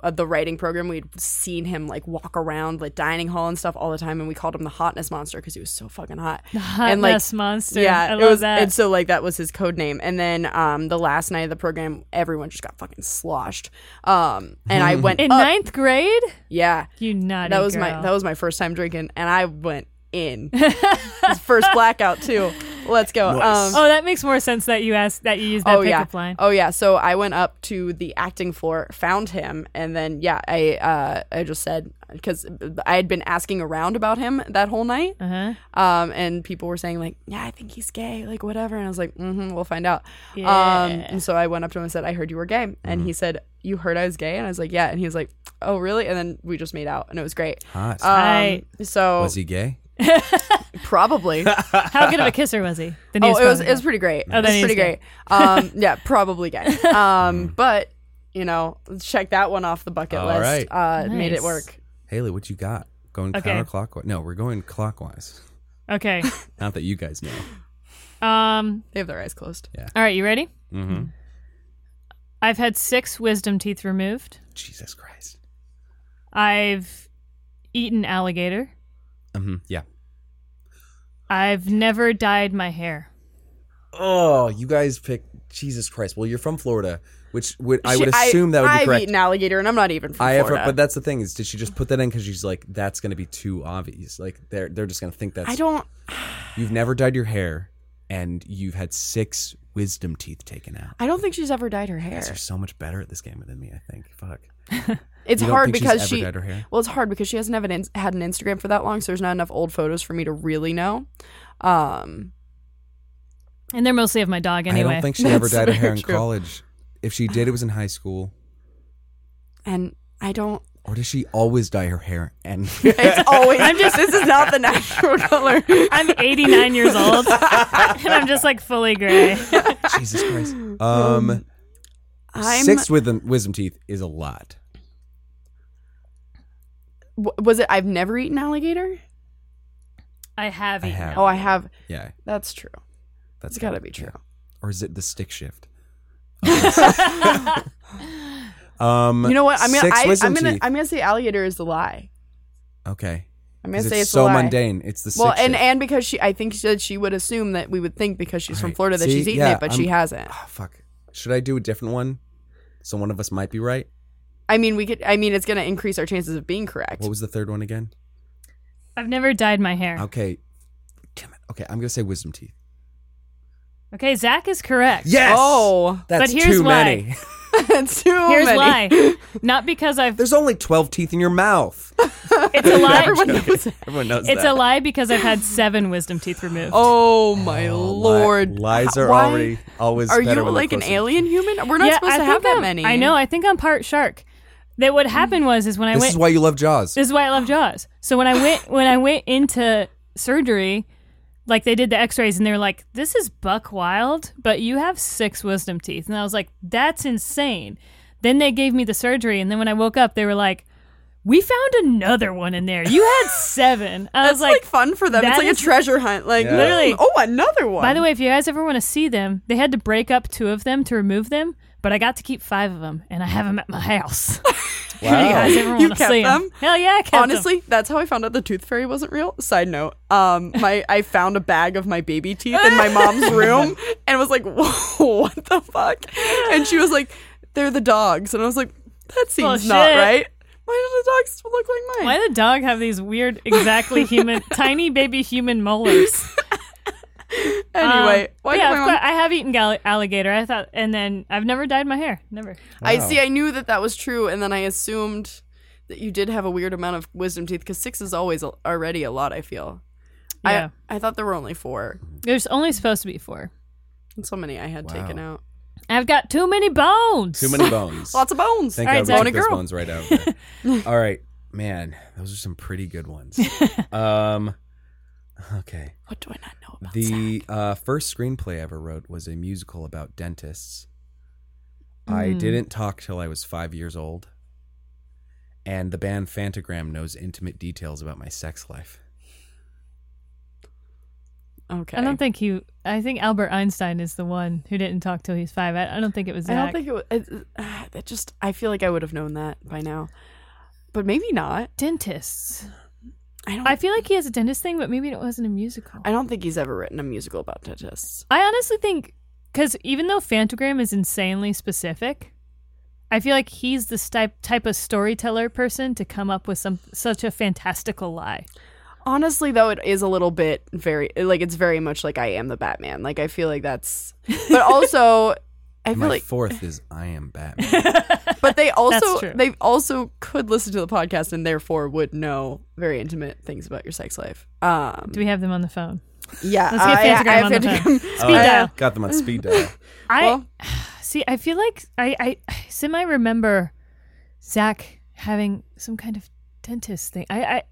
[SPEAKER 2] uh, the writing program. We'd seen him like walk around like dining hall and stuff all the time, and we called him the hotness monster because he was so fucking hot.
[SPEAKER 1] Hot
[SPEAKER 2] and, like,
[SPEAKER 1] mess monster.
[SPEAKER 2] Yeah,
[SPEAKER 1] I love
[SPEAKER 2] it was,
[SPEAKER 1] that.
[SPEAKER 2] and so like that was his code name. And then um, the last night of the program, everyone just got fucking sloshed. Um, and I went
[SPEAKER 1] In
[SPEAKER 2] up.
[SPEAKER 1] ninth grade,
[SPEAKER 2] yeah,
[SPEAKER 1] you naughty
[SPEAKER 2] that was
[SPEAKER 1] girl. <laughs>
[SPEAKER 2] my that was my first time drinking, and I went in. It was first blackout too. let's go.
[SPEAKER 3] Nice.
[SPEAKER 2] Um,
[SPEAKER 1] Oh, that makes more sense that you asked that you used that
[SPEAKER 2] oh yeah.
[SPEAKER 1] pickup line.
[SPEAKER 2] Oh yeah. So I went up to the acting floor, found him, and then yeah, I uh, I just said because I had been asking around about him that whole night,
[SPEAKER 1] Uh-huh.
[SPEAKER 2] um, and people were saying like, yeah, I think he's gay, like whatever, and I was like, mm-hmm, we'll find out. Um,
[SPEAKER 1] Yeah.
[SPEAKER 2] and so I went up to him and said, I heard you were gay, and
[SPEAKER 3] Mm-hmm.
[SPEAKER 2] he said, you heard I was gay, and I was like, yeah, and he was like, oh really? And then we just made out, and it was great.
[SPEAKER 3] Hot.
[SPEAKER 2] Um,
[SPEAKER 1] Tight.
[SPEAKER 2] so
[SPEAKER 3] was he gay? <laughs>
[SPEAKER 2] probably.
[SPEAKER 1] How good of a kisser was he? The
[SPEAKER 2] <laughs> Oh,
[SPEAKER 1] news
[SPEAKER 2] it was
[SPEAKER 1] found
[SPEAKER 2] it was pretty great.
[SPEAKER 1] Oh,
[SPEAKER 2] it
[SPEAKER 1] then
[SPEAKER 2] was
[SPEAKER 1] he's
[SPEAKER 2] pretty
[SPEAKER 1] gay.
[SPEAKER 2] great.
[SPEAKER 1] <laughs>
[SPEAKER 2] Um, yeah, probably gay. Um, but you know, check that one off the bucket
[SPEAKER 3] Mm-hmm. All
[SPEAKER 2] list.
[SPEAKER 3] right.
[SPEAKER 2] Uh, Made it
[SPEAKER 1] Nice.
[SPEAKER 2] work.
[SPEAKER 3] Haley, what you got? Going
[SPEAKER 1] Okay.
[SPEAKER 3] counterclockwise? No, we're going clockwise.
[SPEAKER 1] Okay.
[SPEAKER 3] Not that you guys know.
[SPEAKER 1] Um.
[SPEAKER 2] They have their eyes closed.
[SPEAKER 1] All right, you ready?
[SPEAKER 3] Mm-hmm.
[SPEAKER 1] I've had six wisdom teeth removed.
[SPEAKER 3] Jesus Christ.
[SPEAKER 1] I've eaten alligator.
[SPEAKER 3] hmm Yeah.
[SPEAKER 1] I've never dyed my hair.
[SPEAKER 3] Oh, you guys pick Jesus Christ. Well, you're from Florida, which would I
[SPEAKER 2] She-
[SPEAKER 3] would assume that would be
[SPEAKER 2] I've
[SPEAKER 3] correct.
[SPEAKER 2] eaten alligator, and I'm not even from
[SPEAKER 3] I have,
[SPEAKER 2] Florida.
[SPEAKER 3] but that's the thing is, did she just put that in because she's like, that's going to be too obvious. Like they're they're just going to think that's
[SPEAKER 2] I don't.
[SPEAKER 3] you've never dyed your hair, and you've had six wisdom teeth taken out.
[SPEAKER 2] I don't think she's ever dyed her hair.
[SPEAKER 3] You're so much better at this game than me. I think. Fuck.
[SPEAKER 2] It's
[SPEAKER 3] You don't
[SPEAKER 2] hard
[SPEAKER 3] think she's
[SPEAKER 2] because
[SPEAKER 3] ever
[SPEAKER 2] she.
[SPEAKER 3] dyed her hair?
[SPEAKER 2] Well, it's hard because she hasn't have an, ins- had an Instagram for that long, so there's not enough old photos for me to really know. Um,
[SPEAKER 1] And they're mostly of my dog anyway.
[SPEAKER 3] I don't think she ever
[SPEAKER 2] that's
[SPEAKER 3] dyed her hair
[SPEAKER 2] very
[SPEAKER 3] in
[SPEAKER 2] true.
[SPEAKER 3] college. If she did, it was in high school.
[SPEAKER 2] and I don't.
[SPEAKER 3] Or does she always dye her hair?
[SPEAKER 2] <laughs>
[SPEAKER 3] And <laughs>
[SPEAKER 2] It's always. I'm just. This is not the natural color.
[SPEAKER 1] <laughs> I'm 89 years old, <laughs> and I'm just like fully gray.
[SPEAKER 3] Jesus Christ, um,
[SPEAKER 2] I'm.
[SPEAKER 3] six wisdom wisdom teeth is a lot.
[SPEAKER 2] w- was it? I've never eaten alligator.
[SPEAKER 1] I have
[SPEAKER 3] I
[SPEAKER 1] eaten.
[SPEAKER 3] have.
[SPEAKER 1] alligator.
[SPEAKER 2] Oh, I have.
[SPEAKER 3] Yeah,
[SPEAKER 2] That's true.
[SPEAKER 3] that's
[SPEAKER 2] It's got to be true.
[SPEAKER 3] Or is it the stick shift? um,
[SPEAKER 2] You know what? I'm gonna.
[SPEAKER 3] six
[SPEAKER 2] I,
[SPEAKER 3] wisdom
[SPEAKER 2] I'm gonna.
[SPEAKER 3] teeth.
[SPEAKER 2] I'm gonna say alligator is the lie.
[SPEAKER 3] okay.
[SPEAKER 2] I'm gonna
[SPEAKER 3] 'Cause
[SPEAKER 2] say
[SPEAKER 3] it's,
[SPEAKER 2] it's, the
[SPEAKER 3] so
[SPEAKER 2] lie.
[SPEAKER 3] mundane. It's the
[SPEAKER 2] Well,
[SPEAKER 3] stick
[SPEAKER 2] and
[SPEAKER 3] shift.
[SPEAKER 2] and because she, I think she said she would assume that we would think because she's from
[SPEAKER 3] Right.
[SPEAKER 2] Florida that
[SPEAKER 3] See?
[SPEAKER 2] she's eaten
[SPEAKER 3] Yeah,
[SPEAKER 2] it, but she
[SPEAKER 3] I'm-
[SPEAKER 2] hasn't.
[SPEAKER 3] Ah, fuck. Should I do a different one? So one of us might be right.
[SPEAKER 2] I mean, we could. I mean, it's gonna increase our chances of being correct.
[SPEAKER 3] What was the third one again?
[SPEAKER 1] <laughs> I've never dyed my hair.
[SPEAKER 3] Okay. Damn it. Okay, I'm gonna say wisdom teeth.
[SPEAKER 1] Okay, Zach is correct.
[SPEAKER 3] Yes.
[SPEAKER 2] Oh,
[SPEAKER 3] That's
[SPEAKER 1] But here's
[SPEAKER 3] too
[SPEAKER 1] why.
[SPEAKER 3] many. <laughs>
[SPEAKER 2] that's too
[SPEAKER 1] Here's
[SPEAKER 2] many.
[SPEAKER 1] why. Not because I've.
[SPEAKER 3] There's only twelve teeth in
[SPEAKER 2] <laughs>
[SPEAKER 3] your mouth. <laughs>
[SPEAKER 1] It's a lie.
[SPEAKER 2] Everyone knows. that.
[SPEAKER 3] Everyone knows
[SPEAKER 1] It's a
[SPEAKER 3] that.
[SPEAKER 1] lie because I've had seven wisdom teeth removed.
[SPEAKER 2] Oh my lord!
[SPEAKER 3] Li- lies are
[SPEAKER 2] Why-
[SPEAKER 3] already always.
[SPEAKER 2] Are
[SPEAKER 3] better
[SPEAKER 2] you
[SPEAKER 3] when they're
[SPEAKER 2] like an
[SPEAKER 3] closer.
[SPEAKER 2] alien human? We're not supposed to have
[SPEAKER 1] think
[SPEAKER 2] that
[SPEAKER 1] I'm-
[SPEAKER 2] many.
[SPEAKER 1] I know. I think I'm part shark. That what happened was is when I
[SPEAKER 3] This
[SPEAKER 1] went.
[SPEAKER 3] is why you love Jaws.
[SPEAKER 1] this is why I love Jaws. So when I went when I went into surgery, like they did the X-rays and they were like, "This is Buck Wild, but you have six wisdom teeth," and I was like, "That's insane." Then they gave me the surgery, and then when I woke up, they were like, "We found another one in there. You
[SPEAKER 2] <laughs>
[SPEAKER 1] had seven. I was
[SPEAKER 2] It's like fun for them. It's
[SPEAKER 1] that
[SPEAKER 2] like
[SPEAKER 1] is-
[SPEAKER 2] a treasure hunt. Like
[SPEAKER 3] Yeah.
[SPEAKER 1] Literally.
[SPEAKER 2] Oh, another one.
[SPEAKER 1] By the way, if you guys ever want to see them, they had to break up two of them to remove them, but I got to keep five of them, and I have them at my house. if you guys ever
[SPEAKER 2] You
[SPEAKER 1] want to
[SPEAKER 2] kept
[SPEAKER 1] see them.
[SPEAKER 2] them?
[SPEAKER 1] Hell yeah, I kept 'em.
[SPEAKER 2] Honestly, that's how I found out the tooth fairy wasn't real. Side note,
[SPEAKER 1] <laughs>
[SPEAKER 2] um, my I found a bag of my baby teeth in my mom's room and was like, <laughs> "Whoa, what the fuck?" And she was like, "They're the dogs," and I was like, "That seems
[SPEAKER 1] Bullshit.
[SPEAKER 2] not right. Why do the dogs look like mine?"
[SPEAKER 1] Why did dog have these weird, <laughs> exactly human, tiny baby human <laughs> molars?
[SPEAKER 2] Anyway,
[SPEAKER 1] Um,
[SPEAKER 2] why did
[SPEAKER 1] yeah,
[SPEAKER 2] my
[SPEAKER 1] of
[SPEAKER 2] mom-
[SPEAKER 1] course, I have eaten gal- alligator. I thought, and then I've never dyed my hair. Never.
[SPEAKER 2] I
[SPEAKER 3] Wow.
[SPEAKER 2] see. I knew that that was true, and then I assumed that you did have a weird amount of wisdom teeth because six is always al- already a lot. I feel.
[SPEAKER 1] Yeah.
[SPEAKER 2] I I thought there were only four,
[SPEAKER 1] There's only supposed to be four.
[SPEAKER 2] and so many I had
[SPEAKER 3] Wow.
[SPEAKER 2] taken out.
[SPEAKER 1] I've got too many bones.
[SPEAKER 3] Too many
[SPEAKER 2] <laughs>
[SPEAKER 3] bones.
[SPEAKER 2] Lots of bones.
[SPEAKER 3] Thank
[SPEAKER 1] All right,
[SPEAKER 3] God we
[SPEAKER 1] Zach.
[SPEAKER 3] took those
[SPEAKER 2] Girl.
[SPEAKER 3] ones right out. of there.
[SPEAKER 1] <laughs>
[SPEAKER 3] All right, man, those are some pretty good ones. Um, okay.
[SPEAKER 2] What do I not know about that?
[SPEAKER 3] The uh, first screenplay I ever wrote was a musical about dentists. I
[SPEAKER 1] Mm.
[SPEAKER 3] didn't talk till I was five years old, and the band Fantagram knows intimate details about my sex life.
[SPEAKER 2] Okay.
[SPEAKER 1] <laughs> I don't think he. I think Albert Einstein is the one who didn't talk till he's five. I, I don't think it was
[SPEAKER 2] I
[SPEAKER 1] Zach.
[SPEAKER 2] don't think it was. It, uh, that just. I feel like I would have known that by now, but maybe not.
[SPEAKER 1] dentists.
[SPEAKER 2] I don't.
[SPEAKER 1] I
[SPEAKER 2] I,
[SPEAKER 1] feel like he has a dentist thing, but maybe it wasn't a musical. I,
[SPEAKER 2] don't think he's ever written a musical about dentists.
[SPEAKER 1] honestly think because even though Fantagram is insanely specific, I feel like he's the type type of storyteller person to come up with some such a fantastical lie.
[SPEAKER 2] honestly though it is a little bit very like it's very much like I am the Batman. Like I feel like that's
[SPEAKER 3] <laughs>
[SPEAKER 2] but also I feel
[SPEAKER 3] My
[SPEAKER 2] like
[SPEAKER 3] fourth is I
[SPEAKER 1] <laughs>
[SPEAKER 3] am Batman.
[SPEAKER 2] but they also
[SPEAKER 1] true.
[SPEAKER 2] they also could listen to the podcast and therefore would know very intimate things about your sex life. Um
[SPEAKER 1] Do we have them on the phone?
[SPEAKER 2] yeah,
[SPEAKER 1] Let's get
[SPEAKER 2] I- I-
[SPEAKER 1] Fantagram
[SPEAKER 2] I
[SPEAKER 1] on the
[SPEAKER 2] have
[SPEAKER 1] phone. <laughs>
[SPEAKER 2] Fantagram.
[SPEAKER 1] Speed
[SPEAKER 3] I
[SPEAKER 1] dial.
[SPEAKER 3] Oh, Got them on speed
[SPEAKER 1] <laughs>
[SPEAKER 3] dial.
[SPEAKER 1] I
[SPEAKER 2] Well-
[SPEAKER 1] <sighs> see. I feel like I, <sighs> I semi remember Zach having some kind of dentist thing. I, I,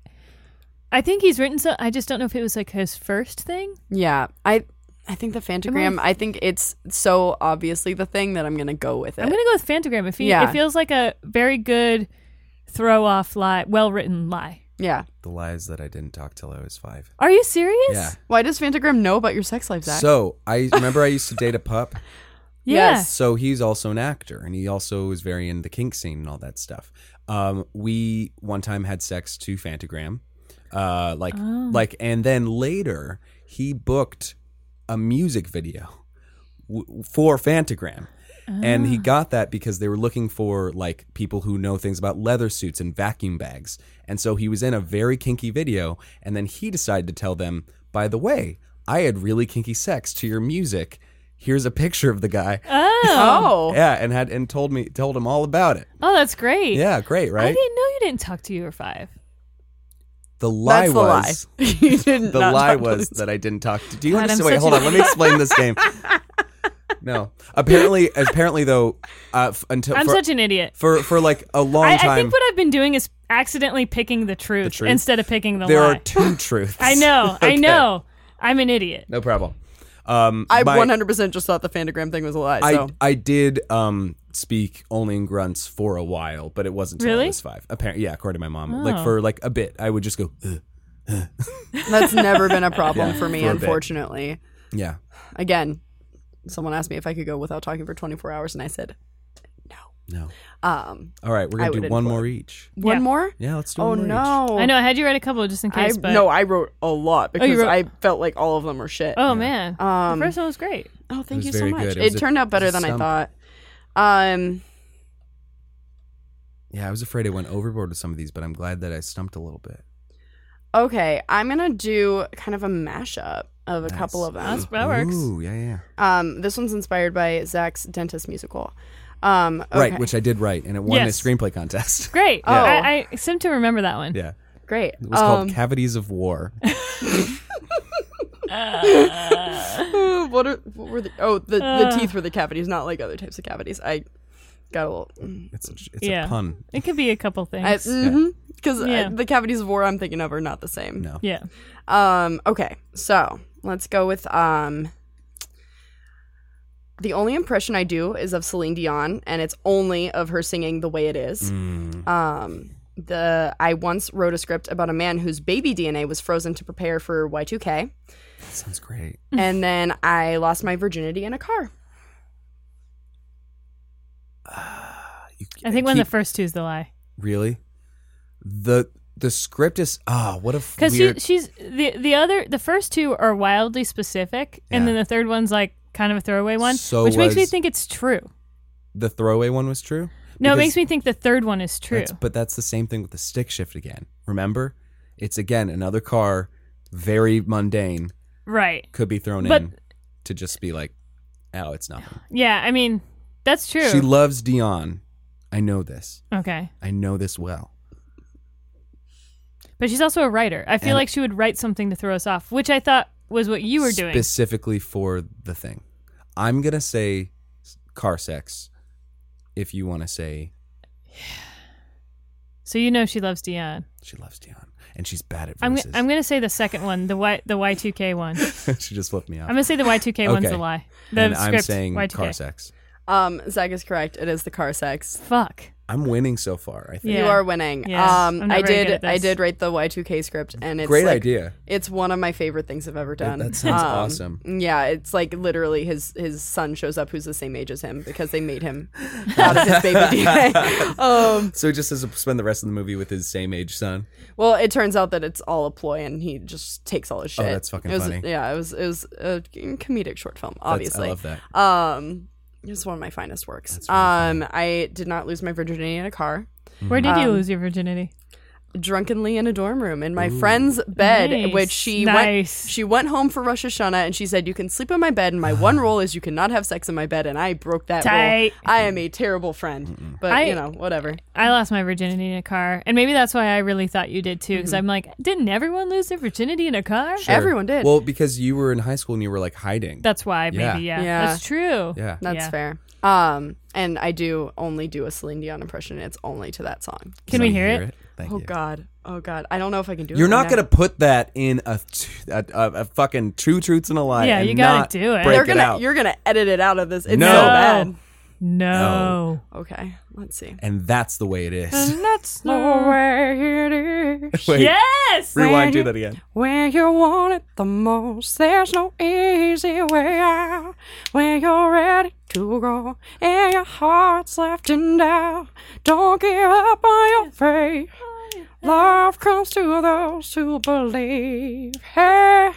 [SPEAKER 1] I think he's written so. I just don't know if it was like his first thing.
[SPEAKER 2] Yeah. I I think the Fantagram, I think it's so obviously the thing that I'm going to go with it.
[SPEAKER 1] I'm gonna go with Fantagram. If he,
[SPEAKER 2] Yeah.
[SPEAKER 1] it feels like a very good throw off lie, well written lie.
[SPEAKER 2] yeah.
[SPEAKER 3] the lies that I didn't talk till I was five.
[SPEAKER 1] Are you serious?
[SPEAKER 3] Yeah.
[SPEAKER 2] Why does Fantagram know about your sex life, Zach?
[SPEAKER 3] So I remember I used to date a pup.
[SPEAKER 1] Yeah.
[SPEAKER 2] Yes.
[SPEAKER 3] So he's also an actor, and he also is very in the kink scene and all that stuff. Um, we one time had sex to Fantagram, uh, like
[SPEAKER 1] Oh.
[SPEAKER 3] like, and then later he booked a music video w- for Fantagram. And he got that because they were looking for like people who know things about leather suits and vacuum bags. And so he was in a very kinky video and then he decided to tell them, "By the way, I had really kinky sex to your music. Here's a picture of the guy."
[SPEAKER 1] Oh.
[SPEAKER 2] oh.
[SPEAKER 3] Yeah, and had and told me told him all about it.
[SPEAKER 1] Oh, that's great.
[SPEAKER 3] Yeah, great,
[SPEAKER 1] I
[SPEAKER 3] right?
[SPEAKER 1] didn't know you didn't talk to you were five.
[SPEAKER 3] The lie
[SPEAKER 2] That's the lie.
[SPEAKER 3] was
[SPEAKER 2] <laughs> you didn't
[SPEAKER 3] the
[SPEAKER 2] not
[SPEAKER 3] lie
[SPEAKER 2] talk
[SPEAKER 3] was
[SPEAKER 2] to-
[SPEAKER 3] that I didn't talk to. Do you
[SPEAKER 1] God, I'm
[SPEAKER 3] understand? Wait,
[SPEAKER 1] such
[SPEAKER 3] hold
[SPEAKER 1] an
[SPEAKER 3] on. Let me explain this
[SPEAKER 1] <laughs>
[SPEAKER 3] game. No, apparently, apparently though, uh, f- until
[SPEAKER 1] I'm
[SPEAKER 3] for,
[SPEAKER 1] such an idiot.
[SPEAKER 3] for for like a long
[SPEAKER 1] I,
[SPEAKER 3] time,
[SPEAKER 1] I think what I've been doing is accidentally picking the truth,
[SPEAKER 3] truth?
[SPEAKER 1] instead of picking the
[SPEAKER 3] there
[SPEAKER 1] lie.
[SPEAKER 3] are two
[SPEAKER 1] <laughs>
[SPEAKER 3] truths. <laughs>
[SPEAKER 1] I know. I
[SPEAKER 3] Okay.
[SPEAKER 1] know. I'm an idiot.
[SPEAKER 3] No problem. Um,
[SPEAKER 2] I
[SPEAKER 3] my-
[SPEAKER 2] 100% just thought the Fantagram thing was a lie.
[SPEAKER 3] I
[SPEAKER 2] so
[SPEAKER 3] I did um speak only in grunts for a while, but it wasn't until I
[SPEAKER 1] Really? Oh.
[SPEAKER 3] was five. Apparently, yeah, according to my mom, like for like a bit, I would just go, "Ugh."
[SPEAKER 2] that's never been a
[SPEAKER 3] <laughs>
[SPEAKER 2] problem for me,
[SPEAKER 3] for a bit.
[SPEAKER 2] unfortunately.
[SPEAKER 3] yeah,
[SPEAKER 2] Again, someone asked me if I could go without talking for 24 hours, and I said,
[SPEAKER 3] no.
[SPEAKER 2] um,
[SPEAKER 3] All right, we're
[SPEAKER 2] I
[SPEAKER 3] gonna
[SPEAKER 2] would
[SPEAKER 3] do one more each.
[SPEAKER 2] one
[SPEAKER 1] Yeah.
[SPEAKER 2] more?
[SPEAKER 3] Yeah, let's do.
[SPEAKER 2] Oh
[SPEAKER 3] one more each.
[SPEAKER 2] no.
[SPEAKER 1] I know. I had you write a couple just in
[SPEAKER 2] I,
[SPEAKER 1] case, but Oh,
[SPEAKER 2] no, I wrote a lot because
[SPEAKER 1] you wrote-
[SPEAKER 2] I felt like all of them were shit.
[SPEAKER 1] Oh man,
[SPEAKER 2] Um,
[SPEAKER 1] the first one was great.
[SPEAKER 2] Oh, thank
[SPEAKER 3] was
[SPEAKER 2] you so
[SPEAKER 3] very
[SPEAKER 2] much.
[SPEAKER 3] good. It
[SPEAKER 2] It,
[SPEAKER 3] was a-
[SPEAKER 2] turned out better
[SPEAKER 3] it was a
[SPEAKER 2] than I
[SPEAKER 3] stump.
[SPEAKER 2] thought. Um,
[SPEAKER 3] Yeah, I was afraid I went overboard with some of these, but I'm glad that I stumped a little bit.
[SPEAKER 2] okay, I'm gonna do kind of a mashup of a couple
[SPEAKER 3] Nice.
[SPEAKER 2] of
[SPEAKER 1] That's,
[SPEAKER 2] them.
[SPEAKER 1] that works.
[SPEAKER 3] Ooh, yeah, yeah.
[SPEAKER 2] Um, this one's inspired by Zach's dentist musical. Um, okay.
[SPEAKER 3] Right, which I did write, and it won
[SPEAKER 1] Yes.
[SPEAKER 3] the screenplay contest. <laughs>
[SPEAKER 1] Great.
[SPEAKER 2] Yeah.
[SPEAKER 1] I, I seem to remember that one.
[SPEAKER 3] yeah,
[SPEAKER 2] great.
[SPEAKER 3] it was
[SPEAKER 2] Um,
[SPEAKER 3] called Cavities
[SPEAKER 1] <laughs>
[SPEAKER 3] of War.
[SPEAKER 2] uh, <laughs> what are what were the oh the, the
[SPEAKER 1] Uh.
[SPEAKER 2] teeth were the cavities, not like other types of cavities. I got a little mm,
[SPEAKER 3] It's a, it's
[SPEAKER 1] Yeah.
[SPEAKER 3] a pun.
[SPEAKER 1] <laughs> It could be a couple things.
[SPEAKER 2] I, because
[SPEAKER 1] Yeah.
[SPEAKER 2] the cavities of war I'm thinking of are not the same.
[SPEAKER 3] No,
[SPEAKER 1] yeah.
[SPEAKER 2] Um, okay, so let's go with um. The only impression I do is of Celine Dion, and it's only of her singing "The Way It Is."
[SPEAKER 3] Mm,
[SPEAKER 2] Um, the I once wrote a script about a man whose baby DNA was frozen to prepare for Y2K,
[SPEAKER 3] that sounds great.
[SPEAKER 1] Mm.
[SPEAKER 2] and then I lost my virginity in a car.
[SPEAKER 3] You-
[SPEAKER 1] I think one of
[SPEAKER 3] keep-
[SPEAKER 1] the first two is the lie
[SPEAKER 3] really the the script is ah what a f-
[SPEAKER 1] because she,
[SPEAKER 3] weird
[SPEAKER 1] she's the the other the first two are wildly specific, and
[SPEAKER 3] Yeah.
[SPEAKER 1] then the third one's like kind of a throwaway one,
[SPEAKER 3] So
[SPEAKER 1] which makes me
[SPEAKER 3] was-
[SPEAKER 1] think it's true.
[SPEAKER 3] the throwaway one was true.
[SPEAKER 1] No, it
[SPEAKER 3] Because
[SPEAKER 1] makes me think the third one is true.
[SPEAKER 3] that's- but that's the same thing with the stick shift again. Remember, it's again another car, very mundane,
[SPEAKER 1] Right.
[SPEAKER 3] could be thrown
[SPEAKER 1] But-
[SPEAKER 3] in to just be like, oh, it's nothing.
[SPEAKER 1] Yeah. I mean, that's true.
[SPEAKER 3] She loves Dion. I know this.
[SPEAKER 1] okay.
[SPEAKER 3] I know this well.
[SPEAKER 1] But she's also a writer. I feel
[SPEAKER 3] And-
[SPEAKER 1] like she would write something to throw us off, which I thought was what you were doing.
[SPEAKER 3] specifically for the thing. I'm gonna say s- car sex. If you want to say
[SPEAKER 1] so you know she loves Dion.
[SPEAKER 3] she loves Dion and she's bad at
[SPEAKER 1] I'm
[SPEAKER 3] voices,
[SPEAKER 1] I'm gonna say the second one, the Y the Y two K
[SPEAKER 3] <laughs>
[SPEAKER 1] one. I'm
[SPEAKER 3] she just flipped me off.
[SPEAKER 1] gonna say the Y two K one's
[SPEAKER 3] Okay.
[SPEAKER 1] a lie. The
[SPEAKER 3] and
[SPEAKER 1] script
[SPEAKER 3] I'm saying
[SPEAKER 1] Y2K.
[SPEAKER 3] car sex.
[SPEAKER 2] Um, Zach is correct. It is the car sex.
[SPEAKER 1] Fuck.
[SPEAKER 3] I'm winning so far. I think.
[SPEAKER 1] Yeah.
[SPEAKER 2] You are winning.
[SPEAKER 1] Yeah. I'm
[SPEAKER 2] Um,
[SPEAKER 1] not
[SPEAKER 2] I
[SPEAKER 1] very good
[SPEAKER 2] did.
[SPEAKER 1] at
[SPEAKER 2] I
[SPEAKER 1] this.
[SPEAKER 2] did write the Y2K script, and it's
[SPEAKER 3] Great
[SPEAKER 2] like,
[SPEAKER 3] idea.
[SPEAKER 2] It's one of my favorite things I've ever done.
[SPEAKER 1] <laughs>
[SPEAKER 2] Um,
[SPEAKER 3] that sounds awesome.
[SPEAKER 2] Yeah, it's like literally his his son shows up who's the same age as him because they made
[SPEAKER 3] <laughs>
[SPEAKER 2] him out of his baby DNA. <laughs> um,
[SPEAKER 3] So he just doesn't spend the rest of the movie with his same age son.
[SPEAKER 2] well, it turns out that it's all a ploy, and he just takes all his
[SPEAKER 3] Oh,
[SPEAKER 2] shit.
[SPEAKER 3] that's fucking
[SPEAKER 2] It was-
[SPEAKER 3] funny.
[SPEAKER 2] Yeah, it was it was a comedic short film.
[SPEAKER 3] That's-
[SPEAKER 2] Obviously,
[SPEAKER 3] I love that.
[SPEAKER 2] Um, it's one of my finest works. Um, I did not lose my virginity in a car.
[SPEAKER 3] Mm-hmm.
[SPEAKER 1] Where did you lose your virginity?
[SPEAKER 2] drunkenly in a dorm room in my friend's bed,
[SPEAKER 1] Nice.
[SPEAKER 2] which she
[SPEAKER 1] Nice.
[SPEAKER 2] went. She went home for Rosh Hashanah, and she said, "You can sleep in my bed, and my <sighs> one rule is you cannot have sex in my bed." And I broke that
[SPEAKER 1] Tight.
[SPEAKER 2] rule. I am a terrible friend, but
[SPEAKER 1] I-
[SPEAKER 2] you know, whatever.
[SPEAKER 1] I lost my virginity in a car, and maybe that's why I really thought you did too. Because
[SPEAKER 3] Mm-hmm.
[SPEAKER 1] I'm like, didn't everyone lose their virginity in a car?
[SPEAKER 3] Sure.
[SPEAKER 2] Everyone did.
[SPEAKER 3] Well, because you were in high school and you were like hiding.
[SPEAKER 1] That's why,
[SPEAKER 3] Yeah.
[SPEAKER 1] maybe. Yeah.
[SPEAKER 2] Yeah.
[SPEAKER 1] that's true.
[SPEAKER 3] yeah.
[SPEAKER 2] That's
[SPEAKER 1] Yeah.
[SPEAKER 2] fair. Um, and I do only do a Celine Dion impression. and It's only to that song.
[SPEAKER 1] Can we hear, it?
[SPEAKER 3] Thank
[SPEAKER 2] Oh
[SPEAKER 3] you.
[SPEAKER 2] God. Oh God. I don't know if I can do it.
[SPEAKER 3] You're
[SPEAKER 2] right
[SPEAKER 3] not
[SPEAKER 2] now.
[SPEAKER 3] gonna put that in a, t- a, a, a fucking two truths and a lie.
[SPEAKER 1] Yeah,
[SPEAKER 3] and
[SPEAKER 1] you gotta
[SPEAKER 3] not
[SPEAKER 1] do it.
[SPEAKER 3] Break
[SPEAKER 1] They're
[SPEAKER 2] You're
[SPEAKER 3] it
[SPEAKER 2] gonna.
[SPEAKER 3] out.
[SPEAKER 2] You're gonna edit it out of this. It's
[SPEAKER 3] No.
[SPEAKER 2] so bad.
[SPEAKER 1] No.
[SPEAKER 2] Okay. Let's see.
[SPEAKER 3] and that's the way it is.
[SPEAKER 2] Uh-huh.
[SPEAKER 1] And that's no way it is. Yes.
[SPEAKER 3] <laughs> Rewind. Do that again.
[SPEAKER 2] Where you want it the most, there's no easy way out. Where you're ready to go and your heart's left in doubt. Don't give up on your faith. Love comes to those who believe. Hey,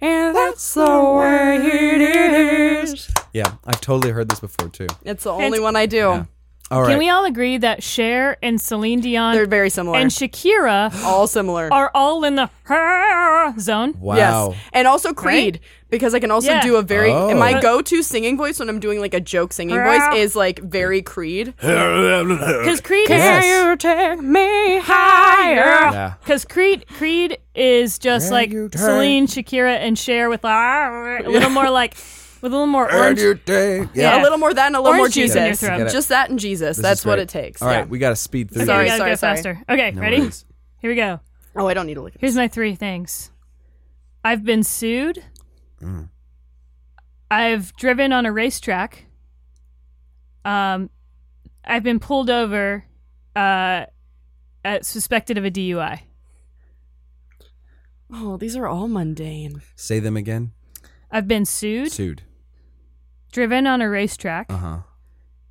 [SPEAKER 2] and that's the way it is.
[SPEAKER 3] Yeah, I've totally heard this before too.
[SPEAKER 2] It's the only one I do.
[SPEAKER 3] All right.
[SPEAKER 1] Can we all agree that Cher and Celine Dion
[SPEAKER 2] They're very similar.
[SPEAKER 1] and
[SPEAKER 3] <gasps>
[SPEAKER 1] Shakira
[SPEAKER 2] all similar.
[SPEAKER 1] are all in the zone?
[SPEAKER 3] wow.
[SPEAKER 2] Yes. And also Creed, because I can also
[SPEAKER 1] Yeah.
[SPEAKER 2] do a very
[SPEAKER 3] Oh.
[SPEAKER 2] my go to singing voice when I'm doing like a joke singing voice is like very Creed.
[SPEAKER 1] Because Creed
[SPEAKER 3] Yes.
[SPEAKER 1] is
[SPEAKER 2] you take me higher?
[SPEAKER 3] Yeah.
[SPEAKER 1] Because Creed, Creed is just
[SPEAKER 3] Can
[SPEAKER 1] like
[SPEAKER 3] you take-
[SPEAKER 1] Celine, Shakira, and Cher with like, a little more like with a little more orange.
[SPEAKER 3] <laughs> Yeah.
[SPEAKER 1] Yeah.
[SPEAKER 2] A little more that and a little
[SPEAKER 1] Orange
[SPEAKER 2] more
[SPEAKER 1] juice in your
[SPEAKER 2] Jesus.
[SPEAKER 1] throat. Get
[SPEAKER 3] it.
[SPEAKER 2] Just that and Jesus.
[SPEAKER 3] This
[SPEAKER 2] That's
[SPEAKER 3] is
[SPEAKER 2] what
[SPEAKER 3] great.
[SPEAKER 2] it takes.
[SPEAKER 3] All right,
[SPEAKER 2] Yeah.
[SPEAKER 3] we gotta speed through.
[SPEAKER 1] Okay,
[SPEAKER 2] Sorry,
[SPEAKER 1] you
[SPEAKER 3] this.
[SPEAKER 1] gotta
[SPEAKER 2] sorry,
[SPEAKER 1] go
[SPEAKER 2] sorry.
[SPEAKER 1] faster. Okay,
[SPEAKER 3] No
[SPEAKER 1] ready?
[SPEAKER 3] worries.
[SPEAKER 1] Here we go.
[SPEAKER 2] Oh, I don't need to look at
[SPEAKER 1] Here's my three things. I've been sued.
[SPEAKER 3] Mm.
[SPEAKER 1] I've driven on a racetrack. Um, I've been pulled over, uh, at, suspected of a DUI.
[SPEAKER 2] Oh, these are all mundane.
[SPEAKER 3] Say them again.
[SPEAKER 1] I've been sued,
[SPEAKER 3] Sued.
[SPEAKER 1] driven on a racetrack.
[SPEAKER 3] Uh huh.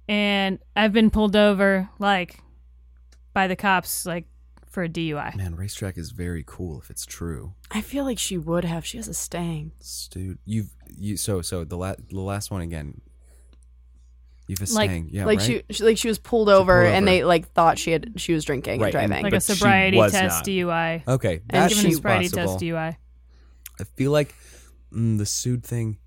[SPEAKER 1] and I've been pulled over like by the cops like for a DUI.
[SPEAKER 3] Man, racetrack is very cool if it's true.
[SPEAKER 2] I feel like she would have. She has a stang.
[SPEAKER 3] Dude, you've you so so the last the last one again. You've a
[SPEAKER 1] Like-
[SPEAKER 3] stang, yeah,
[SPEAKER 2] like
[SPEAKER 3] right?
[SPEAKER 2] she, she like she was pulled over,
[SPEAKER 3] pulled
[SPEAKER 2] and
[SPEAKER 3] over.
[SPEAKER 2] they like thought she had she was drinking
[SPEAKER 3] Right,
[SPEAKER 2] and
[SPEAKER 3] and-
[SPEAKER 2] driving.
[SPEAKER 1] Like
[SPEAKER 3] But
[SPEAKER 1] a
[SPEAKER 3] she
[SPEAKER 1] sobriety
[SPEAKER 3] was
[SPEAKER 1] test
[SPEAKER 3] not.
[SPEAKER 1] DUI. I
[SPEAKER 3] Okay,
[SPEAKER 1] was
[SPEAKER 3] that
[SPEAKER 1] given a
[SPEAKER 3] she's
[SPEAKER 1] sobriety
[SPEAKER 3] possible.
[SPEAKER 1] test DUI.
[SPEAKER 3] I feel like mm, the sued thing.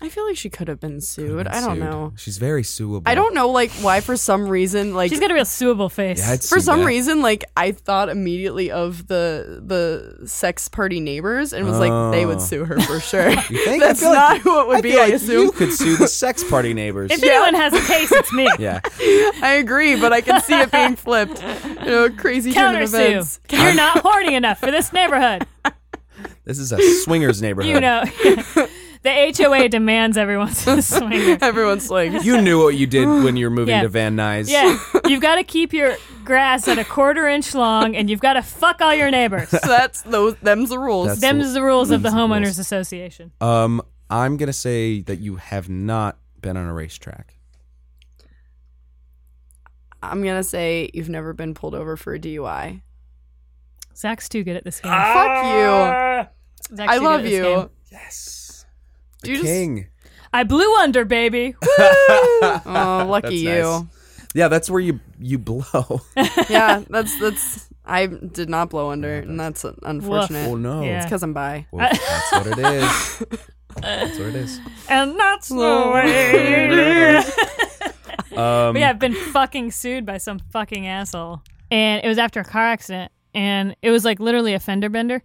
[SPEAKER 2] I feel like she could have been
[SPEAKER 3] could've
[SPEAKER 2] sued.
[SPEAKER 3] been
[SPEAKER 2] I don't
[SPEAKER 3] sued.
[SPEAKER 2] know.
[SPEAKER 3] She's very suable.
[SPEAKER 2] I don't know like why for some reason like
[SPEAKER 1] She's got a real suable face.
[SPEAKER 3] Yeah, I'd
[SPEAKER 2] for
[SPEAKER 3] sue
[SPEAKER 2] some
[SPEAKER 3] that.
[SPEAKER 2] reason like I thought immediately of the the sex party neighbors and was like they would
[SPEAKER 3] Oh.
[SPEAKER 2] sue her for sure.
[SPEAKER 3] <laughs> You think? I
[SPEAKER 2] That's
[SPEAKER 3] feel
[SPEAKER 2] not
[SPEAKER 3] like-
[SPEAKER 2] who it would
[SPEAKER 3] I
[SPEAKER 2] be,
[SPEAKER 3] feel
[SPEAKER 2] I
[SPEAKER 3] like
[SPEAKER 2] assume.
[SPEAKER 3] you could sue the sex
[SPEAKER 2] <laughs>
[SPEAKER 3] party neighbors.
[SPEAKER 1] if anyone has a case, it's me.
[SPEAKER 3] <laughs> yeah,
[SPEAKER 2] I agree, but I can see it
[SPEAKER 3] <laughs>
[SPEAKER 2] being flipped. You know, crazy turn of
[SPEAKER 1] Counter sue.
[SPEAKER 2] events. <laughs>
[SPEAKER 1] You're not horny enough for this neighborhood.
[SPEAKER 3] this is a swingers neighborhood.
[SPEAKER 1] You know, <laughs> the HOA demands everyone's
[SPEAKER 3] <laughs>
[SPEAKER 1] a swinger.
[SPEAKER 2] Everyone's like,
[SPEAKER 3] You knew what you did when
[SPEAKER 2] <sighs>
[SPEAKER 3] you were moving
[SPEAKER 1] Yeah.
[SPEAKER 3] to Van Nuys.
[SPEAKER 1] Yeah, you've got to keep your grass at a quarter inch long, and you've got to fuck all your
[SPEAKER 3] <laughs>
[SPEAKER 1] neighbors.
[SPEAKER 2] so that's those them's the rules.
[SPEAKER 3] That's-
[SPEAKER 1] Them's the rules of the
[SPEAKER 3] Them's the rules.
[SPEAKER 1] homeowners association.
[SPEAKER 3] Um, I'm gonna say that you have not been on a racetrack.
[SPEAKER 2] I'm gonna say you've never been pulled over for a DUI.
[SPEAKER 1] Zach's too good at this game.
[SPEAKER 2] Fuck you.
[SPEAKER 1] Zach's
[SPEAKER 2] Ah, I
[SPEAKER 1] too good
[SPEAKER 2] love
[SPEAKER 1] at this game.
[SPEAKER 2] you.
[SPEAKER 3] Yes,
[SPEAKER 2] Do you just-
[SPEAKER 3] king.
[SPEAKER 1] I blew under, baby. <laughs> Woo!
[SPEAKER 2] Oh, lucky
[SPEAKER 3] <laughs> That's
[SPEAKER 2] you.
[SPEAKER 3] Yeah, that's where you you blow.
[SPEAKER 2] <laughs> yeah, that's that's. I did not blow under,
[SPEAKER 3] <laughs>
[SPEAKER 2] and that's unfortunate.
[SPEAKER 3] oh no,
[SPEAKER 1] Yeah.
[SPEAKER 2] <laughs> It's because I'm bi.
[SPEAKER 3] Well, that's what it is.
[SPEAKER 2] <laughs>
[SPEAKER 3] That's what it is.
[SPEAKER 1] and that's the way. it is.
[SPEAKER 3] Um,
[SPEAKER 1] But yeah, I've been fucking sued by some fucking asshole. And it was after a car accident. And it was like literally a fender bender.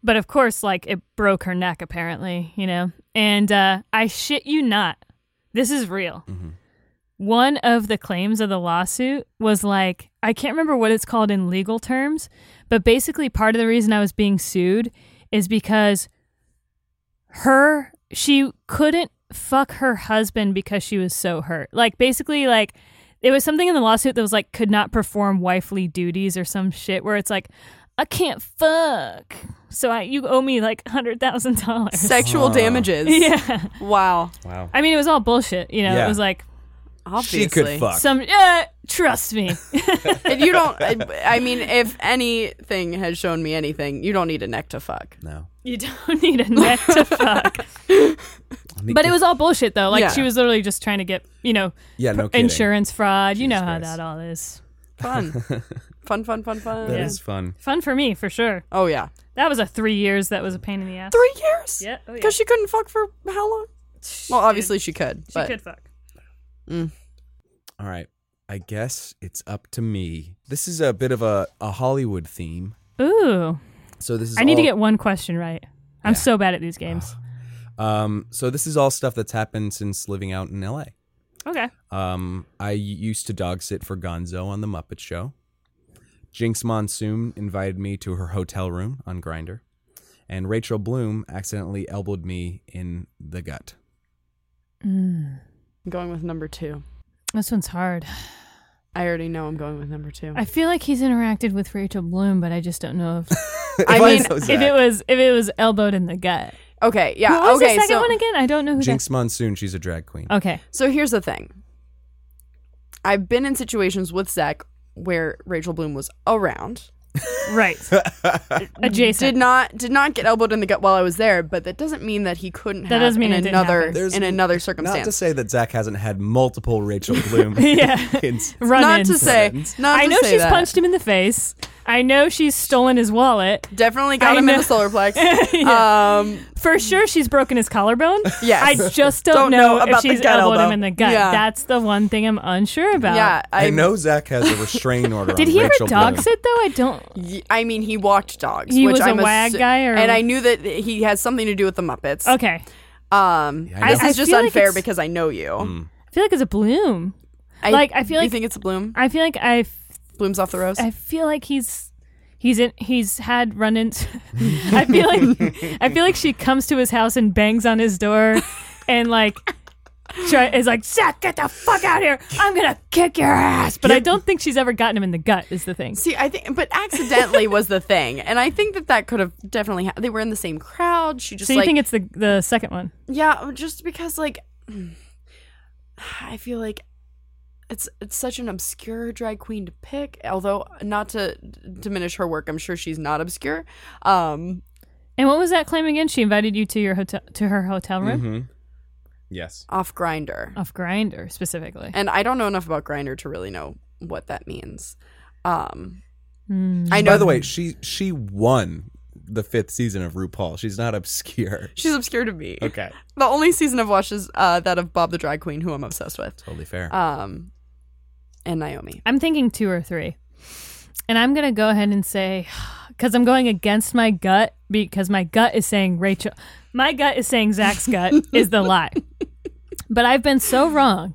[SPEAKER 1] But of course, like it broke her neck, apparently, you know? And uh, I shit you not. This is real. One of the claims of the lawsuit was like, I can't remember what it's called in legal terms, but basically, part of the reason I was being sued is because her she couldn't fuck her husband because she was so hurt. Like basically like it was something in the lawsuit that was like could not perform wifely duties or some shit where it's like I can't fuck. So I you owe me like $100,000.
[SPEAKER 2] Sexual damages.
[SPEAKER 1] Yeah.
[SPEAKER 2] Wow.
[SPEAKER 3] wow.
[SPEAKER 1] I mean it was all bullshit, you know.
[SPEAKER 3] Yeah.
[SPEAKER 1] It was like
[SPEAKER 2] Obviously.
[SPEAKER 3] She could fuck.
[SPEAKER 1] some uh, trust me.
[SPEAKER 2] If you don't. I, I mean, if anything has shown me anything, you don't need a neck to fuck.
[SPEAKER 3] no,
[SPEAKER 1] you don't need a neck to fuck. But it was all bullshit though. Like
[SPEAKER 2] Yeah.
[SPEAKER 1] she was literally just trying to get, you know,
[SPEAKER 3] yeah, no
[SPEAKER 1] insurance fraud. you know
[SPEAKER 3] Jesus
[SPEAKER 1] how
[SPEAKER 3] Christ.
[SPEAKER 1] that all is.
[SPEAKER 2] Fun. fun, fun, fun, fun.
[SPEAKER 3] That is
[SPEAKER 1] Yeah.
[SPEAKER 3] fun.
[SPEAKER 1] Fun for me, for sure.
[SPEAKER 2] Oh, yeah.
[SPEAKER 1] That was a three years. That was a pain in the ass.
[SPEAKER 2] Three years?
[SPEAKER 1] Yeah. Oh, yeah.
[SPEAKER 2] Because she couldn't fuck for how long? Well, obviously she could.
[SPEAKER 1] she
[SPEAKER 2] but
[SPEAKER 1] could fuck.
[SPEAKER 3] All right. I guess it's up to me. This is a bit of a, a Hollywood theme.
[SPEAKER 1] Ooh,
[SPEAKER 3] So this is
[SPEAKER 1] I need to
[SPEAKER 3] all-
[SPEAKER 1] get one question right. I'm so bad at these games.
[SPEAKER 3] um so this is all stuff that's happened since living out in LA.
[SPEAKER 1] Okay.
[SPEAKER 3] Um I used to dog sit for Gonzo on the Muppet Show. Jinx Monsoon invited me to her hotel room on Grinder. And Rachel Bloom accidentally elbowed me in the gut. <laughs>
[SPEAKER 2] I'm going with number two.
[SPEAKER 1] This one's hard.
[SPEAKER 2] I already know I'm going with number two.
[SPEAKER 1] I feel like he's interacted with Rachel Bloom, but I just don't know if,
[SPEAKER 2] I
[SPEAKER 3] Why
[SPEAKER 2] mean,
[SPEAKER 3] <laughs> so
[SPEAKER 1] if
[SPEAKER 3] sad?
[SPEAKER 1] it was if it was elbowed in the gut.
[SPEAKER 2] Okay, yeah.
[SPEAKER 1] What was
[SPEAKER 2] okay,
[SPEAKER 1] the second
[SPEAKER 2] so
[SPEAKER 1] one again? I don't know who.
[SPEAKER 3] Jinx Monsoon, she's a drag queen.
[SPEAKER 1] That, okay.
[SPEAKER 2] so here's the thing. I've been in situations with Zach where Rachel Bloom was around.
[SPEAKER 1] Right.
[SPEAKER 2] <laughs>
[SPEAKER 1] Adjacent.
[SPEAKER 2] Did not did not get elbowed in the gut while I was there, but that doesn't mean that he couldn't
[SPEAKER 1] That
[SPEAKER 2] have
[SPEAKER 1] doesn't mean it
[SPEAKER 2] in
[SPEAKER 1] didn't
[SPEAKER 2] another
[SPEAKER 1] happen.
[SPEAKER 3] There's
[SPEAKER 2] in another
[SPEAKER 3] Not
[SPEAKER 2] circumstance.
[SPEAKER 3] to say that Zach hasn't had multiple Rachel Bloom.
[SPEAKER 1] <laughs>
[SPEAKER 3] <laughs>
[SPEAKER 1] Yeah.
[SPEAKER 3] ins-
[SPEAKER 1] Run
[SPEAKER 2] Not to say not
[SPEAKER 1] I
[SPEAKER 2] to
[SPEAKER 1] know
[SPEAKER 2] say
[SPEAKER 1] she's
[SPEAKER 2] that.
[SPEAKER 1] punched him in the face. I know she's stolen his wallet.
[SPEAKER 2] Definitely got
[SPEAKER 1] I
[SPEAKER 2] him in
[SPEAKER 1] know.
[SPEAKER 2] the solar plex.
[SPEAKER 1] <laughs>
[SPEAKER 2] Um
[SPEAKER 1] For sure, she's broken his collarbone.
[SPEAKER 2] <laughs> Yes.
[SPEAKER 1] I just don't,
[SPEAKER 2] Don't
[SPEAKER 1] know,
[SPEAKER 2] know about
[SPEAKER 1] if
[SPEAKER 2] the
[SPEAKER 1] she's
[SPEAKER 2] gut
[SPEAKER 1] elbowed
[SPEAKER 2] elbow.
[SPEAKER 1] him in the gut.
[SPEAKER 2] Yeah.
[SPEAKER 1] That's the one thing I'm unsure about.
[SPEAKER 2] yeah,
[SPEAKER 3] I,
[SPEAKER 2] I
[SPEAKER 3] know Zach has a restraining order.
[SPEAKER 1] Did
[SPEAKER 3] on
[SPEAKER 1] he
[SPEAKER 3] Rachel
[SPEAKER 1] ever dog
[SPEAKER 3] Bloom.
[SPEAKER 1] sit though? I don't.
[SPEAKER 2] y- I mean, he walked dogs.
[SPEAKER 1] He
[SPEAKER 2] which
[SPEAKER 1] was a
[SPEAKER 2] I'm
[SPEAKER 1] wag guy or-
[SPEAKER 2] and I knew that he has something to do with the Muppets.
[SPEAKER 1] Okay.
[SPEAKER 2] Um,
[SPEAKER 3] I Mm.
[SPEAKER 2] this
[SPEAKER 1] know.
[SPEAKER 2] is
[SPEAKER 1] I
[SPEAKER 2] just
[SPEAKER 1] feel like
[SPEAKER 2] unfair
[SPEAKER 1] it's-
[SPEAKER 2] because I know you.
[SPEAKER 1] I feel like it's a bloom.
[SPEAKER 2] I,
[SPEAKER 1] Like, I feel
[SPEAKER 2] you
[SPEAKER 1] like-
[SPEAKER 2] think it's a bloom.
[SPEAKER 1] I feel like I, f-
[SPEAKER 2] Blooms off the rose.
[SPEAKER 1] I feel like he's he's in he's had run-ins. <laughs> I feel like I feel like she comes to his house and bangs on his door, and like. Try, is like Zach, get the fuck out here! I'm gonna kick your ass. But I don't think she's ever gotten him in the gut. Is the thing?
[SPEAKER 2] See, I think, but accidentally was the thing, and I think that that could have definitely. Ha- they were in the same crowd. She just
[SPEAKER 1] So you
[SPEAKER 2] like,
[SPEAKER 1] think it's the the second one?
[SPEAKER 2] yeah, uh, just because like, <sighs> I feel like it's it's such an obscure drag queen to pick. Although not to diminish her work, I'm sure she's not obscure. Um,
[SPEAKER 1] And what was that claim again? She invited you to your hotel to her hotel room
[SPEAKER 3] Mhm. Yes.
[SPEAKER 2] off grinder.
[SPEAKER 3] Oh.
[SPEAKER 1] off Grinder specifically.
[SPEAKER 2] and I don't know enough about Grinder to really know what that means. Um,
[SPEAKER 1] Hmm.
[SPEAKER 2] I know.
[SPEAKER 3] By the way, she she won the fifth season of RuPaul. She's not obscure.
[SPEAKER 2] she's obscure to me.
[SPEAKER 3] <laughs> Okay.
[SPEAKER 2] The only season I've watched is uh, that of Bob the Drag Queen, who I'm obsessed with,
[SPEAKER 3] Totally fair.
[SPEAKER 2] um, and Naomi.
[SPEAKER 1] I'm thinking two or three, and I'm gonna go ahead and say <sighs> because I'm going against my gut because my gut is saying Rachel, my gut is saying Zach's
[SPEAKER 2] <laughs>
[SPEAKER 1] gut is the lie, but I've been so wrong,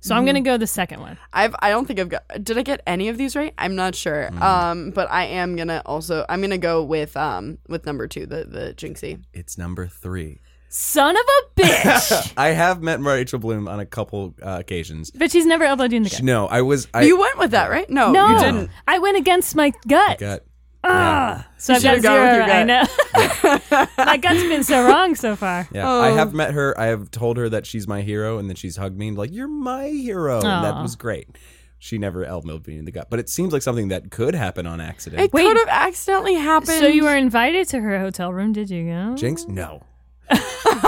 [SPEAKER 1] so
[SPEAKER 2] Mm-hmm.
[SPEAKER 1] I'm gonna go the second one.
[SPEAKER 2] I've I don't think I've got. Did I get any of these right? I'm not sure.
[SPEAKER 3] Mm.
[SPEAKER 2] Um, but I am gonna also I'm gonna go with um with number two the the Jinxie.
[SPEAKER 3] it's number three.
[SPEAKER 1] Son of a
[SPEAKER 2] <laughs>
[SPEAKER 1] bitch!
[SPEAKER 3] I have met Rachel Bloom on a couple uh, occasions.
[SPEAKER 1] but she's never elbowed you in the gut.
[SPEAKER 3] No, I was I
[SPEAKER 2] you went with that right? No,
[SPEAKER 1] no,
[SPEAKER 2] you didn't.
[SPEAKER 1] I went against my gut.
[SPEAKER 3] <laughs> got
[SPEAKER 1] Ugh. So I've got
[SPEAKER 2] should've gone with
[SPEAKER 1] zero.
[SPEAKER 2] your
[SPEAKER 1] I know. <laughs> my gut's been so wrong so far.
[SPEAKER 3] yeah. I have met her. I have told her that she's my hero, and then she's hugged me and like you're my hero. And that
[SPEAKER 1] Aw.
[SPEAKER 3] was great. She never elbowed me in the gut, but it seems like something that could happen on accident.
[SPEAKER 2] It
[SPEAKER 1] Wait.
[SPEAKER 2] could have accidentally happened.
[SPEAKER 1] So you were invited to her hotel room, did you go?
[SPEAKER 3] Jinx, no.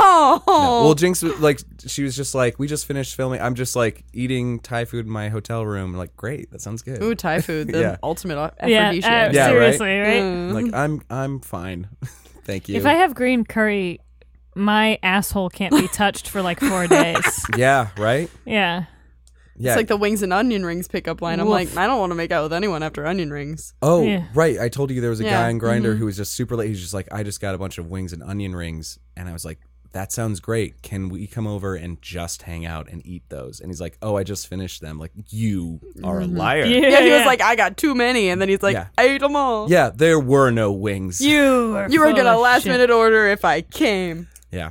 [SPEAKER 2] Oh,
[SPEAKER 3] Well, Jinx was like, she was just like, we just finished filming. I'm just like eating Thai food in my hotel room. Like, great, that sounds good.
[SPEAKER 2] ooh, Thai food, the
[SPEAKER 3] <laughs> Yeah.
[SPEAKER 2] ultimate
[SPEAKER 1] yeah, uh,
[SPEAKER 2] aphrodisiac.
[SPEAKER 3] Yeah, right?
[SPEAKER 1] seriously,
[SPEAKER 2] Mm.
[SPEAKER 1] right?
[SPEAKER 3] Like, I'm I'm fine. <laughs> Thank you.
[SPEAKER 1] If I have green curry, my asshole can't be touched for like
[SPEAKER 3] <laughs>
[SPEAKER 1] four days.
[SPEAKER 3] yeah, right.
[SPEAKER 1] Yeah.
[SPEAKER 3] Yeah.
[SPEAKER 2] It's like the wings and onion rings pickup line. I'm
[SPEAKER 1] Woof.
[SPEAKER 2] like, I don't want to make out with anyone after onion rings.
[SPEAKER 3] oh,
[SPEAKER 1] Yeah.
[SPEAKER 3] right. I told you there was a
[SPEAKER 2] Yeah, mm-hmm.
[SPEAKER 3] guy on Grinder who was just super late. He's just like, I just got a bunch of wings and onion rings, and I was like, that sounds great. Can we come over and just hang out and eat those? And he's like, Oh, I just finished them. Like, you are a liar.
[SPEAKER 2] Mm-hmm. Yeah, he was like, I got too many, and then he's like,
[SPEAKER 3] Yeah.
[SPEAKER 2] I ate them all.
[SPEAKER 3] Yeah, there were no wings.
[SPEAKER 1] you are
[SPEAKER 2] You were
[SPEAKER 1] full
[SPEAKER 2] gonna
[SPEAKER 1] of
[SPEAKER 2] last
[SPEAKER 1] shit."
[SPEAKER 2] minute order if I came.
[SPEAKER 3] Yeah.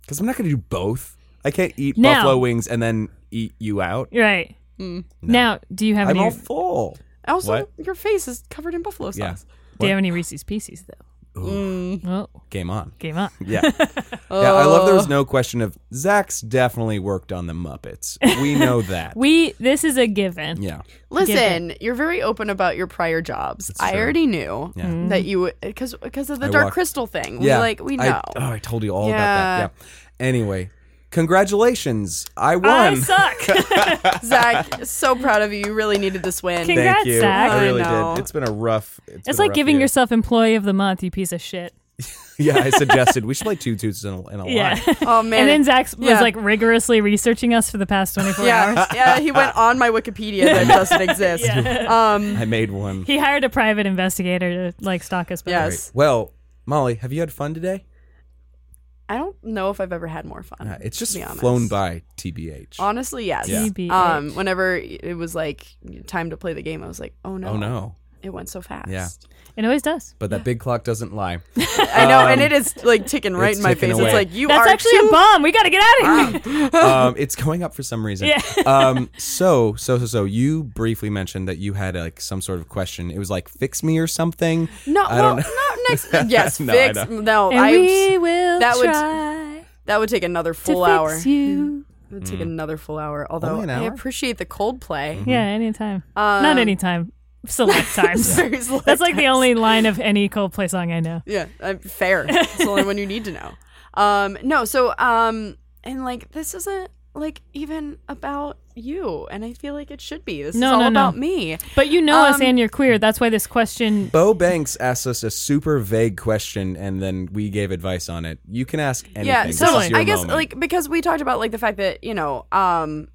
[SPEAKER 3] Because I'm not going to do both. I can't eat
[SPEAKER 1] Now-
[SPEAKER 3] buffalo wings and then eat you out.
[SPEAKER 1] Right.
[SPEAKER 2] Hmm.
[SPEAKER 1] Now, do you have
[SPEAKER 3] I'm
[SPEAKER 1] any
[SPEAKER 3] all full.
[SPEAKER 2] Also,
[SPEAKER 3] What?
[SPEAKER 2] your face is covered in buffalo
[SPEAKER 3] Yeah.
[SPEAKER 2] sauce.
[SPEAKER 1] do you have any Reese's Pieces though?
[SPEAKER 2] Mm.
[SPEAKER 1] Oh,
[SPEAKER 3] Game on.
[SPEAKER 1] game
[SPEAKER 3] <laughs>
[SPEAKER 1] on. Oh.
[SPEAKER 3] Yeah. Yeah, I love
[SPEAKER 1] <laughs>
[SPEAKER 3] there was no question of Zach's definitely worked on the Muppets. We
[SPEAKER 1] <laughs>
[SPEAKER 3] know that.
[SPEAKER 1] We this is a given.
[SPEAKER 3] yeah.
[SPEAKER 2] Listen, you're very open about your prior jobs. I
[SPEAKER 3] true.
[SPEAKER 2] already knew
[SPEAKER 1] Mm-hmm.
[SPEAKER 3] Yeah.
[SPEAKER 2] that you because because of the
[SPEAKER 3] I
[SPEAKER 2] dark
[SPEAKER 3] walked-
[SPEAKER 2] crystal thing. We
[SPEAKER 3] Yeah. <laughs>
[SPEAKER 2] like we
[SPEAKER 3] I-
[SPEAKER 2] know.
[SPEAKER 3] oh, I told you all
[SPEAKER 2] Yeah.
[SPEAKER 3] about that. Yeah. Anyway, Congratulations, I won.
[SPEAKER 1] I
[SPEAKER 3] <laughs>
[SPEAKER 1] suck.
[SPEAKER 2] Zach, so proud of you. You really needed this win.
[SPEAKER 1] Thank- Congrats,
[SPEAKER 3] Thank you.
[SPEAKER 1] Zach.
[SPEAKER 3] I
[SPEAKER 2] I
[SPEAKER 3] really
[SPEAKER 2] know.
[SPEAKER 3] did. It's been a rough. been
[SPEAKER 1] it's
[SPEAKER 3] a
[SPEAKER 1] like
[SPEAKER 3] rough
[SPEAKER 1] giving
[SPEAKER 3] year.
[SPEAKER 1] yourself employee of the month, you piece of shit.
[SPEAKER 3] <laughs>
[SPEAKER 1] <laughs>
[SPEAKER 3] Yeah, I suggested we should play two twos in a, in a <laughs>
[SPEAKER 1] Yeah.
[SPEAKER 3] line.
[SPEAKER 2] Oh
[SPEAKER 1] <laughs>
[SPEAKER 2] man.
[SPEAKER 1] And then Zach was
[SPEAKER 2] Yeah.
[SPEAKER 1] like rigorously researching us for the past 24 hours.
[SPEAKER 2] yeah, yeah, he
[SPEAKER 3] <laughs>
[SPEAKER 2] went on my Wikipedia that doesn't exist. Um,
[SPEAKER 3] I made one.
[SPEAKER 1] <laughs> He hired a private investigator to like stalk us. back.
[SPEAKER 2] Yeah.
[SPEAKER 3] All right.
[SPEAKER 2] Yes.
[SPEAKER 3] Well, Molly, have you had fun today?
[SPEAKER 2] I don't know if I've ever had more fun.
[SPEAKER 3] Uh, it's just
[SPEAKER 2] to be honest.
[SPEAKER 3] flown by, tbh.
[SPEAKER 2] Honestly, yes.
[SPEAKER 3] Yeah.
[SPEAKER 1] TBH.
[SPEAKER 2] Um, whenever it was like time to play the game, I was like, oh no,
[SPEAKER 3] oh no,
[SPEAKER 2] it went so fast.
[SPEAKER 3] Yeah.
[SPEAKER 1] It always does.
[SPEAKER 3] but that big clock
[SPEAKER 2] <laughs>
[SPEAKER 3] doesn't lie.
[SPEAKER 2] I know, and it is like ticking right
[SPEAKER 3] Um, it's
[SPEAKER 2] in my
[SPEAKER 3] ticking
[SPEAKER 2] face.
[SPEAKER 3] away.
[SPEAKER 2] It's like you
[SPEAKER 1] That's
[SPEAKER 2] are
[SPEAKER 1] actually
[SPEAKER 2] too Ah.
[SPEAKER 1] a bomb. We got to get out of here.
[SPEAKER 3] um, it's going up for some reason.
[SPEAKER 1] Yeah.
[SPEAKER 3] <laughs> um, so, so, so, so, you briefly mentioned that you had like some sort of question. It was like fix me or something.
[SPEAKER 2] No,
[SPEAKER 3] I
[SPEAKER 2] well,
[SPEAKER 3] don't know. <laughs>
[SPEAKER 2] not next. Yes,
[SPEAKER 3] No, I
[SPEAKER 2] fix.
[SPEAKER 3] don't.
[SPEAKER 2] No,
[SPEAKER 1] and
[SPEAKER 2] <laughs> I,
[SPEAKER 1] we will
[SPEAKER 2] that would-
[SPEAKER 1] try
[SPEAKER 2] that would take another
[SPEAKER 1] to
[SPEAKER 2] full
[SPEAKER 1] fix
[SPEAKER 2] hour.
[SPEAKER 1] you.
[SPEAKER 2] It would take another full hour. Although
[SPEAKER 3] Mm. Only an
[SPEAKER 2] I
[SPEAKER 3] hour? Mm-hmm.
[SPEAKER 2] appreciate the Coldplay. <laughs>
[SPEAKER 1] Yeah, anytime.
[SPEAKER 2] Um,
[SPEAKER 1] Not anytime.
[SPEAKER 2] <laughs>
[SPEAKER 1] Select times.
[SPEAKER 2] There's
[SPEAKER 1] That's like the only line of any Coldplay song I know.
[SPEAKER 2] <laughs> Yeah, uh, fair. It's the only one you need
[SPEAKER 1] <laughs>
[SPEAKER 2] to know. Um, no, so um, and like this isn't like even about you, and I feel like it should be. This
[SPEAKER 1] No,
[SPEAKER 2] is all
[SPEAKER 1] no, no.
[SPEAKER 2] about me.
[SPEAKER 1] But you know us
[SPEAKER 2] Um,
[SPEAKER 1] and you're queer. That's why this question.
[SPEAKER 3] Bo Banks asked us a super vague question, and then we gave advice on it. You can ask anything.
[SPEAKER 2] Yeah,
[SPEAKER 3] This
[SPEAKER 2] so
[SPEAKER 3] is
[SPEAKER 1] totally.
[SPEAKER 3] your
[SPEAKER 2] I guess
[SPEAKER 3] moment.
[SPEAKER 2] like because we talked about like the fact that you know um,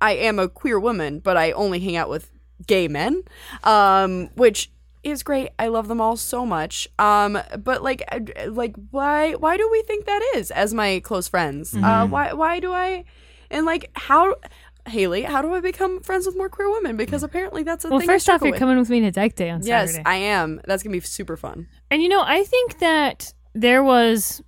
[SPEAKER 2] I am a queer woman, but I only hang out with gay men, um, which is great. I love them all so much. Um, but like I- like why why do we think that is as my close friends? Uh,
[SPEAKER 3] Mm-hmm.
[SPEAKER 2] why why do I and like how. Haley, how do I become friends with more queer women? Because apparently that's a
[SPEAKER 1] Well,
[SPEAKER 2] thing. I
[SPEAKER 1] first off,
[SPEAKER 2] struggle
[SPEAKER 1] you're
[SPEAKER 2] with.
[SPEAKER 1] coming with me to Dyke Day on
[SPEAKER 2] Yes,
[SPEAKER 1] Saturday.
[SPEAKER 2] I am. That's gonna be super fun. <laughs>
[SPEAKER 1] And you know, I think that there was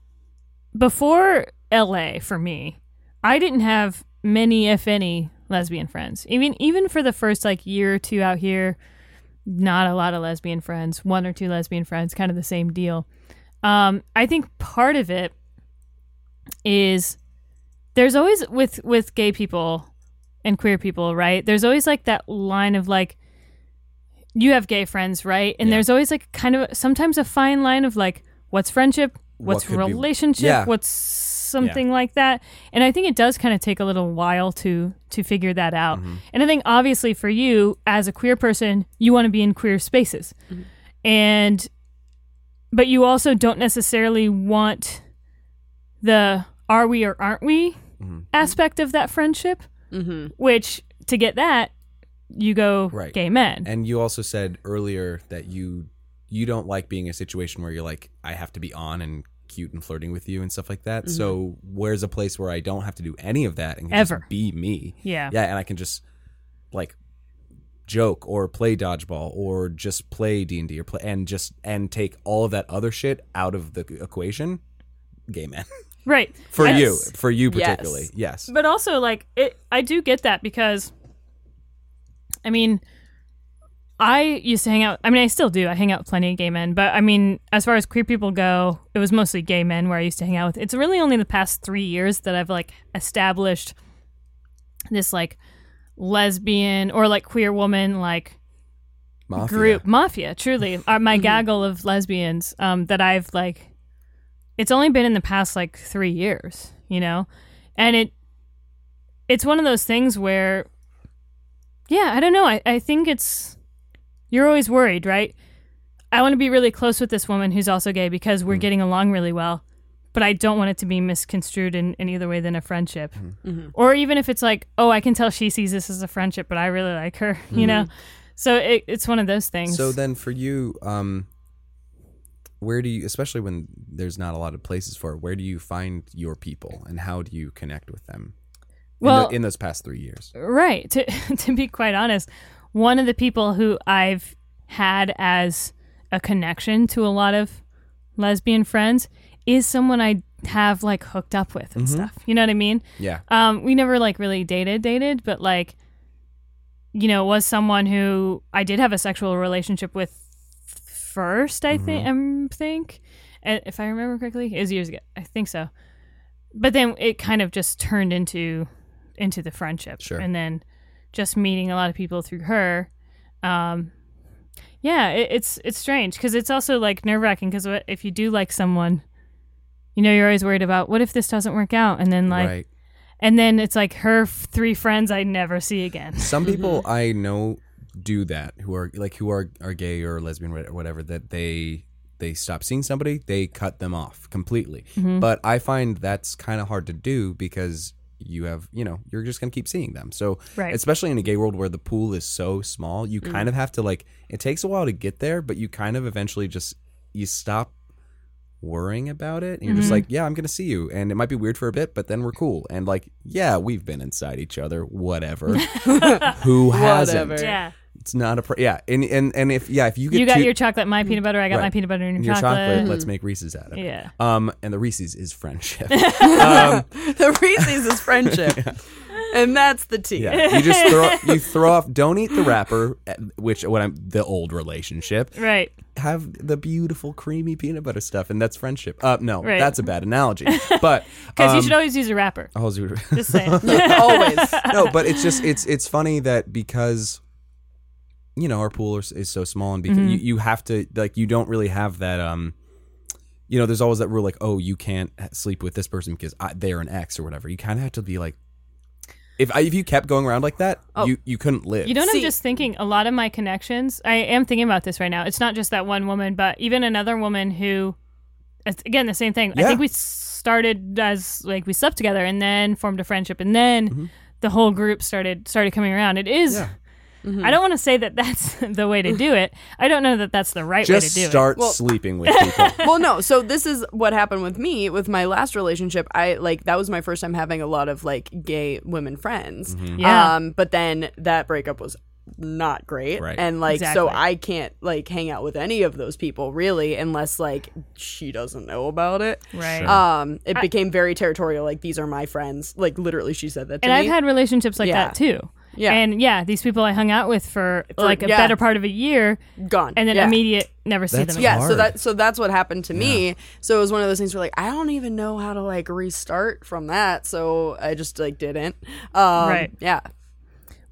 [SPEAKER 1] before LA for me, I didn't have many, if any, lesbian friends. Even even for the first like year or two out here, not a lot of lesbian friends, one or two lesbian friends, kind of the same deal. Um, I think part of it is there's always with with gay people and queer people, right? There's always like that line of like you have gay friends, right? And
[SPEAKER 3] Yeah.
[SPEAKER 1] there's always like kind of sometimes a fine line of like what's friendship,
[SPEAKER 3] What
[SPEAKER 1] what's
[SPEAKER 3] could be-
[SPEAKER 1] relationship,
[SPEAKER 3] Yeah.
[SPEAKER 1] what's something like that. And I think it does kind of take a little while to to figure that out.
[SPEAKER 3] Mm-hmm.
[SPEAKER 1] And I think obviously for you as a queer person, you want to be in queer spaces. And but you also don't necessarily want the are we or aren't we
[SPEAKER 3] Mm-hmm.
[SPEAKER 1] aspect of that friendship,
[SPEAKER 2] Mm-hmm.
[SPEAKER 1] which to get that, you go
[SPEAKER 3] Right.
[SPEAKER 1] gay men.
[SPEAKER 3] And you also said earlier that you you don't like being in a situation where you're like I have to be on and cute and flirting with you and stuff like that. So where's a place where I don't have to do any of that and can
[SPEAKER 1] Mm-hmm. Ever.
[SPEAKER 3] just be me?
[SPEAKER 1] yeah.
[SPEAKER 3] Yeah, and I can just like joke or play dodgeball or just play D&D or play and just and take all of that other shit out of the equation. Gay man.
[SPEAKER 1] Right.
[SPEAKER 3] <laughs> For
[SPEAKER 1] Yes.
[SPEAKER 3] you, for you
[SPEAKER 2] Yes.
[SPEAKER 3] particularly. Yes.
[SPEAKER 1] But also like it I do get that because I mean I used to hang out I mean I still do. I hang out with plenty of gay men, but I mean as far as queer people go, it was mostly gay men where I used to hang out with. It's really only the past 3 years that I've like established this like lesbian or like queer woman like
[SPEAKER 3] Mafia.
[SPEAKER 1] group mafia truly are my gaggle of lesbians um that i've like it's only been in the past like three years you know and it it's one of those things where yeah i don't know i, I think it's you're always worried right i want to be really close with this woman who's also gay because
[SPEAKER 3] Mm.
[SPEAKER 1] we're getting along really well but i don't want it to be misconstrued in any other way than a friendship
[SPEAKER 3] Mm-hmm.
[SPEAKER 1] or even if it's like oh i can tell she sees this as a friendship but i really like her <laughs> you know so it, it's one of those things
[SPEAKER 3] Mm-hmm. So then for you, um, where do you, especially when there's not a lot of places for it, where do you find your people and how do you connect with them? In the-
[SPEAKER 1] Well-
[SPEAKER 3] in, those past three years.
[SPEAKER 1] right to, <laughs> to be quite honest one of the people who i've had as a connection to a lot of lesbian friends is someone i have like hooked up with
[SPEAKER 3] Mm-hmm.
[SPEAKER 1] and stuff you know what i mean
[SPEAKER 3] Yeah.
[SPEAKER 1] um we never like really dated dated but like you know was someone who i did have a sexual relationship with first i think um, think Uh, if i remember correctly it was years ago i think so but then it kind of just turned into into the friendship
[SPEAKER 3] Sure.
[SPEAKER 1] and then just meeting a lot of people through her um yeah it, it's it's strange because it's also like nerve-wracking because if you do like someone you know, you're always worried about what if this doesn't work out, and then like,
[SPEAKER 3] right.
[SPEAKER 1] and then it's like her f- three friends I never see
[SPEAKER 3] <laughs>
[SPEAKER 1] again.
[SPEAKER 3] Some people I know do that who are like who are are gay or lesbian or whatever that they they stop seeing somebody, they cut them off completely. But I find that's kind of hard to do because you have, you know, you're just going to keep seeing them. So,
[SPEAKER 1] Right. Mm.
[SPEAKER 3] especially in a gay world where the pool is so small, you kind of have to like it takes a while to get there, but you kind of eventually just you stop worrying about it and you're
[SPEAKER 1] Mm-hmm.
[SPEAKER 3] just like, yeah, I'm going to see you and it might be weird for a bit, but then we're cool. And like, yeah, we've been inside each other,
[SPEAKER 1] <laughs>
[SPEAKER 3] whatever. Who hasn't?
[SPEAKER 2] Whatever.
[SPEAKER 1] Yeah,
[SPEAKER 3] It's not a pr- yeah, and and and if yeah, if you get
[SPEAKER 1] you got
[SPEAKER 3] two-
[SPEAKER 1] your chocolate, my peanut butter. I got
[SPEAKER 3] Right.
[SPEAKER 1] my peanut butter and your,
[SPEAKER 3] your chocolate.
[SPEAKER 1] chocolate. Mm-hmm.
[SPEAKER 3] Let's make Reese's out of it.
[SPEAKER 1] Yeah.
[SPEAKER 3] Um, and the Reese's is
[SPEAKER 1] <laughs>
[SPEAKER 3] friendship.
[SPEAKER 2] the Reese's is
[SPEAKER 3] <laughs>
[SPEAKER 2] friendship, and that's the tea.
[SPEAKER 3] yeah. You just throw you throw off. Don't eat the wrapper, eh, which when I'm the old relationship.
[SPEAKER 1] <laughs> Right.
[SPEAKER 3] Have the beautiful creamy peanut butter stuff, and that's friendship. Uh, no,
[SPEAKER 1] Right.
[SPEAKER 3] that's a
[SPEAKER 1] <laughs>
[SPEAKER 3] bad analogy. But
[SPEAKER 1] Because
[SPEAKER 3] um,
[SPEAKER 1] you should always use a wrapper.
[SPEAKER 3] I'll <laughs> do-
[SPEAKER 1] <laughs> Just saying.
[SPEAKER 2] Always.
[SPEAKER 3] no, but it's just it's it's funny that because you know our pool is, is so small and
[SPEAKER 1] Mm-hmm.
[SPEAKER 3] because you, you have to like you don't really have that um you know there's always that rule like oh you can't ha- sleep with this person because I, they're an ex or whatever you kind of have to be like if I, if you kept going around like that you you couldn't live
[SPEAKER 1] Oh. You know what
[SPEAKER 2] See-
[SPEAKER 1] I'm just thinking? A lot of my connections, I am thinking about this right now. It's not just that one woman, but even another woman who, it's, again, the same thing. I
[SPEAKER 3] Yeah.
[SPEAKER 1] think we started as like we slept together and then formed a friendship and then
[SPEAKER 3] Mm-hmm.
[SPEAKER 1] the whole group started started coming around. It is. I don't want to say that that's <laughs> the way to do it. I don't know that that's the right way
[SPEAKER 3] just
[SPEAKER 1] to do
[SPEAKER 3] start
[SPEAKER 1] <laughs>
[SPEAKER 3] sleeping with people
[SPEAKER 2] <laughs> well no so this is what happened with me with my last relationship i like that was my first time having a lot of like gay women friends
[SPEAKER 1] Yeah.
[SPEAKER 2] um but then that breakup was not great
[SPEAKER 3] Right.
[SPEAKER 2] and like so
[SPEAKER 1] Exactly.
[SPEAKER 2] i can't like hang out with any of those people really unless like she doesn't know about it
[SPEAKER 1] it. Right.
[SPEAKER 3] Sure.
[SPEAKER 2] um it became very territorial like these are my friends like literally she said that to
[SPEAKER 1] and
[SPEAKER 2] me
[SPEAKER 1] I've had relationships like
[SPEAKER 2] Yeah.
[SPEAKER 1] that too.
[SPEAKER 2] Yeah. Oh,
[SPEAKER 1] And yeah, these people I hung out with for, like a
[SPEAKER 2] yeah.
[SPEAKER 1] better part of a year
[SPEAKER 2] gone
[SPEAKER 1] and then
[SPEAKER 2] yeah.
[SPEAKER 1] immediate never see
[SPEAKER 3] That's
[SPEAKER 1] them again.
[SPEAKER 2] yeah so
[SPEAKER 3] hard.
[SPEAKER 2] that so that's what happened to me so it was one of those things where like i don't even know how to like restart from that so i just like didn't um
[SPEAKER 1] Right.
[SPEAKER 3] <laughs>
[SPEAKER 2] yeah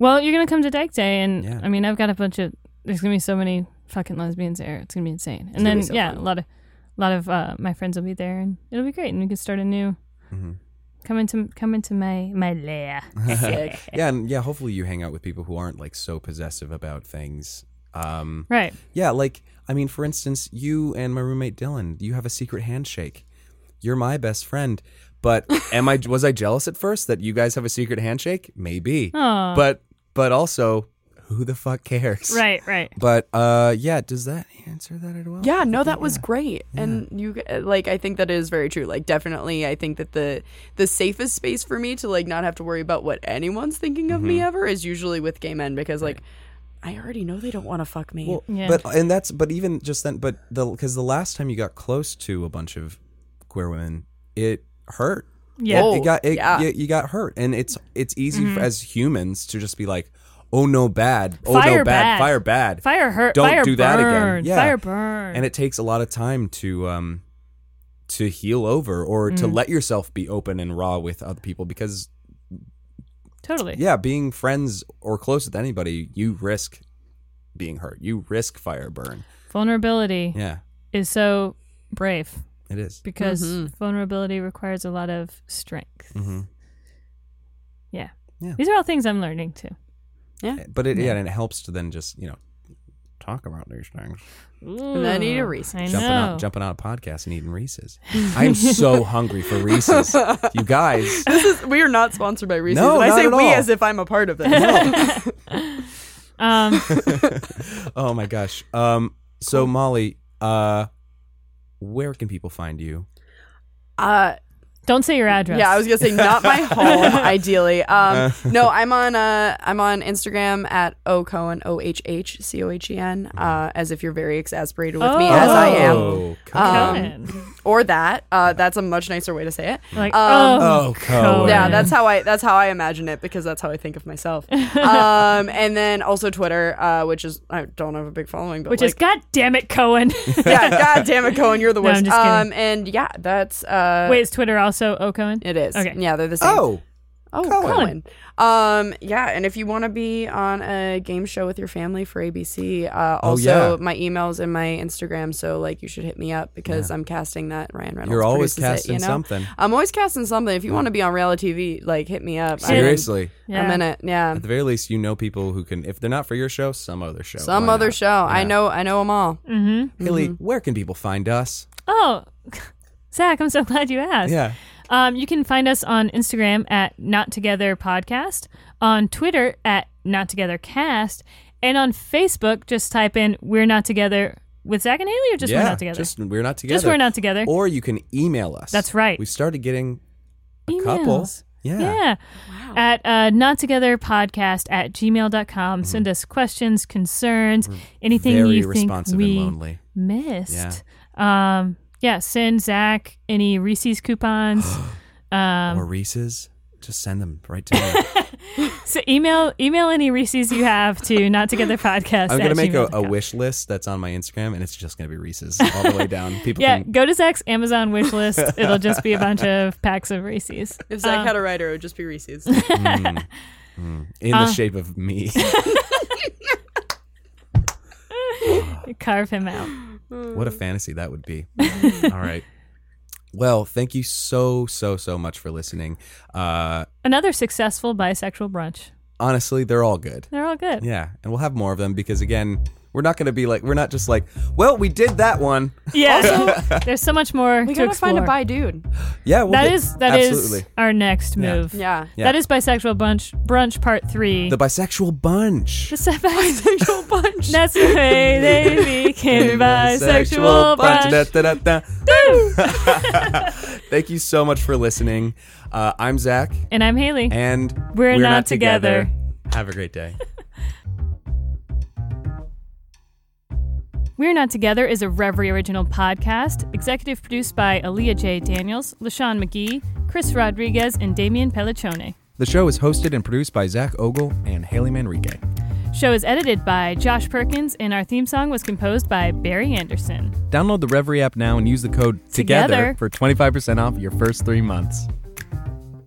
[SPEAKER 1] Well, you're gonna come to Dyke Day, and
[SPEAKER 3] Yeah.
[SPEAKER 1] I mean, I've got a bunch of. There's gonna be so many fucking lesbians there. It's gonna be insane. And
[SPEAKER 2] gonna
[SPEAKER 1] then
[SPEAKER 2] be so
[SPEAKER 1] yeah,
[SPEAKER 2] fun.
[SPEAKER 1] a lot of, a lot of uh, my friends will be there, and it'll be great, and we can start a new.
[SPEAKER 3] Mm-hmm.
[SPEAKER 1] Come into come into my my lair.
[SPEAKER 2] Sick.
[SPEAKER 3] yeah and yeah hopefully you hang out with people who aren't like so possessive about things um
[SPEAKER 1] right.
[SPEAKER 3] Yeah, like I mean, for instance, you and my roommate Dylan, you have a secret handshake. You're my best friend,
[SPEAKER 1] <laughs>
[SPEAKER 3] but am I was I jealous at first that you guys have a secret handshake? Maybe,
[SPEAKER 1] Aw.
[SPEAKER 3] but but also, who the fuck cares?
[SPEAKER 1] Right. Right.
[SPEAKER 3] But uh, yeah, does that answer that at all?
[SPEAKER 2] yeah no that was great and you g- like i think that is very true like definitely i think that the the safest space for me to like not have to worry about what anyone's thinking of
[SPEAKER 3] Mm-hmm.
[SPEAKER 2] me ever is usually with gay men because like i already know they don't want to fuck me
[SPEAKER 3] Well,
[SPEAKER 1] Yeah.
[SPEAKER 3] but and that's but even just then, but the because the last time you got close to a bunch of queer women, it hurt.
[SPEAKER 1] Yeah. Mm-hmm.
[SPEAKER 2] Whoa.
[SPEAKER 3] it got it,
[SPEAKER 2] yeah.
[SPEAKER 3] you, you got hurt and it's it's easy for, as humans to just be like oh no bad oh no
[SPEAKER 1] Fire
[SPEAKER 3] bad
[SPEAKER 1] bad.
[SPEAKER 3] fire bad
[SPEAKER 1] Fire hurt.
[SPEAKER 3] don't
[SPEAKER 1] fire
[SPEAKER 3] do that
[SPEAKER 1] burn,
[SPEAKER 3] again yeah
[SPEAKER 1] Fire burn.
[SPEAKER 3] and it takes a lot of time to um to heal over or to
[SPEAKER 1] Mm.
[SPEAKER 3] let yourself be open and raw with other people because
[SPEAKER 1] totally.
[SPEAKER 3] yeah being friends or close with anybody you risk being hurt you risk fire burn
[SPEAKER 1] Vulnerability
[SPEAKER 3] yeah
[SPEAKER 1] is so brave
[SPEAKER 3] it is.
[SPEAKER 1] because
[SPEAKER 2] Mm-hmm.
[SPEAKER 1] vulnerability requires a lot of strength.
[SPEAKER 3] Mhm.
[SPEAKER 1] Yeah.
[SPEAKER 3] Yeah.
[SPEAKER 1] These are all things I'm learning too.
[SPEAKER 3] but it yeah and it helps to then just you know talk about these things
[SPEAKER 1] Ooh,
[SPEAKER 2] Mm. I need a Reese's.
[SPEAKER 1] I
[SPEAKER 3] jumping
[SPEAKER 1] know.
[SPEAKER 3] out jumping on a podcast and eating Reese's. I'm so hungry for Reese's. You
[SPEAKER 2] <laughs>
[SPEAKER 3] guys.
[SPEAKER 2] <laughs> this is we are not sponsored by Reese's.
[SPEAKER 3] No,
[SPEAKER 2] and I
[SPEAKER 3] not
[SPEAKER 2] say
[SPEAKER 3] at
[SPEAKER 2] we
[SPEAKER 3] all.
[SPEAKER 2] as if I'm a part of this.
[SPEAKER 1] <laughs> Um,
[SPEAKER 3] Oh my gosh. Um so Molly, uh where can people find you?
[SPEAKER 2] <laughs> Uh,
[SPEAKER 1] don't say your address.
[SPEAKER 2] Yeah, I was gonna say
[SPEAKER 1] <laughs>
[SPEAKER 2] not my home, ideally. Um, no, I'm on uh, I'm on Instagram at o cohen o h h c o h e n uh,
[SPEAKER 1] Mm.
[SPEAKER 2] as if you're very exasperated with me as I am,
[SPEAKER 3] Oh,
[SPEAKER 2] Um,
[SPEAKER 3] Cohen.
[SPEAKER 1] Conan.
[SPEAKER 2] or that. Uh, that's a much nicer way to say it.
[SPEAKER 1] like
[SPEAKER 2] um,
[SPEAKER 1] oh,
[SPEAKER 3] oh, Cohen.
[SPEAKER 2] Yeah,
[SPEAKER 3] Cohen.
[SPEAKER 2] that's how I that's how I imagine it because that's how I think of
[SPEAKER 1] <laughs>
[SPEAKER 2] myself. Um, and then also Twitter, uh, which is I don't have a big following, but
[SPEAKER 1] which
[SPEAKER 2] like,
[SPEAKER 1] is God damn it,
[SPEAKER 2] <laughs>
[SPEAKER 1] Cohen. <laughs>
[SPEAKER 2] yeah, god damn it, Cohen, you're the
[SPEAKER 1] No, I'm
[SPEAKER 2] worst.
[SPEAKER 1] just kidding.
[SPEAKER 2] um, and yeah, that's uh,
[SPEAKER 1] Wait, is Twitter also O Cohen?
[SPEAKER 2] it is.
[SPEAKER 1] Okay.
[SPEAKER 2] Yeah, they're the same.
[SPEAKER 3] Oh.
[SPEAKER 2] Oh, Colin.
[SPEAKER 3] Colin.
[SPEAKER 2] Um, yeah, and if you want to be on a game show with your family for ABC, uh,
[SPEAKER 3] Oh,
[SPEAKER 2] also
[SPEAKER 3] yeah.
[SPEAKER 2] my emails and my Instagram, so like you should hit me up because I'm casting that Ryan Reynolds.
[SPEAKER 3] You're always
[SPEAKER 2] produces it,
[SPEAKER 3] casting
[SPEAKER 2] you know?
[SPEAKER 3] something.
[SPEAKER 2] I'm always casting something. If you want to be on reality TV, like hit me up. I'm in-
[SPEAKER 3] Seriously.
[SPEAKER 2] I'm in it. Yeah,
[SPEAKER 3] At the very least, you know people who can, if they're not for your show, some other show.
[SPEAKER 2] some
[SPEAKER 3] Why
[SPEAKER 2] other
[SPEAKER 3] not?
[SPEAKER 2] show. I know. I know them all.
[SPEAKER 1] Mm-hmm.
[SPEAKER 3] Haley, where can people find us?
[SPEAKER 1] Oh, <laughs> Zach, I'm so glad you asked.
[SPEAKER 3] Yeah.
[SPEAKER 1] Um, you can find us on Instagram at Not Together Podcast, on Twitter at Not Together Cast, and on Facebook, just type in We're Not Together with Zach and Haley or just
[SPEAKER 3] yeah.
[SPEAKER 1] We're Not Together?
[SPEAKER 3] Just we're not together.
[SPEAKER 1] Just We're Not Together.
[SPEAKER 3] Or you can email us.
[SPEAKER 1] That's right.
[SPEAKER 3] We started getting a couple.
[SPEAKER 1] Emails.
[SPEAKER 3] Yeah.
[SPEAKER 1] Yeah. At uh, not together podcast at gmail.com. Send us questions, concerns, anything
[SPEAKER 3] Mm-hmm. Very
[SPEAKER 1] you think
[SPEAKER 3] responsive
[SPEAKER 1] we
[SPEAKER 3] and lonely.
[SPEAKER 1] missed. Yeah. Um, yeah. Send Zach any Reese's coupons. um,
[SPEAKER 3] or Reese's. Just send them right
[SPEAKER 1] <laughs>
[SPEAKER 3] to me.
[SPEAKER 1] so email email any Reese's you have
[SPEAKER 3] <laughs>
[SPEAKER 1] to not together podcast.
[SPEAKER 3] I'm gonna
[SPEAKER 1] at
[SPEAKER 3] make a, a
[SPEAKER 1] gmail.com.
[SPEAKER 3] wish list that's on my Instagram, and it's just gonna be Reese's all the way
[SPEAKER 1] <laughs>
[SPEAKER 3] down. People
[SPEAKER 1] Yeah,
[SPEAKER 3] can
[SPEAKER 1] go to Zach's Amazon wish
[SPEAKER 3] <laughs>
[SPEAKER 1] list. It'll just be a bunch of packs of Reese's.
[SPEAKER 2] If Uh. Zach had a writer, it would just be <laughs> Reese's.
[SPEAKER 3] in
[SPEAKER 1] uh,
[SPEAKER 3] the shape
[SPEAKER 1] <laughs>
[SPEAKER 3] of me.
[SPEAKER 1] Carve him out.
[SPEAKER 3] what a fantasy that would be.
[SPEAKER 1] Mm.
[SPEAKER 3] all right. Well, thank you so so so much for listening. Uh,
[SPEAKER 1] Another successful bisexual brunch.
[SPEAKER 3] honestly, they're all good.
[SPEAKER 1] They're all good.
[SPEAKER 3] Yeah, and we'll have more of them because again, we're not gonna be like we're not just like, well, we did that one. <laughs>
[SPEAKER 1] Yeah. there's so much more
[SPEAKER 2] we
[SPEAKER 1] to
[SPEAKER 2] gotta
[SPEAKER 1] explore.
[SPEAKER 2] find a bi dude.
[SPEAKER 3] Yeah, we'll
[SPEAKER 1] That
[SPEAKER 3] get-
[SPEAKER 1] is that is
[SPEAKER 3] absolutely
[SPEAKER 1] our next
[SPEAKER 3] Yeah.
[SPEAKER 1] move.
[SPEAKER 2] Yeah.
[SPEAKER 3] Yeah.
[SPEAKER 1] That is bisexual brunch brunch part three.
[SPEAKER 3] the bisexual bunch.
[SPEAKER 1] Just <laughs> a fact.
[SPEAKER 2] Bisexual bunch.
[SPEAKER 1] That's the way
[SPEAKER 2] <laughs>
[SPEAKER 1] they became bisexual brunch.
[SPEAKER 3] Da-da-da-da. <laughs> Thank you so much for listening. Uh, I'm Zach,
[SPEAKER 1] And I'm Haley.
[SPEAKER 3] and
[SPEAKER 1] We're not together.
[SPEAKER 3] Have a great day.
[SPEAKER 1] We're Not Together is a Reverie original podcast, executive produced by Aaliyah J. Daniels, LaShawn McGee, Chris Rodriguez, and Damian Pelliccione.
[SPEAKER 3] The show is hosted and produced by Zach Ogle and Haley Manrique.
[SPEAKER 1] Show is edited by Josh Perkins, and our theme song was composed by Barry Anderson.
[SPEAKER 3] Download the Reverie app now and use the code
[SPEAKER 1] Together.
[SPEAKER 3] for 25% off your first three months.